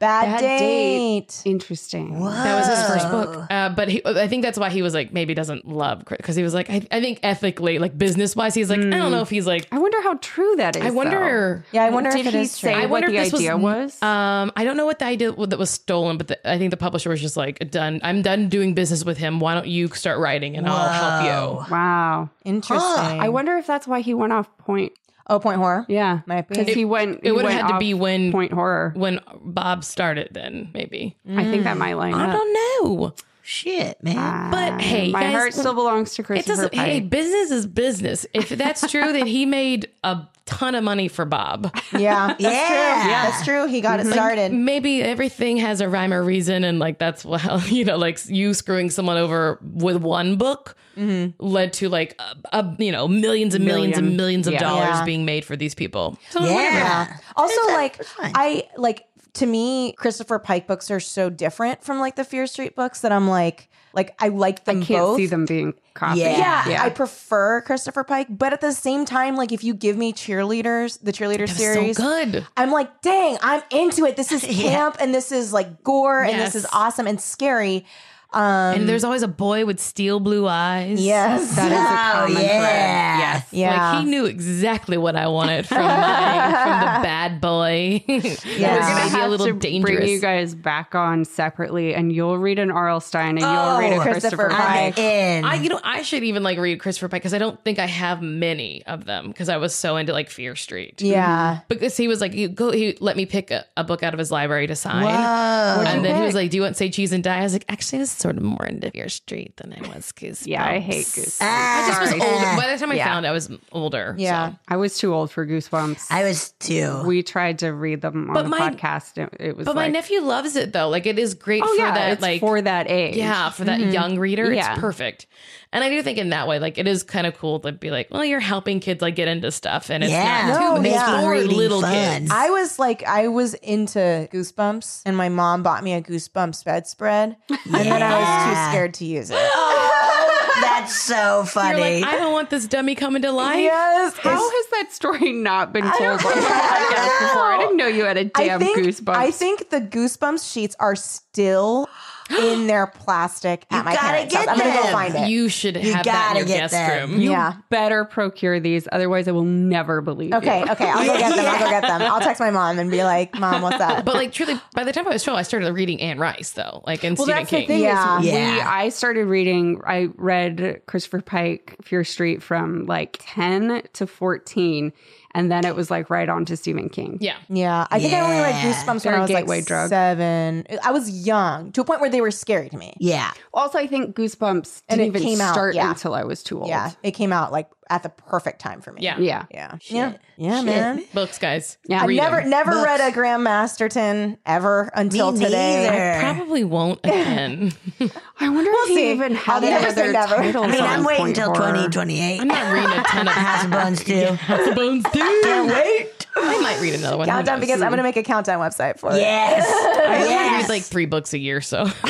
Speaker 1: Bad,
Speaker 2: date.
Speaker 1: date.
Speaker 2: Interesting.
Speaker 4: That was his first
Speaker 1: Oh.
Speaker 4: book. Uh, but he, I think that's why he was like maybe doesn't love because he was like I, I think ethically like business wise he's like I
Speaker 1: Hmm.
Speaker 4: don't know if he's like
Speaker 2: I wonder how true that is.
Speaker 4: I
Speaker 2: though.
Speaker 4: wonder.
Speaker 1: Yeah, I wonder
Speaker 2: Did
Speaker 1: if it
Speaker 2: he
Speaker 1: is true.
Speaker 2: say
Speaker 4: I
Speaker 2: what
Speaker 4: wonder
Speaker 2: the
Speaker 4: if this
Speaker 2: idea was? uh,
Speaker 4: was, Um, I don't know what the idea w- that was stolen, but the, I think the publisher was just like, "Done. I'm done doing business with him. Why don't you start writing and I'll help you."
Speaker 2: wow.
Speaker 1: Interesting.
Speaker 2: I wonder if that's why he went off point.
Speaker 1: oh, point horror.
Speaker 2: Yeah,
Speaker 1: Might be.
Speaker 2: because he went. he
Speaker 4: It would
Speaker 2: went
Speaker 4: have had to
Speaker 2: off
Speaker 4: be when
Speaker 2: point horror.
Speaker 4: when Bob started. Then maybe
Speaker 2: I think that might line
Speaker 4: Mm. I
Speaker 2: up.
Speaker 4: don't know.
Speaker 3: shit, man.
Speaker 4: But hey,
Speaker 2: Ah, My
Speaker 4: guys,
Speaker 2: heart still belongs to
Speaker 4: it
Speaker 2: Christopher
Speaker 4: doesn't.
Speaker 2: Pike.
Speaker 4: Hey, business is business. If that's true, then he made a ton of money for Bob.
Speaker 1: Yeah, Mm-hmm. that's
Speaker 3: Yeah.
Speaker 1: true.
Speaker 3: Yeah.
Speaker 1: That's true. He got it started.
Speaker 4: Maybe everything has a rhyme or reason, and like that's well, you know, like you screwing someone over with one book led to like a, a, you know millions and millions and
Speaker 2: Million.
Speaker 4: millions of
Speaker 2: Yeah.
Speaker 4: dollars
Speaker 1: Yeah.
Speaker 4: being made for these people. So
Speaker 3: Yeah.
Speaker 1: Yeah. Also,
Speaker 3: It's, uh,
Speaker 1: like
Speaker 3: it's fine.
Speaker 1: I like to me, Christopher Pike books are so different from like the Fear Street books that I'm like, like I like them
Speaker 2: Can't
Speaker 1: both.
Speaker 2: see them being copied.
Speaker 3: Yeah.
Speaker 1: Yeah,
Speaker 2: Yeah.
Speaker 1: I prefer Christopher Pike, but at the same time, like if you give me cheerleaders, the cheerleader
Speaker 4: It's
Speaker 1: series,
Speaker 4: so good.
Speaker 1: I'm like, dang, I'm into it. This is camp, and this is like gore, and this
Speaker 4: Yes.
Speaker 1: is awesome and scary. Um,
Speaker 4: And there's always a boy with steel blue eyes.
Speaker 1: yes,
Speaker 2: That is a
Speaker 3: Oh,
Speaker 2: common thread.
Speaker 3: yeah.
Speaker 4: Yes.
Speaker 1: Yeah.
Speaker 4: Like he knew exactly what I wanted from my from the bad boy.
Speaker 1: We're
Speaker 4: yeah. was
Speaker 1: gonna
Speaker 4: maybe a little dangerous.
Speaker 2: bring you guys back on separately, and you'll read an R.L. Stein and you'll
Speaker 3: Oh,
Speaker 2: read a
Speaker 1: Christopher
Speaker 2: Christopher
Speaker 3: I'm
Speaker 2: Pike.
Speaker 3: in.
Speaker 4: I you know I should even like read Christopher Pike because I don't think I have many of them because I was so into like Fear Street.
Speaker 1: yeah,
Speaker 4: because he was like, you go, he let me pick a, a book out of his library to sign.
Speaker 3: Uh,
Speaker 4: And then he was like, "Do you want say cheese and die?" I was like, "Actually, I was sort of more into Fear Street than I was Goosebumps."
Speaker 2: Yeah, I hate Goose.
Speaker 4: I just was
Speaker 2: Sorry.
Speaker 4: older. By the time I
Speaker 2: Yeah.
Speaker 4: found, it, I was older.
Speaker 1: yeah.
Speaker 4: so.
Speaker 2: I was too old for Goosebumps.
Speaker 3: I was too.
Speaker 2: we tried to read them on
Speaker 4: But
Speaker 2: the
Speaker 4: my-
Speaker 2: podcast. and It was
Speaker 4: But
Speaker 2: like,
Speaker 4: my nephew loves it though. Like it is great
Speaker 2: oh
Speaker 4: for
Speaker 2: yeah,
Speaker 4: that.
Speaker 2: it's
Speaker 4: like
Speaker 2: for that age.
Speaker 4: yeah, for that young reader,
Speaker 2: Yeah.
Speaker 4: it's perfect. And I do think in that way, like it is kind of cool to be like, well, you're helping kids like get into stuff, and it's
Speaker 3: Yeah.
Speaker 4: not
Speaker 1: No,
Speaker 4: too it's
Speaker 1: yeah.
Speaker 4: for
Speaker 3: Reading
Speaker 4: little
Speaker 3: fun.
Speaker 4: kids.
Speaker 1: I was like, I was into Goosebumps, and my mom bought me a Goosebumps bedspread, and then I was too
Speaker 3: Yeah.
Speaker 1: scared to use it.
Speaker 3: That's so
Speaker 4: You're
Speaker 3: funny.
Speaker 4: like, I don't want this dummy coming to life.
Speaker 1: Yes,
Speaker 2: How
Speaker 1: it's-
Speaker 2: has that story not been told on the podcast before? I didn't know you had a damn
Speaker 1: I think
Speaker 2: goosebumps.
Speaker 1: I think the Goosebumps sheets are still in their plastic at my
Speaker 3: gotta
Speaker 1: parents'
Speaker 3: get
Speaker 1: house. I'm gonna go
Speaker 3: them.
Speaker 1: find it.
Speaker 4: You should have that
Speaker 3: gotta
Speaker 4: in your
Speaker 3: get
Speaker 4: guest
Speaker 3: them.
Speaker 4: room.
Speaker 1: yeah.
Speaker 2: better procure these, otherwise I will never believe.
Speaker 1: Okay.
Speaker 2: you.
Speaker 1: Okay. I'll go get them. I'll go get them. I'll text my mom and be like, "Mom, what's up?"
Speaker 4: But like truly, by the time I was twelve, I started reading Anne Rice though, like and
Speaker 2: Well,
Speaker 4: Stephen
Speaker 2: that's
Speaker 4: King.
Speaker 2: the thing.
Speaker 1: Yeah.
Speaker 2: Is we,
Speaker 3: Yeah.
Speaker 2: I started reading. I read Christopher Pike, Fear Street, from like ten to fourteen, and then it was like right on to Stephen King.
Speaker 4: Yeah,
Speaker 1: yeah, I think I only read
Speaker 3: Yeah.
Speaker 1: Goosebumps when
Speaker 2: They're a
Speaker 1: I was
Speaker 2: gateway
Speaker 1: like
Speaker 2: drug.
Speaker 1: seven. I was young to a point where they were scary to me.
Speaker 3: yeah.
Speaker 2: Also, I think Goosebumps didn't
Speaker 1: And it
Speaker 2: even
Speaker 1: came out,
Speaker 2: start
Speaker 1: yeah.
Speaker 2: until I was too old.
Speaker 1: Yeah, it came out like at the perfect time for me.
Speaker 4: Yeah.
Speaker 2: Yeah.
Speaker 1: Yeah.
Speaker 3: Shit.
Speaker 1: Yeah. Yeah,
Speaker 3: Shit.
Speaker 1: man.
Speaker 4: Books, guys.
Speaker 2: Yeah.
Speaker 1: I've
Speaker 4: Read 'em.
Speaker 1: never never
Speaker 3: Books.
Speaker 1: read a Graham Masterton ever until
Speaker 3: Me
Speaker 1: today.
Speaker 3: neither.
Speaker 4: Probably won't again.
Speaker 2: I wonder
Speaker 1: We'll
Speaker 2: if he
Speaker 1: see.
Speaker 2: even
Speaker 1: I'll
Speaker 2: had any
Speaker 1: never
Speaker 2: other
Speaker 1: say never.
Speaker 2: titles
Speaker 3: I mean,
Speaker 2: on
Speaker 3: I'm waiting
Speaker 2: Point
Speaker 3: till
Speaker 2: Horror.
Speaker 3: 2028.
Speaker 4: I'm not reading a ton of
Speaker 3: House of Bones too.
Speaker 4: House of Bones. Dude.
Speaker 3: Wait.
Speaker 4: I might read another one. Who
Speaker 1: Countdown
Speaker 4: knows?
Speaker 1: because I'm gonna make a countdown website for it.
Speaker 3: Yes.
Speaker 4: I only
Speaker 3: yes.
Speaker 4: read like three books a year, so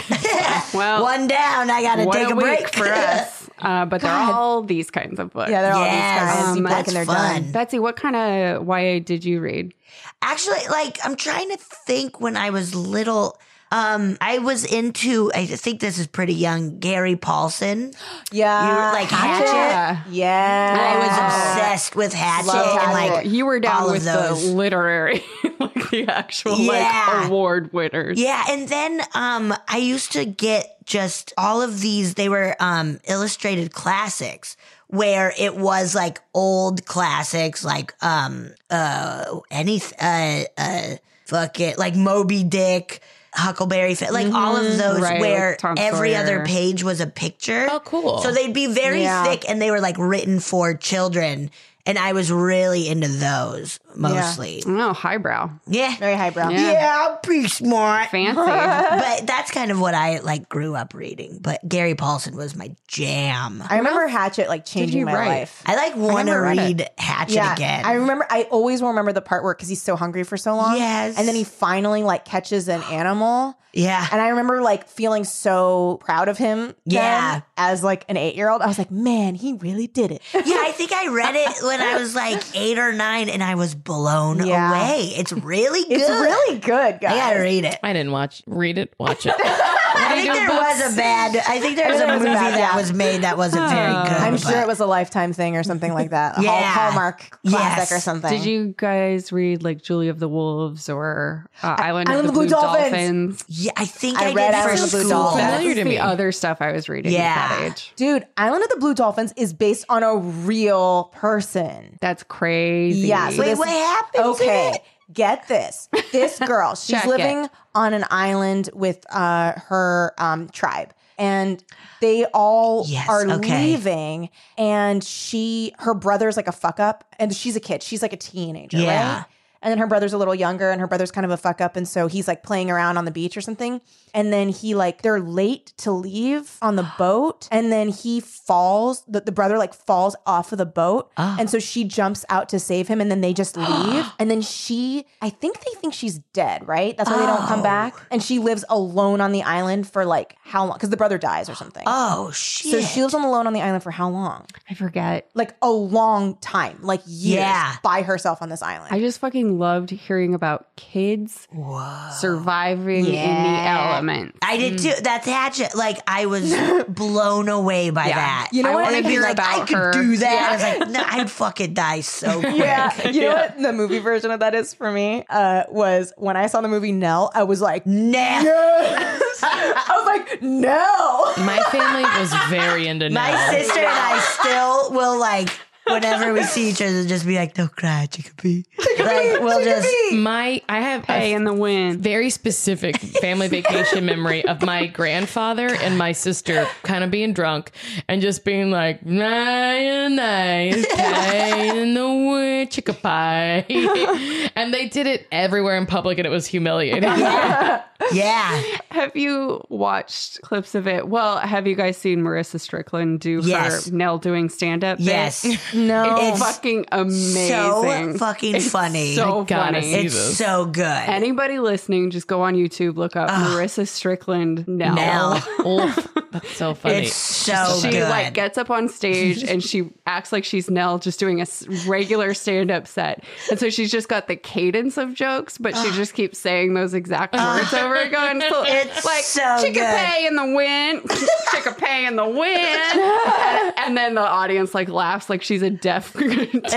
Speaker 2: Well,
Speaker 3: One down. I gotta
Speaker 2: oh. what
Speaker 3: take
Speaker 2: a,
Speaker 3: a break
Speaker 2: week for us. Uh, but they're all these kinds of books.
Speaker 1: Yeah, they're all these
Speaker 3: Yes. Oh,
Speaker 1: guys. You
Speaker 2: Um,
Speaker 1: click
Speaker 3: that's
Speaker 1: and they're
Speaker 3: fun.
Speaker 1: done.
Speaker 2: Betsy, what kind of YA did you read?
Speaker 3: Actually, like I'm trying to think when I was little. Um, I was into. I think this is pretty young. Gary Paulson.
Speaker 1: Yeah.
Speaker 3: You were like Hatchet.
Speaker 1: Yeah.
Speaker 3: I was obsessed with Hatchet
Speaker 1: Love
Speaker 3: and
Speaker 1: Hatchet.
Speaker 3: like
Speaker 2: You were down
Speaker 3: all of
Speaker 2: with
Speaker 3: those.
Speaker 2: the literary, like the actual
Speaker 3: Yeah.
Speaker 2: like award winners.
Speaker 3: Yeah, and then um I used to get just all of these they were um illustrated classics where it was like old classics like um uh any uh uh fuck it like Moby Dick Huckleberry Finn, like all of those
Speaker 2: Mm-hmm. right,
Speaker 3: where
Speaker 2: like Tom
Speaker 3: every
Speaker 2: Sawyer.
Speaker 3: other page was a picture.
Speaker 4: Oh, cool.
Speaker 3: So they'd be very
Speaker 1: Yeah.
Speaker 3: thick and they were like written for children and I was really into those mostly.
Speaker 2: Oh, highbrow,
Speaker 3: Yeah. Yeah,
Speaker 1: very highbrow.
Speaker 2: Yeah.
Speaker 3: I'm pretty smart
Speaker 2: fancy.
Speaker 3: but that's kind of what I like grew up reading. But Gary Paulson was my jam.
Speaker 1: I remember Hatchet like changing
Speaker 2: you
Speaker 1: my
Speaker 2: write?
Speaker 1: life.
Speaker 3: I like want to
Speaker 1: never read
Speaker 3: read Hatchet again.
Speaker 1: I remember. I always will remember the part where because he's so hungry for so long.
Speaker 3: Yes.
Speaker 1: and then he finally like catches an animal,
Speaker 3: yeah.
Speaker 1: and I remember like feeling so proud of him. then
Speaker 3: Yeah.
Speaker 1: as like an eight year old, I was like, man, he really did it.
Speaker 3: yeah, I think I read it when I was like eight or nine, and I was blown
Speaker 1: Yeah.
Speaker 3: away. It's really good.
Speaker 1: It's really good, guys.
Speaker 3: I gotta read it.
Speaker 4: I didn't watch. Read it. Watch it.
Speaker 3: I think there was a bad. I think there was a
Speaker 1: was a
Speaker 3: movie
Speaker 1: bad-
Speaker 3: that was made that wasn't very good.
Speaker 1: I'm sure
Speaker 3: but-
Speaker 1: it was a lifetime thing or something like that. A Hall-
Speaker 3: Yeah.
Speaker 1: Hallmark classic
Speaker 3: Yes.
Speaker 1: or something.
Speaker 2: Did you guys read like Julie of the Wolves or uh, Island, of the, Blue,
Speaker 1: Dolphins.
Speaker 2: Dolphins?
Speaker 3: Yeah, I think
Speaker 1: I
Speaker 3: I,
Speaker 1: read
Speaker 3: did
Speaker 1: Island
Speaker 3: for
Speaker 1: of the Blue
Speaker 3: school.
Speaker 1: Dolphins.
Speaker 2: That's
Speaker 4: Familiar to
Speaker 2: the
Speaker 4: me.
Speaker 2: other stuff I was reading at that
Speaker 3: Yeah.
Speaker 2: age.
Speaker 1: Dude, Island of the Blue Dolphins is based on a real person.
Speaker 2: That's crazy.
Speaker 1: Yeah. So
Speaker 3: Wait,
Speaker 1: this-
Speaker 3: what happened to
Speaker 1: Okay.
Speaker 3: it?
Speaker 1: Get this. This girl, she's
Speaker 2: Check it.
Speaker 1: living on an island with uh, her um, tribe. And they all
Speaker 3: Yes,
Speaker 1: are
Speaker 3: okay.
Speaker 1: leaving. And she, her brother's like a fuck up. And she's a kid. She's like a teenager,
Speaker 3: Yeah.
Speaker 1: right? And then her brother's a little younger, and her brother's kind of a fuck up. And so he's like playing around on the beach or something. And then he, like, they're late to leave on the boat. And then he falls, the, the brother, like, falls off of the boat.
Speaker 3: Ah.
Speaker 1: And so she jumps out to save him, and then they just leave. and then she, I think they think she's dead, right? That's why they
Speaker 3: Oh.
Speaker 1: don't come back. And she lives alone on the island for like how long? Because the brother dies or something.
Speaker 3: Oh shit!
Speaker 1: so she lives on- alone on the island for how long?
Speaker 2: I forget.
Speaker 1: Like a long time, like years
Speaker 3: Yeah.
Speaker 1: by herself on this island.
Speaker 2: I just fucking loved hearing about kids surviving in the
Speaker 3: Yeah.
Speaker 2: elements.
Speaker 3: I did too. That's Hatchet. Like I was blown away by that.
Speaker 1: You know
Speaker 2: I
Speaker 1: what?
Speaker 2: wanna
Speaker 1: I'd be
Speaker 2: hear
Speaker 3: like,
Speaker 2: about
Speaker 3: I could
Speaker 2: her.
Speaker 3: do that. I was like, no, I'd fucking die so quick.
Speaker 1: Yeah, you know what the movie version of that is for me uh, was when I saw the movie Nell, I was like, yes.
Speaker 3: Nah.
Speaker 1: I was like, no.
Speaker 4: My family was very into
Speaker 3: My
Speaker 4: now.
Speaker 3: sister and I still will like whenever we see each other, just be like, "Don't cry, Chickapee." Like we'll just
Speaker 4: My I have
Speaker 2: Hey,
Speaker 4: a
Speaker 2: in the wind.
Speaker 4: very specific family vacation memory of my grandfather and my sister kind of being drunk and just being like, "Nine nice day in the wood, chicka pie," and they did it everywhere in public, and it was humiliating.
Speaker 3: yeah.
Speaker 2: Have you watched clips of it? Well, have you guys seen Marissa Strickland do
Speaker 3: Yes.
Speaker 2: her Nell doing stand up?
Speaker 3: Yes.
Speaker 1: No.
Speaker 2: It's,
Speaker 3: It's
Speaker 2: fucking amazing.
Speaker 3: So Oh. fucking funny.
Speaker 2: so
Speaker 4: gotta
Speaker 2: funny.
Speaker 4: see
Speaker 3: it's
Speaker 4: Jesus.
Speaker 3: so good.
Speaker 2: Anybody listening, just go on YouTube, look up Marissa Strickland Nell.
Speaker 3: Nell.
Speaker 4: Oof, that's so funny.
Speaker 3: It's so
Speaker 2: She
Speaker 3: good.
Speaker 2: like gets up on stage and she acts like she's Nell just doing a s- regular stand up set. And so she's just got the cadence of jokes, but she just keeps saying those exact words over again. So
Speaker 3: It's
Speaker 2: like
Speaker 3: so
Speaker 2: chickapay in the wind, chickapay in the wind. And, and then the audience like laughs like she's a deaf.
Speaker 3: it's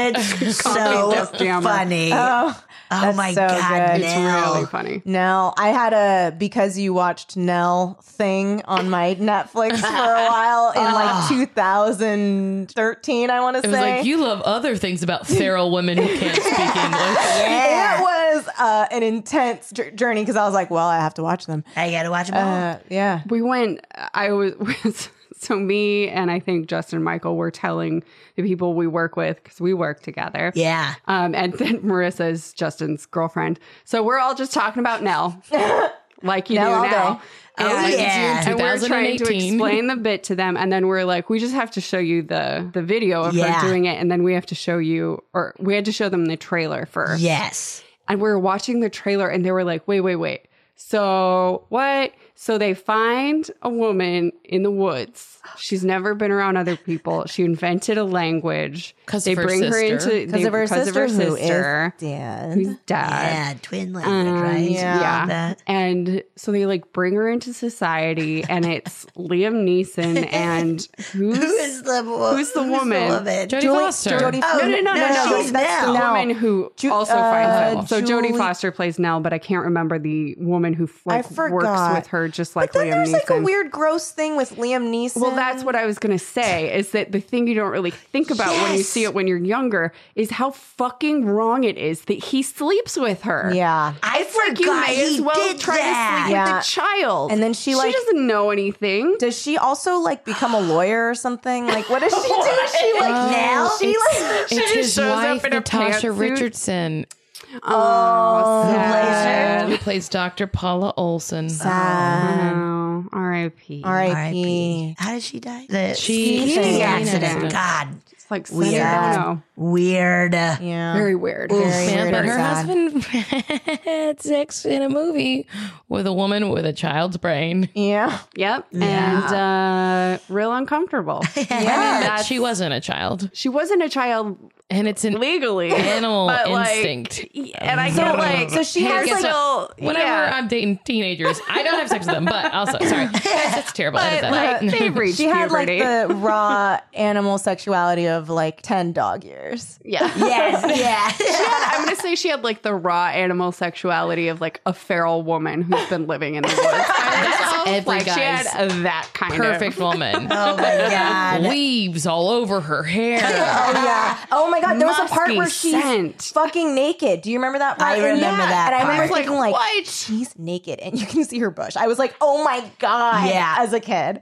Speaker 2: Comedy
Speaker 3: so
Speaker 2: Death Jammer.
Speaker 3: funny.
Speaker 1: Oh,
Speaker 3: oh my
Speaker 1: so
Speaker 3: god,
Speaker 1: good.
Speaker 2: it's
Speaker 3: Nell.
Speaker 2: really funny.
Speaker 1: Nell. I had a because you watched Nell thing on my Netflix for a while in like 2013, I want to
Speaker 4: it was
Speaker 1: say.
Speaker 4: like you love other things about feral women who can't speak English.
Speaker 3: Yeah.
Speaker 1: it was uh, an intense j- journey
Speaker 3: Oh.
Speaker 2: Uh,
Speaker 1: because I was like, well, I have to watch them.
Speaker 3: I gotta watch them all.
Speaker 1: Uh, yeah.
Speaker 2: We went. I was. So me and I think Justin Michael were telling the people we work with because we work together.
Speaker 3: Yeah.
Speaker 2: Um, and then Marissa is Justin's girlfriend. So we're all just talking about Nell, like you
Speaker 1: Nell all
Speaker 2: do now.
Speaker 1: day.
Speaker 3: Oh,
Speaker 2: And-
Speaker 3: yeah.
Speaker 2: and we're trying to
Speaker 4: 2018.
Speaker 2: explain the bit to them, and then we're like, we just have to show you the the video of
Speaker 3: Yeah.
Speaker 2: her doing it, and then we have to show you, or we had to show them the trailer first.
Speaker 3: Yes.
Speaker 2: And we were watching the trailer, and they were like, wait, wait, wait. So what? So they find a woman in the woods. She's never been around other people. She invented a language.
Speaker 4: 'Cause
Speaker 2: they
Speaker 4: of her
Speaker 2: bring her
Speaker 4: sister.
Speaker 2: into
Speaker 1: Because
Speaker 2: they-
Speaker 1: of her
Speaker 2: because
Speaker 1: sister, who is
Speaker 2: sister,
Speaker 1: dead.
Speaker 2: who's dead.
Speaker 3: Yeah. Twin language,
Speaker 1: Uh,
Speaker 3: right?
Speaker 1: um, yeah.
Speaker 3: Something like that.
Speaker 2: And so they like bring her into society, and it's Liam Neeson and who's
Speaker 3: Who is the wo-
Speaker 2: who's the woman?
Speaker 4: Jodie Foster.
Speaker 1: Jodie
Speaker 3: Oh,
Speaker 1: Foster.
Speaker 2: no, no, no, no, no.
Speaker 3: She's
Speaker 1: that's
Speaker 3: Nell.
Speaker 2: the
Speaker 1: Nell.
Speaker 2: woman who
Speaker 1: Ju-
Speaker 2: also
Speaker 1: uh,
Speaker 2: finds Nell. So
Speaker 1: Julie-
Speaker 2: Jodie Foster plays Nell, but I can't remember the woman who like works
Speaker 1: forgot.
Speaker 2: with her, just like
Speaker 1: But then
Speaker 2: Liam
Speaker 1: there's
Speaker 2: Neeson.
Speaker 1: like a weird, gross thing with Liam Neeson.
Speaker 2: Well, that's what I was going to say is that the thing you don't really think about when you
Speaker 3: Yes.
Speaker 2: see it when you're younger is how fucking wrong it is that he sleeps with her.
Speaker 1: Yeah.
Speaker 3: I forgot
Speaker 2: Like you may
Speaker 3: he
Speaker 2: as well
Speaker 3: did
Speaker 2: try
Speaker 3: that.
Speaker 2: to sleep
Speaker 1: Yeah.
Speaker 2: with the child.
Speaker 1: And then she, like-
Speaker 2: doesn't know anything.
Speaker 1: Does she also like become a lawyer or something? Like, what Oh. does she do? She like
Speaker 3: Like Nell?
Speaker 1: she like
Speaker 4: It's his
Speaker 2: shows up
Speaker 4: wife,
Speaker 2: in a
Speaker 4: Natasha
Speaker 2: pantsuit.
Speaker 4: Richardson,
Speaker 2: Oh,
Speaker 3: sad.
Speaker 4: who plays Dr. Paula Olson.
Speaker 1: sad.
Speaker 2: Oh,
Speaker 1: Um,
Speaker 2: R.I.P.
Speaker 1: R.I.P.
Speaker 3: R.I.P. How did she die? The
Speaker 4: She-
Speaker 3: skiing
Speaker 1: Skiing
Speaker 3: accident.
Speaker 4: accident.
Speaker 3: God,
Speaker 2: It's like
Speaker 3: Weird.
Speaker 2: Weird.
Speaker 3: weird.
Speaker 1: Yeah.
Speaker 2: Very weird.
Speaker 1: Very
Speaker 4: Yeah,
Speaker 1: weird
Speaker 4: but
Speaker 1: and
Speaker 4: her
Speaker 1: sad.
Speaker 4: husband had sex in a movie with a woman with a child's brain.
Speaker 1: Yeah.
Speaker 2: Yep. And uh, real uncomfortable.
Speaker 4: Yeah,
Speaker 2: that's-
Speaker 4: she wasn't a child,
Speaker 2: she wasn't a child
Speaker 4: and it's an
Speaker 2: legally.
Speaker 4: animal
Speaker 2: but, like,
Speaker 4: instinct.
Speaker 2: and I get like
Speaker 1: So she
Speaker 4: Hey,
Speaker 1: has
Speaker 4: guess
Speaker 1: like
Speaker 2: still
Speaker 4: what? Whenever
Speaker 2: yeah.
Speaker 4: I'm dating teenagers, I don't have sex with them, but also sorry, Guys, that's terrible. Edit that out.
Speaker 2: But, like, they've reached
Speaker 1: she had like
Speaker 2: puberty.
Speaker 1: the raw animal sexuality of like ten dog years.
Speaker 2: yeah.
Speaker 3: Yes, yeah.
Speaker 2: I'm gonna say she had like the raw animal sexuality of like a feral woman who's been living in the woods. That's
Speaker 4: every
Speaker 2: like she
Speaker 4: guy's
Speaker 2: had that kind
Speaker 4: Perfect
Speaker 2: of
Speaker 4: woman.
Speaker 3: oh my god.
Speaker 4: Leaves all over her hair.
Speaker 1: Oh yeah. Oh my god. There was a part
Speaker 2: musky
Speaker 1: where she's
Speaker 2: scent.
Speaker 1: fucking naked. Do you remember that?
Speaker 3: I
Speaker 1: part? And-
Speaker 3: remember that
Speaker 1: And I remember
Speaker 3: part.
Speaker 1: thinking like,
Speaker 2: what?
Speaker 1: she's naked and you can see her bush. I was like, oh my god.
Speaker 3: Yeah.
Speaker 1: As a kid.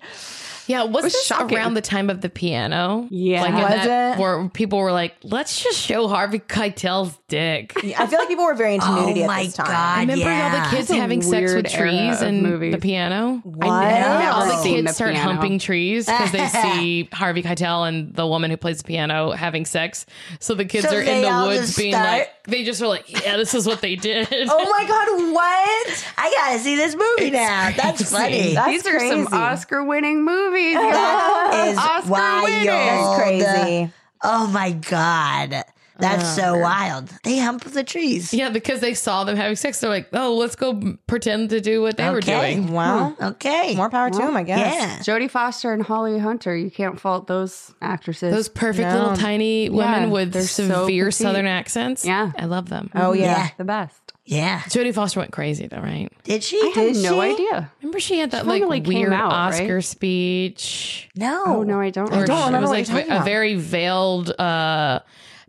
Speaker 4: Yeah, was,
Speaker 2: was
Speaker 4: this
Speaker 2: shocking.
Speaker 4: around the time of the piano?
Speaker 2: Yeah.
Speaker 4: like in
Speaker 1: Was
Speaker 4: that-
Speaker 1: it?
Speaker 4: where people were like, "Let's just show Harvey Keitel's dick."
Speaker 1: I feel like people were very into nudity
Speaker 3: Oh
Speaker 1: at
Speaker 3: my
Speaker 1: this time.
Speaker 3: god.
Speaker 4: Remember
Speaker 3: yeah.
Speaker 4: all the kids
Speaker 2: That's a
Speaker 4: having sex with
Speaker 2: weird era
Speaker 4: trees
Speaker 2: of
Speaker 4: and
Speaker 2: movies.
Speaker 4: the piano?
Speaker 1: What?
Speaker 3: never
Speaker 4: All
Speaker 3: Oh.
Speaker 4: the
Speaker 2: Seen
Speaker 4: kids
Speaker 2: the
Speaker 4: start
Speaker 2: piano.
Speaker 4: humping trees because they see Harvey Keitel and the woman who plays the piano having sex. So the kids
Speaker 3: So
Speaker 4: are in
Speaker 3: they
Speaker 4: the
Speaker 3: all
Speaker 4: woods
Speaker 3: just
Speaker 4: being
Speaker 3: start-
Speaker 4: like, they just are like, "Yeah, this is what they did."
Speaker 1: Oh my god, what?
Speaker 3: I gotta see this movie now. That's funny.
Speaker 1: That's
Speaker 2: These are
Speaker 1: crazy.
Speaker 2: some Oscar winning movies. y'all.
Speaker 3: That is
Speaker 2: Oscar winning.
Speaker 3: wild.
Speaker 1: That's crazy. Uh.
Speaker 3: Oh my god. That's so wild. They hump the trees.
Speaker 4: Yeah, because they saw them having sex. They're like, "Oh, let's go pretend to do what they were
Speaker 3: Okay.
Speaker 4: doing."
Speaker 1: Wow.
Speaker 2: Hmm.
Speaker 3: Okay.
Speaker 1: More power to him, I guess.
Speaker 3: yeah.
Speaker 2: Jodie Foster and Holly Hunter, you can't fault those actresses.
Speaker 4: Those perfect little tiny women
Speaker 2: Yeah,
Speaker 4: with
Speaker 2: they're
Speaker 4: their
Speaker 2: so
Speaker 4: severe
Speaker 2: petite.
Speaker 4: southern accents.
Speaker 2: Yeah.
Speaker 4: I love them.
Speaker 1: Oh yeah.
Speaker 3: Yeah.
Speaker 2: the best.
Speaker 3: Yeah.
Speaker 4: Jodie Foster went crazy though, right?
Speaker 3: Did she?
Speaker 2: I had no
Speaker 3: she?
Speaker 2: idea.
Speaker 4: Remember she had that
Speaker 2: She
Speaker 4: like
Speaker 2: finally came
Speaker 4: weird
Speaker 2: out, right?
Speaker 4: Oscar speech.
Speaker 3: No.
Speaker 2: Oh no, I don't.
Speaker 4: Or
Speaker 2: remember.
Speaker 4: she-
Speaker 1: remember what
Speaker 4: It was
Speaker 1: you're
Speaker 4: like
Speaker 1: talking
Speaker 4: a
Speaker 1: about.
Speaker 4: very veiled. uh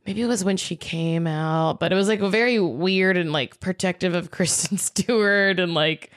Speaker 4: Maybe it was when she came out, but it was like very weird and like protective of Kristen Stewart and like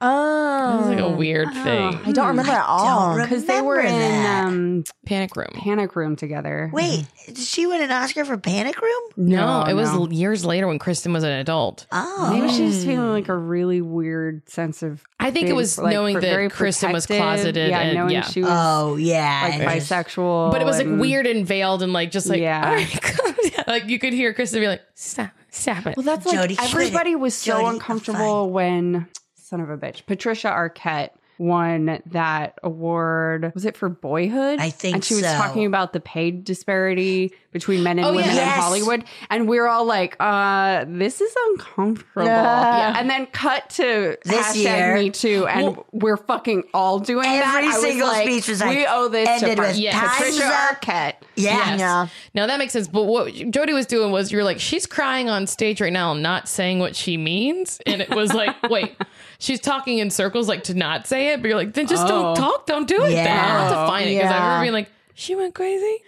Speaker 4: it was
Speaker 1: Oh.
Speaker 4: like a weird
Speaker 1: I
Speaker 4: thing.
Speaker 1: don't remember at all.
Speaker 3: Hmm. Don't
Speaker 2: because they were
Speaker 3: remember
Speaker 2: in
Speaker 3: that.
Speaker 2: um,
Speaker 4: Panic Room.
Speaker 2: Panic Room together.
Speaker 3: Wait, did she win an Oscar for Panic Room?
Speaker 4: No,
Speaker 2: No,
Speaker 4: it was
Speaker 2: no.
Speaker 4: years later when Kristen was an adult.
Speaker 3: Oh.
Speaker 2: Maybe she's just feeling like a really weird sense of.
Speaker 4: I think it
Speaker 2: being,
Speaker 4: was
Speaker 2: like,
Speaker 4: knowing
Speaker 2: pr- very
Speaker 4: that Kristen was
Speaker 2: protective.
Speaker 4: closeted
Speaker 2: Yeah,
Speaker 4: and
Speaker 2: knowing
Speaker 4: yeah.
Speaker 2: she was
Speaker 3: Oh yeah.
Speaker 2: like
Speaker 3: and just-
Speaker 2: bisexual,
Speaker 4: but it was like
Speaker 2: and-
Speaker 4: weird and veiled and like just like
Speaker 2: Yeah.
Speaker 4: all right, calm down. like you could hear Kristen be like stop stop it.
Speaker 2: Well, that's like
Speaker 3: Jodie, quit
Speaker 2: everybody
Speaker 3: it.
Speaker 2: was so
Speaker 3: Jodie,
Speaker 2: uncomfortable when son of a bitch Patricia Arquette won that award. Was it for Boyhood?
Speaker 3: I think
Speaker 2: And she was
Speaker 3: so.
Speaker 2: talking about the pay disparity between men and
Speaker 4: Oh,
Speaker 2: women
Speaker 4: yeah.
Speaker 2: in
Speaker 3: Yes.
Speaker 2: Hollywood, and we are all like, "Uh, this is uncomfortable."
Speaker 1: Yeah.
Speaker 2: And then cut to
Speaker 3: This
Speaker 2: hashtag
Speaker 3: year.
Speaker 2: Me Too, and we're fucking all doing that.
Speaker 3: Every
Speaker 2: I was
Speaker 3: single
Speaker 2: like,
Speaker 3: speech was
Speaker 2: "We
Speaker 3: like,
Speaker 2: owe this
Speaker 3: ended
Speaker 2: to
Speaker 3: with
Speaker 2: Pat-
Speaker 4: "Time's
Speaker 2: Patricia
Speaker 3: up."
Speaker 2: Arquette."
Speaker 3: yeah.
Speaker 4: Yes.
Speaker 1: Yeah.
Speaker 4: Now that makes sense. But what Jody was doing was you're like, she's crying on stage right now, not saying what she means. And it was like, wait, she's talking in circles, like to not say it. But you're like, then just don't talk. Don't do it.
Speaker 3: Yeah.
Speaker 4: Then. I have to find it. Because I
Speaker 1: Yeah.
Speaker 4: remember being like, she went crazy.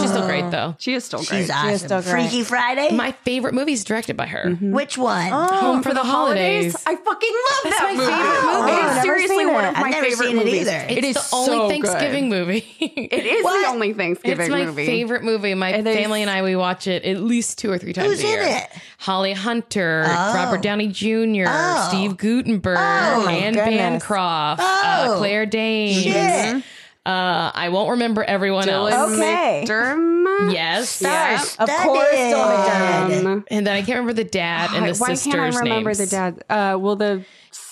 Speaker 4: She's still great, though.
Speaker 2: She is still great.
Speaker 3: She's
Speaker 1: is
Speaker 3: awesome.
Speaker 1: still great.
Speaker 3: Freaky Friday. Mm.
Speaker 4: My favorite movie is directed by her
Speaker 3: Which one?
Speaker 2: Oh,
Speaker 4: Home for the Holidays.
Speaker 2: I fucking love that
Speaker 4: my
Speaker 2: movie.
Speaker 4: favorite movie.
Speaker 2: It
Speaker 1: Oh,
Speaker 2: is
Speaker 1: I've never
Speaker 2: seriously
Speaker 1: seen it.
Speaker 3: one of
Speaker 1: it.
Speaker 3: my
Speaker 2: never
Speaker 3: favorite
Speaker 2: seen it
Speaker 3: movies.
Speaker 2: either.
Speaker 4: It's
Speaker 2: It is
Speaker 4: the only
Speaker 2: so
Speaker 4: Thanksgiving movie.
Speaker 2: It is
Speaker 3: What?
Speaker 2: the only Thanksgiving
Speaker 4: It's my
Speaker 2: movie.
Speaker 4: favorite movie. My
Speaker 2: It is-
Speaker 4: family and I we watch it at least two or three times
Speaker 3: Who's
Speaker 4: a year.
Speaker 3: in it?
Speaker 4: Holly Hunter, Robert Downey Jr.,
Speaker 3: Oh.
Speaker 4: Steve Gutenberg, Anne
Speaker 1: goodness.
Speaker 4: Bancroft,
Speaker 3: Oh.
Speaker 4: uh, Claire Danes.
Speaker 3: Shit.
Speaker 4: Uh, I won't remember everyone else.
Speaker 2: Dylan
Speaker 1: Okay.
Speaker 3: Oh.
Speaker 2: McDermott?
Speaker 4: Yes.
Speaker 2: Yeah.
Speaker 1: Of course, Dylan McDermott.
Speaker 2: Um,
Speaker 4: And then I can't remember the dad and the
Speaker 2: why
Speaker 4: sister's
Speaker 2: can't I remember
Speaker 4: names.
Speaker 2: the dad? Uh, well, the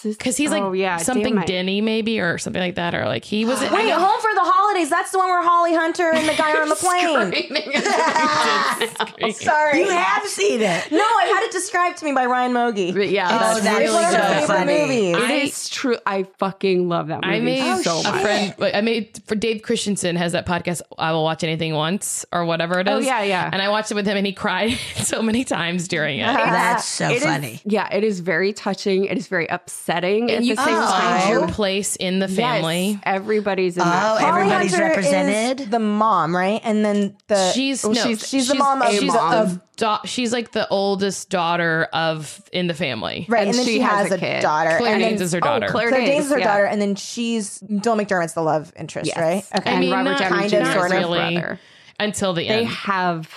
Speaker 4: Because he's like
Speaker 2: Oh, yeah,
Speaker 4: something
Speaker 2: damn it.
Speaker 4: Denny maybe or something like that, or like he was. I
Speaker 1: Wait,
Speaker 4: know-
Speaker 1: Home for the Holidays. That's the one where Holly Hunter and the guy are on the plane. Sorry.
Speaker 3: You have seen it.
Speaker 1: No, I had it described to me by Ryan Mogi.
Speaker 2: But yeah,
Speaker 3: Oh,
Speaker 2: that's
Speaker 3: that's
Speaker 1: It's
Speaker 2: really
Speaker 1: one of
Speaker 3: so
Speaker 1: my favorite
Speaker 3: funny.
Speaker 1: movies.
Speaker 2: It
Speaker 4: I-
Speaker 2: is true. I fucking love that movie
Speaker 4: I made
Speaker 2: so
Speaker 4: a
Speaker 2: much.
Speaker 4: friend. like, I made for Dave Christensen has that podcast. I will watch anything once or whatever it is.
Speaker 2: Oh, yeah, yeah.
Speaker 4: And I watched it with him, and he cried so many times during it.
Speaker 3: That's so
Speaker 2: It is-
Speaker 3: funny.
Speaker 2: yeah, it is very touching. It is very upsetting at
Speaker 4: you
Speaker 2: the same
Speaker 4: can find
Speaker 2: time.
Speaker 4: your place in the family.
Speaker 2: Yes, everybody's in
Speaker 3: Oh,
Speaker 2: that.
Speaker 3: every-
Speaker 1: Holly
Speaker 3: Everybody's
Speaker 1: Hunter Is
Speaker 3: represented.
Speaker 1: the mom, right? And then the
Speaker 4: She's
Speaker 2: Uh, Well,
Speaker 4: no,
Speaker 2: she's-
Speaker 1: she's the mom of-
Speaker 4: she's,
Speaker 1: a mom.
Speaker 4: of da- she's like the oldest daughter of in the family.
Speaker 1: right,
Speaker 2: and
Speaker 1: and, then
Speaker 2: she
Speaker 1: she,
Speaker 2: has
Speaker 1: has,
Speaker 2: a
Speaker 1: a,
Speaker 2: kid.
Speaker 1: daughter.
Speaker 4: Claire
Speaker 1: and then
Speaker 4: Danes is her daughter.
Speaker 2: Oh, Claire,
Speaker 1: Claire Danes is her
Speaker 2: yeah.
Speaker 1: daughter, and then she's Dylan McDermott's the love interest, right?
Speaker 4: I mean,
Speaker 2: Robert
Speaker 4: not,
Speaker 2: Downey
Speaker 4: not
Speaker 1: Jr. is her
Speaker 4: really
Speaker 2: brother.
Speaker 4: until the
Speaker 2: They
Speaker 4: end
Speaker 2: have.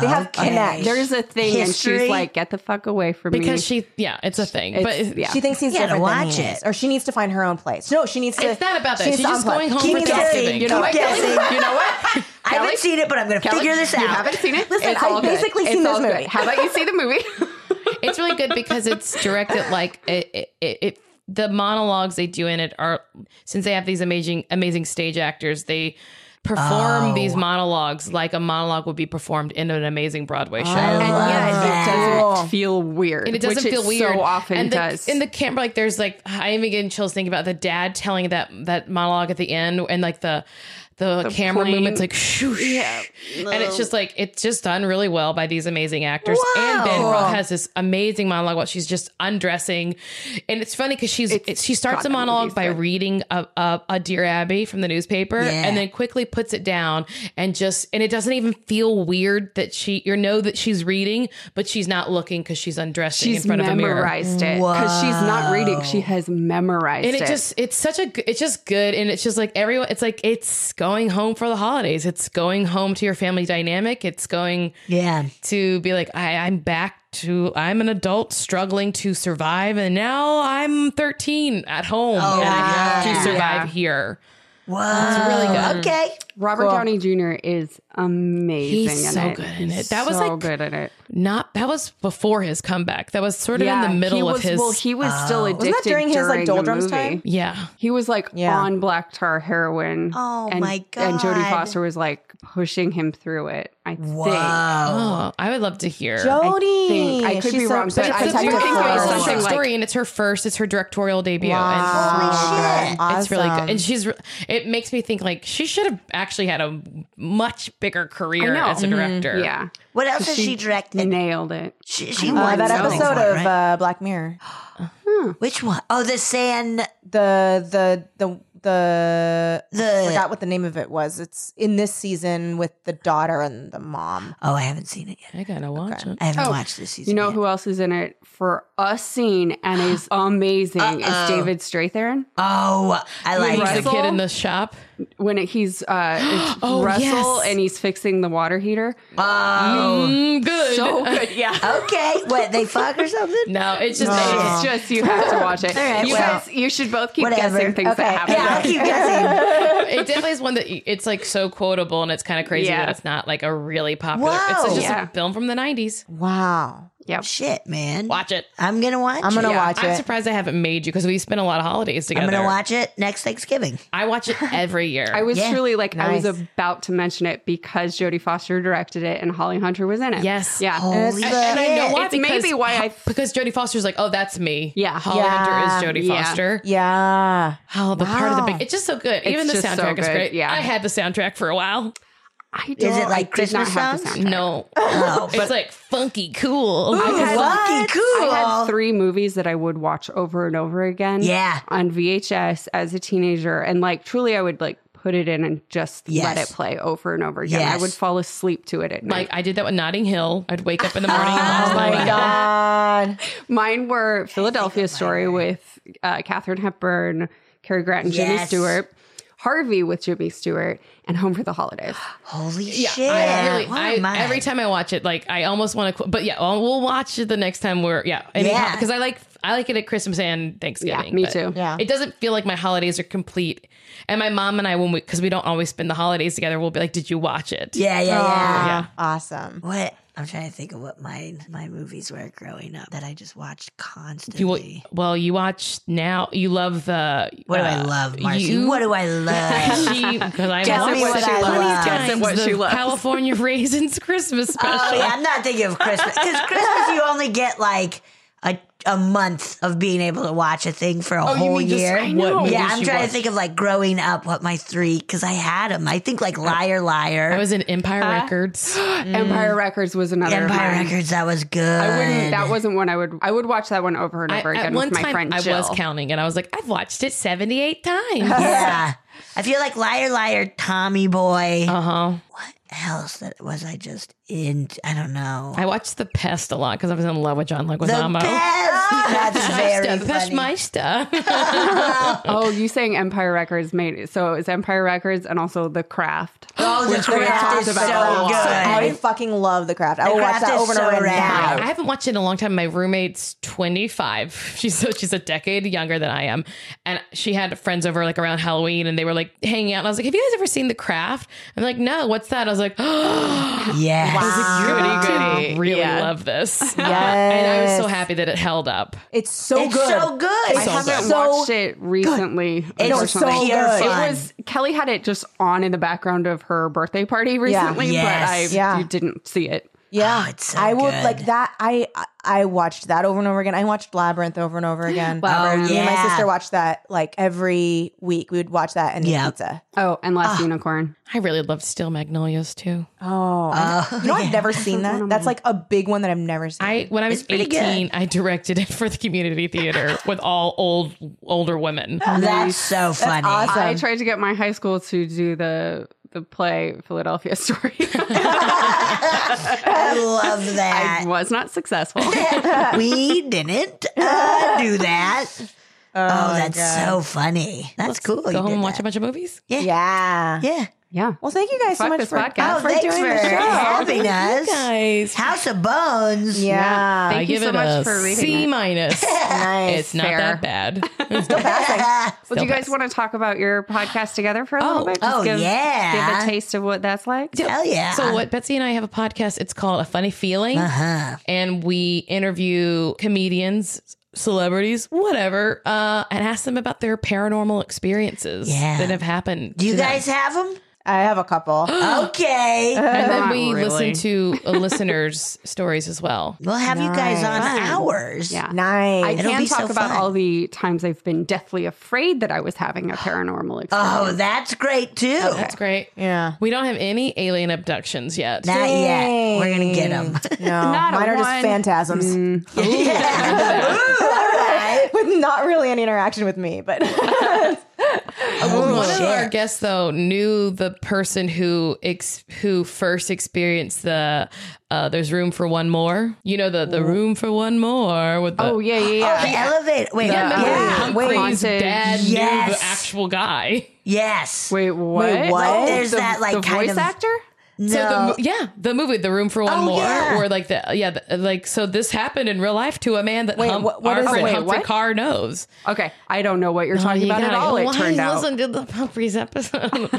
Speaker 1: They have
Speaker 3: Okay.
Speaker 1: connect.
Speaker 2: There's a thing, and
Speaker 3: History.
Speaker 2: she's like, "Get the fuck away from me!"
Speaker 4: because she yeah, it's a thing.
Speaker 2: It's-
Speaker 4: but
Speaker 2: yeah.
Speaker 1: She thinks he's
Speaker 3: You gotta
Speaker 1: different than
Speaker 3: watch
Speaker 1: he
Speaker 3: it.
Speaker 1: is, or she needs to find her own place. No, she needs to.
Speaker 4: It's not about that.
Speaker 1: she needs
Speaker 4: She's
Speaker 1: to
Speaker 4: just
Speaker 1: unplug.
Speaker 4: going home
Speaker 1: Keep
Speaker 4: for
Speaker 1: it
Speaker 4: Thanksgiving.
Speaker 1: guessing.
Speaker 4: You know
Speaker 3: Keep
Speaker 4: what,
Speaker 3: guessing.
Speaker 2: you know what?
Speaker 3: I haven't seen it, but I'm going to
Speaker 2: Kelly,
Speaker 3: figure this
Speaker 2: You
Speaker 3: out.
Speaker 2: haven't seen it.
Speaker 1: Listen,
Speaker 2: It's
Speaker 1: I've
Speaker 2: all good.
Speaker 1: basically
Speaker 2: It's
Speaker 1: seen
Speaker 2: all
Speaker 1: this
Speaker 2: good.
Speaker 1: movie.
Speaker 2: How about you see the movie?
Speaker 4: it's really good because it's directed like it, it, it, it the monologues they do in it are since they have these amazing amazing stage actors they perform these monologues like a monologue would be performed in an amazing broadway show
Speaker 3: I
Speaker 4: and
Speaker 3: love
Speaker 4: yeah,
Speaker 3: that.
Speaker 2: doesn't feel weird.
Speaker 4: and it doesn't
Speaker 2: which
Speaker 4: feel
Speaker 2: Oh. it
Speaker 4: weird
Speaker 2: So often
Speaker 4: and the,
Speaker 2: does.
Speaker 4: in the camera like there's like i'm even getting chills thinking about the dad telling that that monologue at the end and like the the, camera
Speaker 2: plane.
Speaker 4: movements like shoosh and it's just like it's just done really well by these amazing actors and ben
Speaker 3: Wow.
Speaker 4: Roth has this amazing monologue while she's just undressing and it's funny because she's
Speaker 2: It's-
Speaker 4: it, she starts
Speaker 2: God,
Speaker 4: a
Speaker 2: that
Speaker 4: monologue
Speaker 2: movie's
Speaker 4: by
Speaker 2: good.
Speaker 4: reading a, a, a dear abby from the newspaper
Speaker 3: Yeah.
Speaker 4: and then quickly puts it down and just and it doesn't even feel weird that she you know that she's reading but she's not looking because she's undressing
Speaker 2: she's
Speaker 4: in front of a mirror
Speaker 2: memorized it because she's not reading. She has memorized
Speaker 4: and it just it's such a g- it's just good and it's just like everyone it's like it's going home for the holidays it's going home to your family dynamic it's going
Speaker 3: yeah.
Speaker 4: to be like I, i'm back to i'm an adult struggling to survive and now i'm 13 at home and i have to
Speaker 3: yeah.
Speaker 4: survive
Speaker 2: Oh, Yeah.
Speaker 4: here
Speaker 3: Wow.
Speaker 4: it's really good
Speaker 3: Okay.
Speaker 2: Robert Downey Jr. is amazing.
Speaker 4: He's
Speaker 2: in
Speaker 4: so
Speaker 2: it.
Speaker 4: good in
Speaker 2: He's
Speaker 4: it. That was,
Speaker 2: so
Speaker 4: like,
Speaker 2: good in it.
Speaker 4: not that was before his comeback that was sort of in the middle
Speaker 2: he
Speaker 4: of
Speaker 2: was,
Speaker 4: his
Speaker 2: Well, he was still addicted
Speaker 1: during his, like,
Speaker 2: the
Speaker 1: Doldrums
Speaker 2: movie.
Speaker 1: time?
Speaker 4: yeah
Speaker 2: He was like
Speaker 1: Yeah.
Speaker 2: on black tar heroin.
Speaker 3: Oh,
Speaker 2: and,
Speaker 3: my
Speaker 2: And Jodie
Speaker 3: God.
Speaker 2: Foster was like pushing him through it. I
Speaker 3: Wow.
Speaker 4: oh i would love to hear
Speaker 1: Jodie.
Speaker 2: think- I could
Speaker 1: She's
Speaker 2: be
Speaker 1: so
Speaker 2: wrong, but
Speaker 4: But
Speaker 2: I
Speaker 4: it's a
Speaker 2: typed
Speaker 4: true
Speaker 2: it
Speaker 4: thing
Speaker 2: for her.
Speaker 4: based on
Speaker 2: Like-
Speaker 4: true story, and it's her first. It's her directorial debut,
Speaker 1: Wow.
Speaker 3: shit.
Speaker 4: and it's really good.
Speaker 1: Awesome.
Speaker 4: And she's, re- it makes me think like she should have actually had a much bigger career
Speaker 2: I know.
Speaker 4: as a director.
Speaker 2: think. Yeah.
Speaker 3: What else has she,
Speaker 2: They
Speaker 3: directed?
Speaker 2: nailed it.
Speaker 3: She, she
Speaker 1: Uh,
Speaker 3: won
Speaker 1: that
Speaker 3: something
Speaker 1: episode
Speaker 3: for it,
Speaker 1: of
Speaker 3: right?
Speaker 1: uh, Black Mirror,
Speaker 3: Which one? Oh, the sand.
Speaker 1: the the the the
Speaker 3: The-
Speaker 1: I forgot what the name of it was. It's in this season with the daughter and the mom.
Speaker 3: Oh, I haven't seen it yet.
Speaker 4: I gotta watch it.
Speaker 3: I haven't watched this season.
Speaker 2: You know
Speaker 3: yet.
Speaker 2: who else is in it for a scene and is amazing is David Strathairn.
Speaker 3: Oh, I like
Speaker 4: He's
Speaker 3: him.
Speaker 4: the kid in the shop.
Speaker 2: When it, he's uh, it's
Speaker 4: Oh,
Speaker 2: Russell
Speaker 4: yes.
Speaker 2: and he's fixing the water heater.
Speaker 4: Mm, good.
Speaker 2: Oh. So
Speaker 3: Oh,
Speaker 2: good, yeah.
Speaker 3: Okay. What, they fuck or something?
Speaker 4: no, it's just
Speaker 2: It's just you have to watch it.
Speaker 3: right,
Speaker 2: you
Speaker 3: well,
Speaker 2: guys, you should both keep
Speaker 3: whatever.
Speaker 2: guessing things
Speaker 1: Okay.
Speaker 2: that happen.
Speaker 3: Yeah, I'll keep guessing.
Speaker 4: it, it definitely is one that you- it's like so quotable, and it's kind of crazy
Speaker 2: Yeah.
Speaker 4: that it's not like a really popular.
Speaker 3: Wow.
Speaker 4: It's just
Speaker 2: Yeah.
Speaker 4: a film from the '90s.
Speaker 1: Wow,
Speaker 3: Shit, man.
Speaker 4: Watch it.
Speaker 3: I'm going to watch
Speaker 1: I'm gonna
Speaker 3: it.
Speaker 1: watch
Speaker 4: I'm
Speaker 1: it.
Speaker 4: surprised I haven't made you because we spent a lot of holidays together.
Speaker 3: I'm going to watch it next Thanksgiving.
Speaker 4: I watch it every year.
Speaker 2: I was
Speaker 3: Yeah.
Speaker 2: truly like I was
Speaker 1: Nice.
Speaker 2: about to mention it because Jodie Foster directed it and Holly Hunter was in it.
Speaker 4: Yes.
Speaker 2: Yeah.
Speaker 3: Holy
Speaker 1: It's
Speaker 3: shit.
Speaker 1: the-
Speaker 4: and I know why
Speaker 2: It's
Speaker 4: because
Speaker 2: maybe why I
Speaker 4: because Jodie Foster's like, oh, that's me.
Speaker 2: Yeah.
Speaker 4: Holly
Speaker 1: Yeah.
Speaker 4: Hunter is Jodie
Speaker 2: Yeah.
Speaker 4: Foster.
Speaker 1: yeah.
Speaker 4: Oh, the part of the
Speaker 1: Wow.
Speaker 4: big. It's just so good. Even the
Speaker 2: just so
Speaker 4: soundtrack is
Speaker 2: good,
Speaker 4: great.
Speaker 2: yeah.
Speaker 4: I had the soundtrack for a while.
Speaker 2: I
Speaker 3: Is
Speaker 2: don't-
Speaker 3: it like
Speaker 2: I did not
Speaker 3: Christmas
Speaker 2: have the
Speaker 3: songs?
Speaker 2: soundtrack.
Speaker 4: No,
Speaker 2: Oh,
Speaker 4: it's like funky cool.
Speaker 3: Funky cool.
Speaker 2: I had three movies that I would watch over and over again.
Speaker 3: Yeah.
Speaker 2: On VHS as a teenager. And like truly I would like put it in and just let
Speaker 3: Yes.
Speaker 2: it play over and over again. I
Speaker 3: Yes.
Speaker 2: would fall asleep to it at night.
Speaker 4: like I did that with Notting Hill. I'd wake up in the morning. and
Speaker 1: Oh my god.
Speaker 2: Mine were Philadelphia Story with uh, Catherine Hepburn, Cary Grant and Jimmy
Speaker 3: Yes.
Speaker 2: Stewart, Harvey with Jimmy Stewart, and Home for the Holidays.
Speaker 3: Holy
Speaker 4: Yeah,
Speaker 3: shit. Oh
Speaker 4: I really,
Speaker 3: What
Speaker 4: I,
Speaker 3: am I?
Speaker 4: every time I watch it, like I almost want to quit. But yeah, I'll- we'll watch it the next time we're yeah,
Speaker 3: Yeah.
Speaker 4: because I like I like it at Christmas and Thanksgiving.
Speaker 2: me
Speaker 4: but
Speaker 2: too.
Speaker 1: Yeah.
Speaker 4: it doesn't feel like my holidays are complete. And my mom and I, when we because we don't always spend the holidays together, we'll be like, "Did you watch it?"
Speaker 3: Yeah, yeah, yeah.
Speaker 4: Oh, Yeah.
Speaker 1: Awesome.
Speaker 3: What? I'm trying to think of what my my movies were growing up that I just watched constantly.
Speaker 4: You will, well, you watch now. You love the
Speaker 3: what do
Speaker 4: uh,
Speaker 3: I love, Marcy?
Speaker 4: you-
Speaker 3: what do I love?
Speaker 4: She because I
Speaker 3: Guess
Speaker 4: watched
Speaker 3: what
Speaker 4: it
Speaker 3: she
Speaker 4: plenty
Speaker 3: loves.
Speaker 4: of
Speaker 2: Guess
Speaker 4: times,
Speaker 2: what
Speaker 4: the
Speaker 2: she loves.
Speaker 4: California raisins Christmas special.
Speaker 3: oh yeah, I'm not thinking of Christmas because Christmas you only get like a a month of being able to watch a thing for a whole
Speaker 4: Oh, mean just-
Speaker 3: year.
Speaker 4: I know. What
Speaker 3: yeah,
Speaker 4: movies
Speaker 3: I'm
Speaker 4: you
Speaker 3: trying
Speaker 4: watched.
Speaker 3: to think of like growing up what my three because I had them. I think like Liar Liar,
Speaker 4: I was in Empire Records.
Speaker 2: Empire Records was another of
Speaker 3: Empire
Speaker 2: mine.
Speaker 3: Records. That was good.
Speaker 2: I wouldn't. That wasn't one I would. I would watch that one over and
Speaker 4: I-
Speaker 2: over
Speaker 4: at
Speaker 2: again
Speaker 4: one
Speaker 2: with my
Speaker 4: time,
Speaker 2: friend
Speaker 4: I
Speaker 2: Jill.
Speaker 4: was counting, and I was like, "I've watched it seventy-eight times."
Speaker 3: yeah. I feel like Liar Liar, Tommy Boy.
Speaker 4: Uh huh.
Speaker 3: what else that was I just in? I don't know.
Speaker 4: I watched The Pest a lot because I was in love with John
Speaker 3: the
Speaker 4: Leguizamo.
Speaker 3: best. That's very
Speaker 4: The Pest
Speaker 3: funny.
Speaker 4: Meister.
Speaker 2: oh, you saying Empire Records made it. So it was Empire Records and also The Craft.
Speaker 3: oh, the
Speaker 2: talked
Speaker 3: craft is so
Speaker 2: about that a lot.
Speaker 1: I
Speaker 3: good.
Speaker 1: fucking love the craft. I
Speaker 3: The
Speaker 1: will watch
Speaker 3: Craft
Speaker 1: that
Speaker 3: is
Speaker 1: over and
Speaker 3: so
Speaker 1: over and
Speaker 3: rad.
Speaker 1: now.
Speaker 4: I haven't watched it in a long time. My roommate's 25. She's so she's a decade younger than I am. And she had friends over like around Halloween and they were like hanging out. And I was like, Have you guys ever seen The Craft? And they're like, No, what's that? I was like, Oh,
Speaker 3: Yes.
Speaker 4: goody goody. Really
Speaker 2: Yeah.
Speaker 4: love this.
Speaker 1: Yes.
Speaker 4: And I was so happy that it held up.
Speaker 1: It's so
Speaker 3: It's
Speaker 1: good.
Speaker 3: so good.
Speaker 1: I
Speaker 3: I
Speaker 2: I
Speaker 1: haven't
Speaker 2: haven't
Speaker 1: so
Speaker 2: watched it recently.
Speaker 3: It's
Speaker 2: unfortunately.
Speaker 3: so pure
Speaker 1: good.
Speaker 2: It
Speaker 3: fun.
Speaker 2: was Kelly had it just on in the background of her birthday party recently,
Speaker 3: Yes.
Speaker 2: but I
Speaker 1: Yeah.
Speaker 2: you didn't see it.
Speaker 1: Yeah,
Speaker 3: Oh, it's so
Speaker 1: I would
Speaker 3: good.
Speaker 1: like that. I I watched that over and over again. I watched Labyrinth over and over again.
Speaker 3: Labyrinth.
Speaker 1: Me and my
Speaker 3: yeah.
Speaker 1: sister watched that like every week. We would watch that and eat
Speaker 3: Yeah.
Speaker 1: pizza.
Speaker 2: Oh, and
Speaker 3: Ah.
Speaker 2: Last Unicorn.
Speaker 4: I really loved Steel Magnolias too.
Speaker 1: Oh,
Speaker 3: Oh,
Speaker 1: you know I've
Speaker 3: yeah.
Speaker 1: never seen that. That's like a big one that I've never seen.
Speaker 4: I when I was
Speaker 3: It's pretty good.
Speaker 4: 18, I directed it for the community theater with all old older women.
Speaker 3: That's so funny.
Speaker 1: awesome.
Speaker 2: I tried to get my high school to do the the play Philadelphia Story.
Speaker 3: I love
Speaker 2: I
Speaker 3: that.
Speaker 2: was not successful.
Speaker 3: we didn't uh, do that. Oh, that's
Speaker 1: God.
Speaker 3: so funny. That's cool.
Speaker 4: Go home and watch a bunch of movies.
Speaker 1: yeah.
Speaker 3: Yeah.
Speaker 2: yeah.
Speaker 1: Well, thank you guys so
Speaker 2: Fuck
Speaker 1: much
Speaker 2: this
Speaker 1: for,
Speaker 2: podcast.
Speaker 1: for
Speaker 3: Oh, Thanks
Speaker 1: doing
Speaker 3: for
Speaker 1: the show.
Speaker 3: having us.
Speaker 4: Guys,
Speaker 3: House of Bones.
Speaker 1: Yeah,
Speaker 4: I
Speaker 2: Thank you
Speaker 4: give
Speaker 2: so
Speaker 4: it
Speaker 2: much
Speaker 4: a
Speaker 2: for reading.
Speaker 4: C
Speaker 2: it.
Speaker 4: minus.
Speaker 1: nice.
Speaker 4: it's not
Speaker 2: Fair.
Speaker 4: that bad.
Speaker 3: oh,
Speaker 2: Well, do you guys
Speaker 4: best.
Speaker 2: want to talk about your podcast together for a little bit? Just
Speaker 3: oh,
Speaker 2: give,
Speaker 3: yeah.
Speaker 2: Give a taste of what that's like.
Speaker 3: Hell yeah.
Speaker 4: so what Betsy and I have a podcast. It's called A Funny Feeling,
Speaker 3: Uh-huh.
Speaker 4: and we interview comedians, celebrities, whatever, uh, and ask them about their paranormal experiences
Speaker 3: Yeah.
Speaker 4: that have happened.
Speaker 3: Do you
Speaker 4: to them.
Speaker 3: guys have them?
Speaker 1: I have a couple.
Speaker 3: Okay.
Speaker 4: And then
Speaker 2: Not
Speaker 4: we
Speaker 2: really.
Speaker 4: listen to uh, listeners' stories as well.
Speaker 3: We'll have you guys on ours.
Speaker 2: Yeah.
Speaker 1: Nice.
Speaker 2: I
Speaker 3: It'll
Speaker 2: can
Speaker 3: be
Speaker 2: talk
Speaker 3: so
Speaker 2: about
Speaker 3: fun.
Speaker 2: all the times I've been deathly afraid that I was having a paranormal experience.
Speaker 3: Oh, that's great too.
Speaker 4: That's great.
Speaker 1: yeah.
Speaker 4: We don't have any alien abductions yet.
Speaker 3: Not yet. We're gonna get Mm. them.
Speaker 1: No,
Speaker 2: Not a
Speaker 1: mine are just
Speaker 2: one.
Speaker 1: phantasms. with not really any interaction with me, but
Speaker 4: One
Speaker 3: Holy
Speaker 4: of our
Speaker 3: shit.
Speaker 4: guests, though, knew the person who ex- who first experienced the uh, "There's room for one more." You know the the room for one more with the
Speaker 2: Oh, yeah, yeah,
Speaker 3: Oh,
Speaker 2: yeah.
Speaker 3: the elevator. Wait.
Speaker 2: Oh,
Speaker 4: Remember when
Speaker 3: yeah.
Speaker 2: elevator.
Speaker 4: Humphrey's
Speaker 2: Haunted.
Speaker 4: dad knew
Speaker 3: Yes.
Speaker 4: the actual guy.
Speaker 3: Yes.
Speaker 2: Wait, what?
Speaker 1: Wait, what?
Speaker 4: oh,
Speaker 3: Like, there's
Speaker 2: the,
Speaker 3: that like
Speaker 2: the
Speaker 3: kind
Speaker 2: voice
Speaker 3: of
Speaker 2: actor?
Speaker 3: no.
Speaker 4: So the, mo- yeah, the movie "The Room for One
Speaker 3: Oh,
Speaker 4: More,"
Speaker 3: yeah.
Speaker 4: or like the yeah, the, like so this happened in real life to a man that
Speaker 1: Wait,
Speaker 4: Hump-
Speaker 1: what- what is
Speaker 4: our
Speaker 1: it?
Speaker 4: friend
Speaker 1: Wait,
Speaker 4: Humphrey
Speaker 2: what?
Speaker 4: Carr knows.
Speaker 2: Okay, I don't know what you're talking
Speaker 4: You
Speaker 2: about at
Speaker 4: gotta
Speaker 2: all.
Speaker 4: go,
Speaker 2: It
Speaker 4: "Why
Speaker 2: turned out.
Speaker 4: Listen to the Humphreys episode.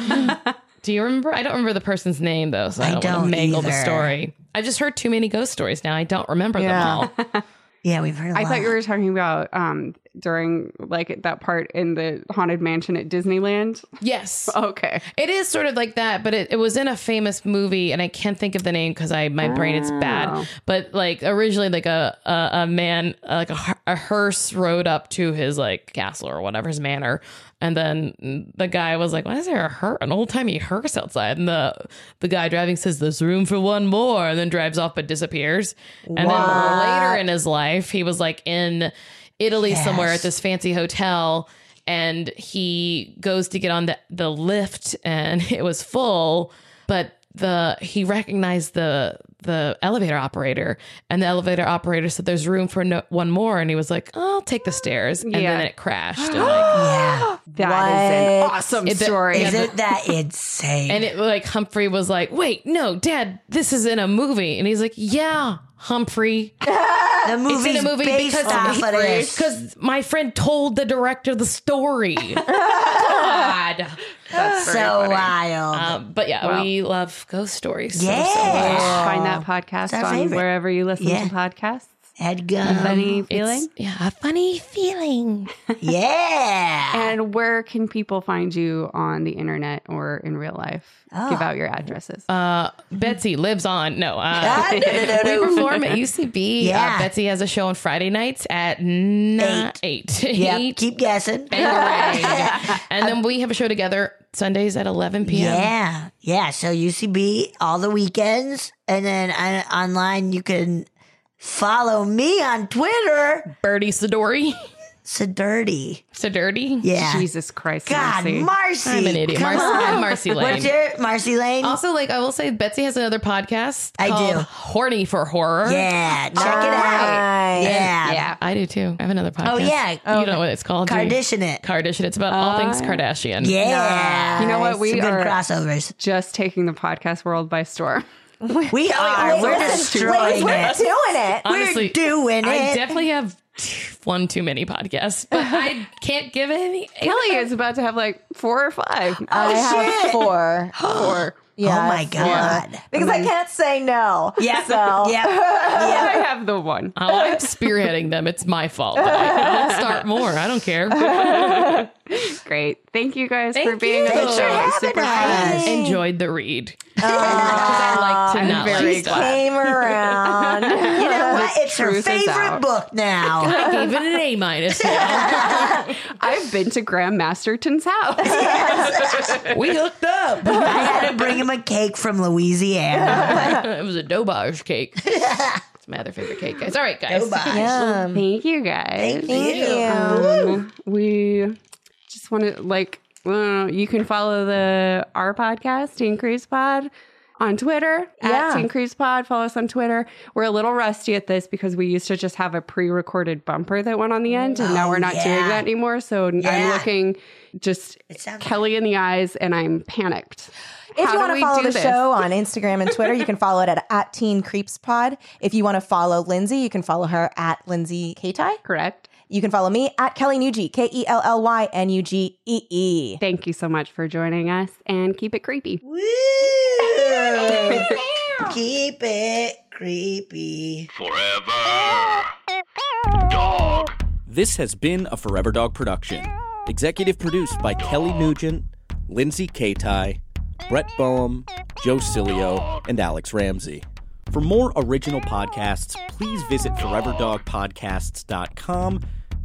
Speaker 4: Do you remember? I don't remember the person's name though, so I
Speaker 3: I
Speaker 4: don't, want
Speaker 3: don't
Speaker 4: to mangle the
Speaker 3: either.
Speaker 4: story. I've just heard too many ghost stories now. I don't remember
Speaker 1: Yeah.
Speaker 4: them all.
Speaker 3: yeah, we've heard. I
Speaker 2: I thought you were talking about um, during like that part in the haunted mansion at Disneyland.
Speaker 4: Yes,
Speaker 2: Okay,
Speaker 4: it is sort of like that, but it, it was in a famous movie, and I can't think of the name because I my brain it's bad. But like originally, like a a, a man uh, like a, har- a hearse rode up to his like castle or whatever his manor, and then the guy was like, "Why is there a hearse, an old timey hearse outside?" And the the guy driving says, "There's room for one more," and then drives off but disappears. And then later in his life, he was like in Italy somewhere at this fancy hotel and he goes to get on the, the lift and it was full but the he recognized the the elevator operator and the elevator operator said there's room for no, one more and he was like "Oh, i'll take the stairs and
Speaker 2: Yeah.
Speaker 4: then it crashed and like
Speaker 2: That is
Speaker 3: Yeah.
Speaker 2: an
Speaker 1: What?
Speaker 2: awesome
Speaker 4: Is it-
Speaker 2: story.
Speaker 4: Yeah,
Speaker 3: Isn't that insane?
Speaker 4: And it like Humphrey was like, "Wait, no, Dad, this is in a movie." And he's like, "Yeah, Humphrey,
Speaker 3: the
Speaker 4: it's
Speaker 3: movie's
Speaker 4: in a movie
Speaker 3: based
Speaker 4: because
Speaker 3: off of this.
Speaker 4: because my friend told the director the story." God.
Speaker 2: That's very
Speaker 3: so
Speaker 2: funny.
Speaker 3: wild.
Speaker 4: Um, but yeah,
Speaker 2: Wow.
Speaker 4: we love ghost stories.
Speaker 3: yeah.
Speaker 2: Find that podcast
Speaker 3: our
Speaker 2: on
Speaker 3: favorite.
Speaker 2: wherever you listen
Speaker 3: Yeah.
Speaker 2: to podcasts.
Speaker 3: Edgum.
Speaker 2: Funny
Speaker 4: It's-
Speaker 2: feeling.
Speaker 4: yeah, a funny feeling.
Speaker 3: yeah.
Speaker 2: And where can people find you on the internet or in real life? Give out your addresses.
Speaker 4: Uh, Betsy lives on. No, uh,
Speaker 3: Ah, no, no, no,
Speaker 4: we
Speaker 3: no.
Speaker 4: perform at UCB.
Speaker 3: Yeah.
Speaker 4: Uh, Betsy has a show on Friday nights at ni-
Speaker 3: Eight.
Speaker 4: eight.
Speaker 3: Yep,
Speaker 4: Eight.
Speaker 3: keep guessing.
Speaker 4: Bang. and then we have a show together Sundays at 11 p.m.
Speaker 3: Yeah. Yeah. So UCB all the weekends. And then on, online, you can follow me on Twitter,
Speaker 4: Birdie Sidori.
Speaker 3: Sidurty.
Speaker 4: Sidurty.
Speaker 3: Yeah.
Speaker 2: Jesus Christ,
Speaker 3: God,
Speaker 2: Marcy.
Speaker 3: Marcy.
Speaker 4: I'm an idiot.
Speaker 3: Come
Speaker 4: Marcy, I'm
Speaker 3: on.
Speaker 4: Marcy
Speaker 3: What's
Speaker 4: Lane.
Speaker 3: your Marcy Lane?
Speaker 4: Also, like, I will say, Betsy has another podcast
Speaker 3: I
Speaker 4: called
Speaker 3: do.
Speaker 4: Horny for Horror.
Speaker 3: yeah. Check it out.
Speaker 1: Nice.
Speaker 3: Yeah.
Speaker 2: Yeah.
Speaker 4: I do too. I have another podcast.
Speaker 3: Oh, yeah.
Speaker 4: You don't know what it's called. do you?
Speaker 3: Cardition it.
Speaker 4: Kardashian. It's about all things Kardashian.
Speaker 3: Uh, Yeah.
Speaker 2: You know what? We
Speaker 3: Some good
Speaker 2: are-
Speaker 3: crossovers.
Speaker 2: Just taking the podcast world by storm.
Speaker 3: We are. We're destroying
Speaker 1: We're
Speaker 3: it.
Speaker 1: doing it.
Speaker 4: Honestly,
Speaker 3: We're doing
Speaker 4: I
Speaker 3: it.
Speaker 4: definitely have one too many podcasts, but I can't give any.
Speaker 2: Kelly is about to have like four or five. Uh,
Speaker 1: I
Speaker 3: shit.
Speaker 1: have four.
Speaker 2: four.
Speaker 1: Yeah,
Speaker 3: oh my
Speaker 1: four.
Speaker 3: god. Mm-hmm.
Speaker 1: Because I can't say no.
Speaker 3: Yeah.
Speaker 1: So
Speaker 3: Yeah.
Speaker 2: I
Speaker 3: Yeah.
Speaker 2: have the one.
Speaker 4: Oh, I'm spearheading them. It's my fault. I'll start more. I don't care.
Speaker 2: Great. Thank you guys
Speaker 4: Thank
Speaker 2: for being
Speaker 4: you.
Speaker 2: on the
Speaker 4: Thanks for
Speaker 2: show. It was
Speaker 3: having
Speaker 2: super
Speaker 3: us.
Speaker 2: fun.
Speaker 4: I enjoyed the read.
Speaker 3: Uh,
Speaker 4: 'Cause I like
Speaker 2: I'm
Speaker 4: to not
Speaker 2: very
Speaker 4: like stuff.
Speaker 2: glad.
Speaker 1: came around.
Speaker 3: You know what? It's her
Speaker 2: truth is
Speaker 3: favorite
Speaker 2: out.
Speaker 3: book now.
Speaker 4: I gave it an A minus. now.
Speaker 2: I've been to Graham Masterton's house.
Speaker 4: We hooked up.
Speaker 3: I had to bring him a cake from Louisiana.
Speaker 4: it was a dobage cake. It's my other favorite cake, guys. All right, guys.
Speaker 3: Goodbye.
Speaker 1: Yum.
Speaker 2: Thank you guys.
Speaker 3: Thank
Speaker 1: Thank you.
Speaker 2: Um, we just want to like uh, you can follow the our podcast Teen Cruise Pod on Twitter
Speaker 1: Yeah.
Speaker 2: at Teen Cruise Pod. Follow us on Twitter. We're a little rusty at this because we used to just have a pre-recorded bumper that went on the end, and now we're not
Speaker 3: yeah.
Speaker 2: doing that anymore. So I'm
Speaker 3: Yeah.
Speaker 2: looking just
Speaker 3: sounds-
Speaker 2: Kelly in the eyes, and I'm panicked.
Speaker 1: If you
Speaker 2: How do
Speaker 1: want to
Speaker 2: we
Speaker 1: follow
Speaker 2: do
Speaker 1: the
Speaker 2: this?
Speaker 1: show on Instagram and Twitter, you can follow it at, at Teen Creeps Pod. If you want to follow Lindsay, you can follow her at Lindsay Katai.
Speaker 2: correct.
Speaker 1: You can follow me at Kelly Nugie, K E L L Y N U G E E.
Speaker 2: Thank you so much for joining us, and keep it creepy.
Speaker 3: Woo. Keep it creepy.
Speaker 5: Forever. Dog.
Speaker 6: This has been a Forever Dog production. Executive produced by Kelly Nugent, Lindsay Katai, Brett Boehm, Joe Cilio, and Alex Ramsey. For more original podcasts, please visit foreverdogpodcasts.com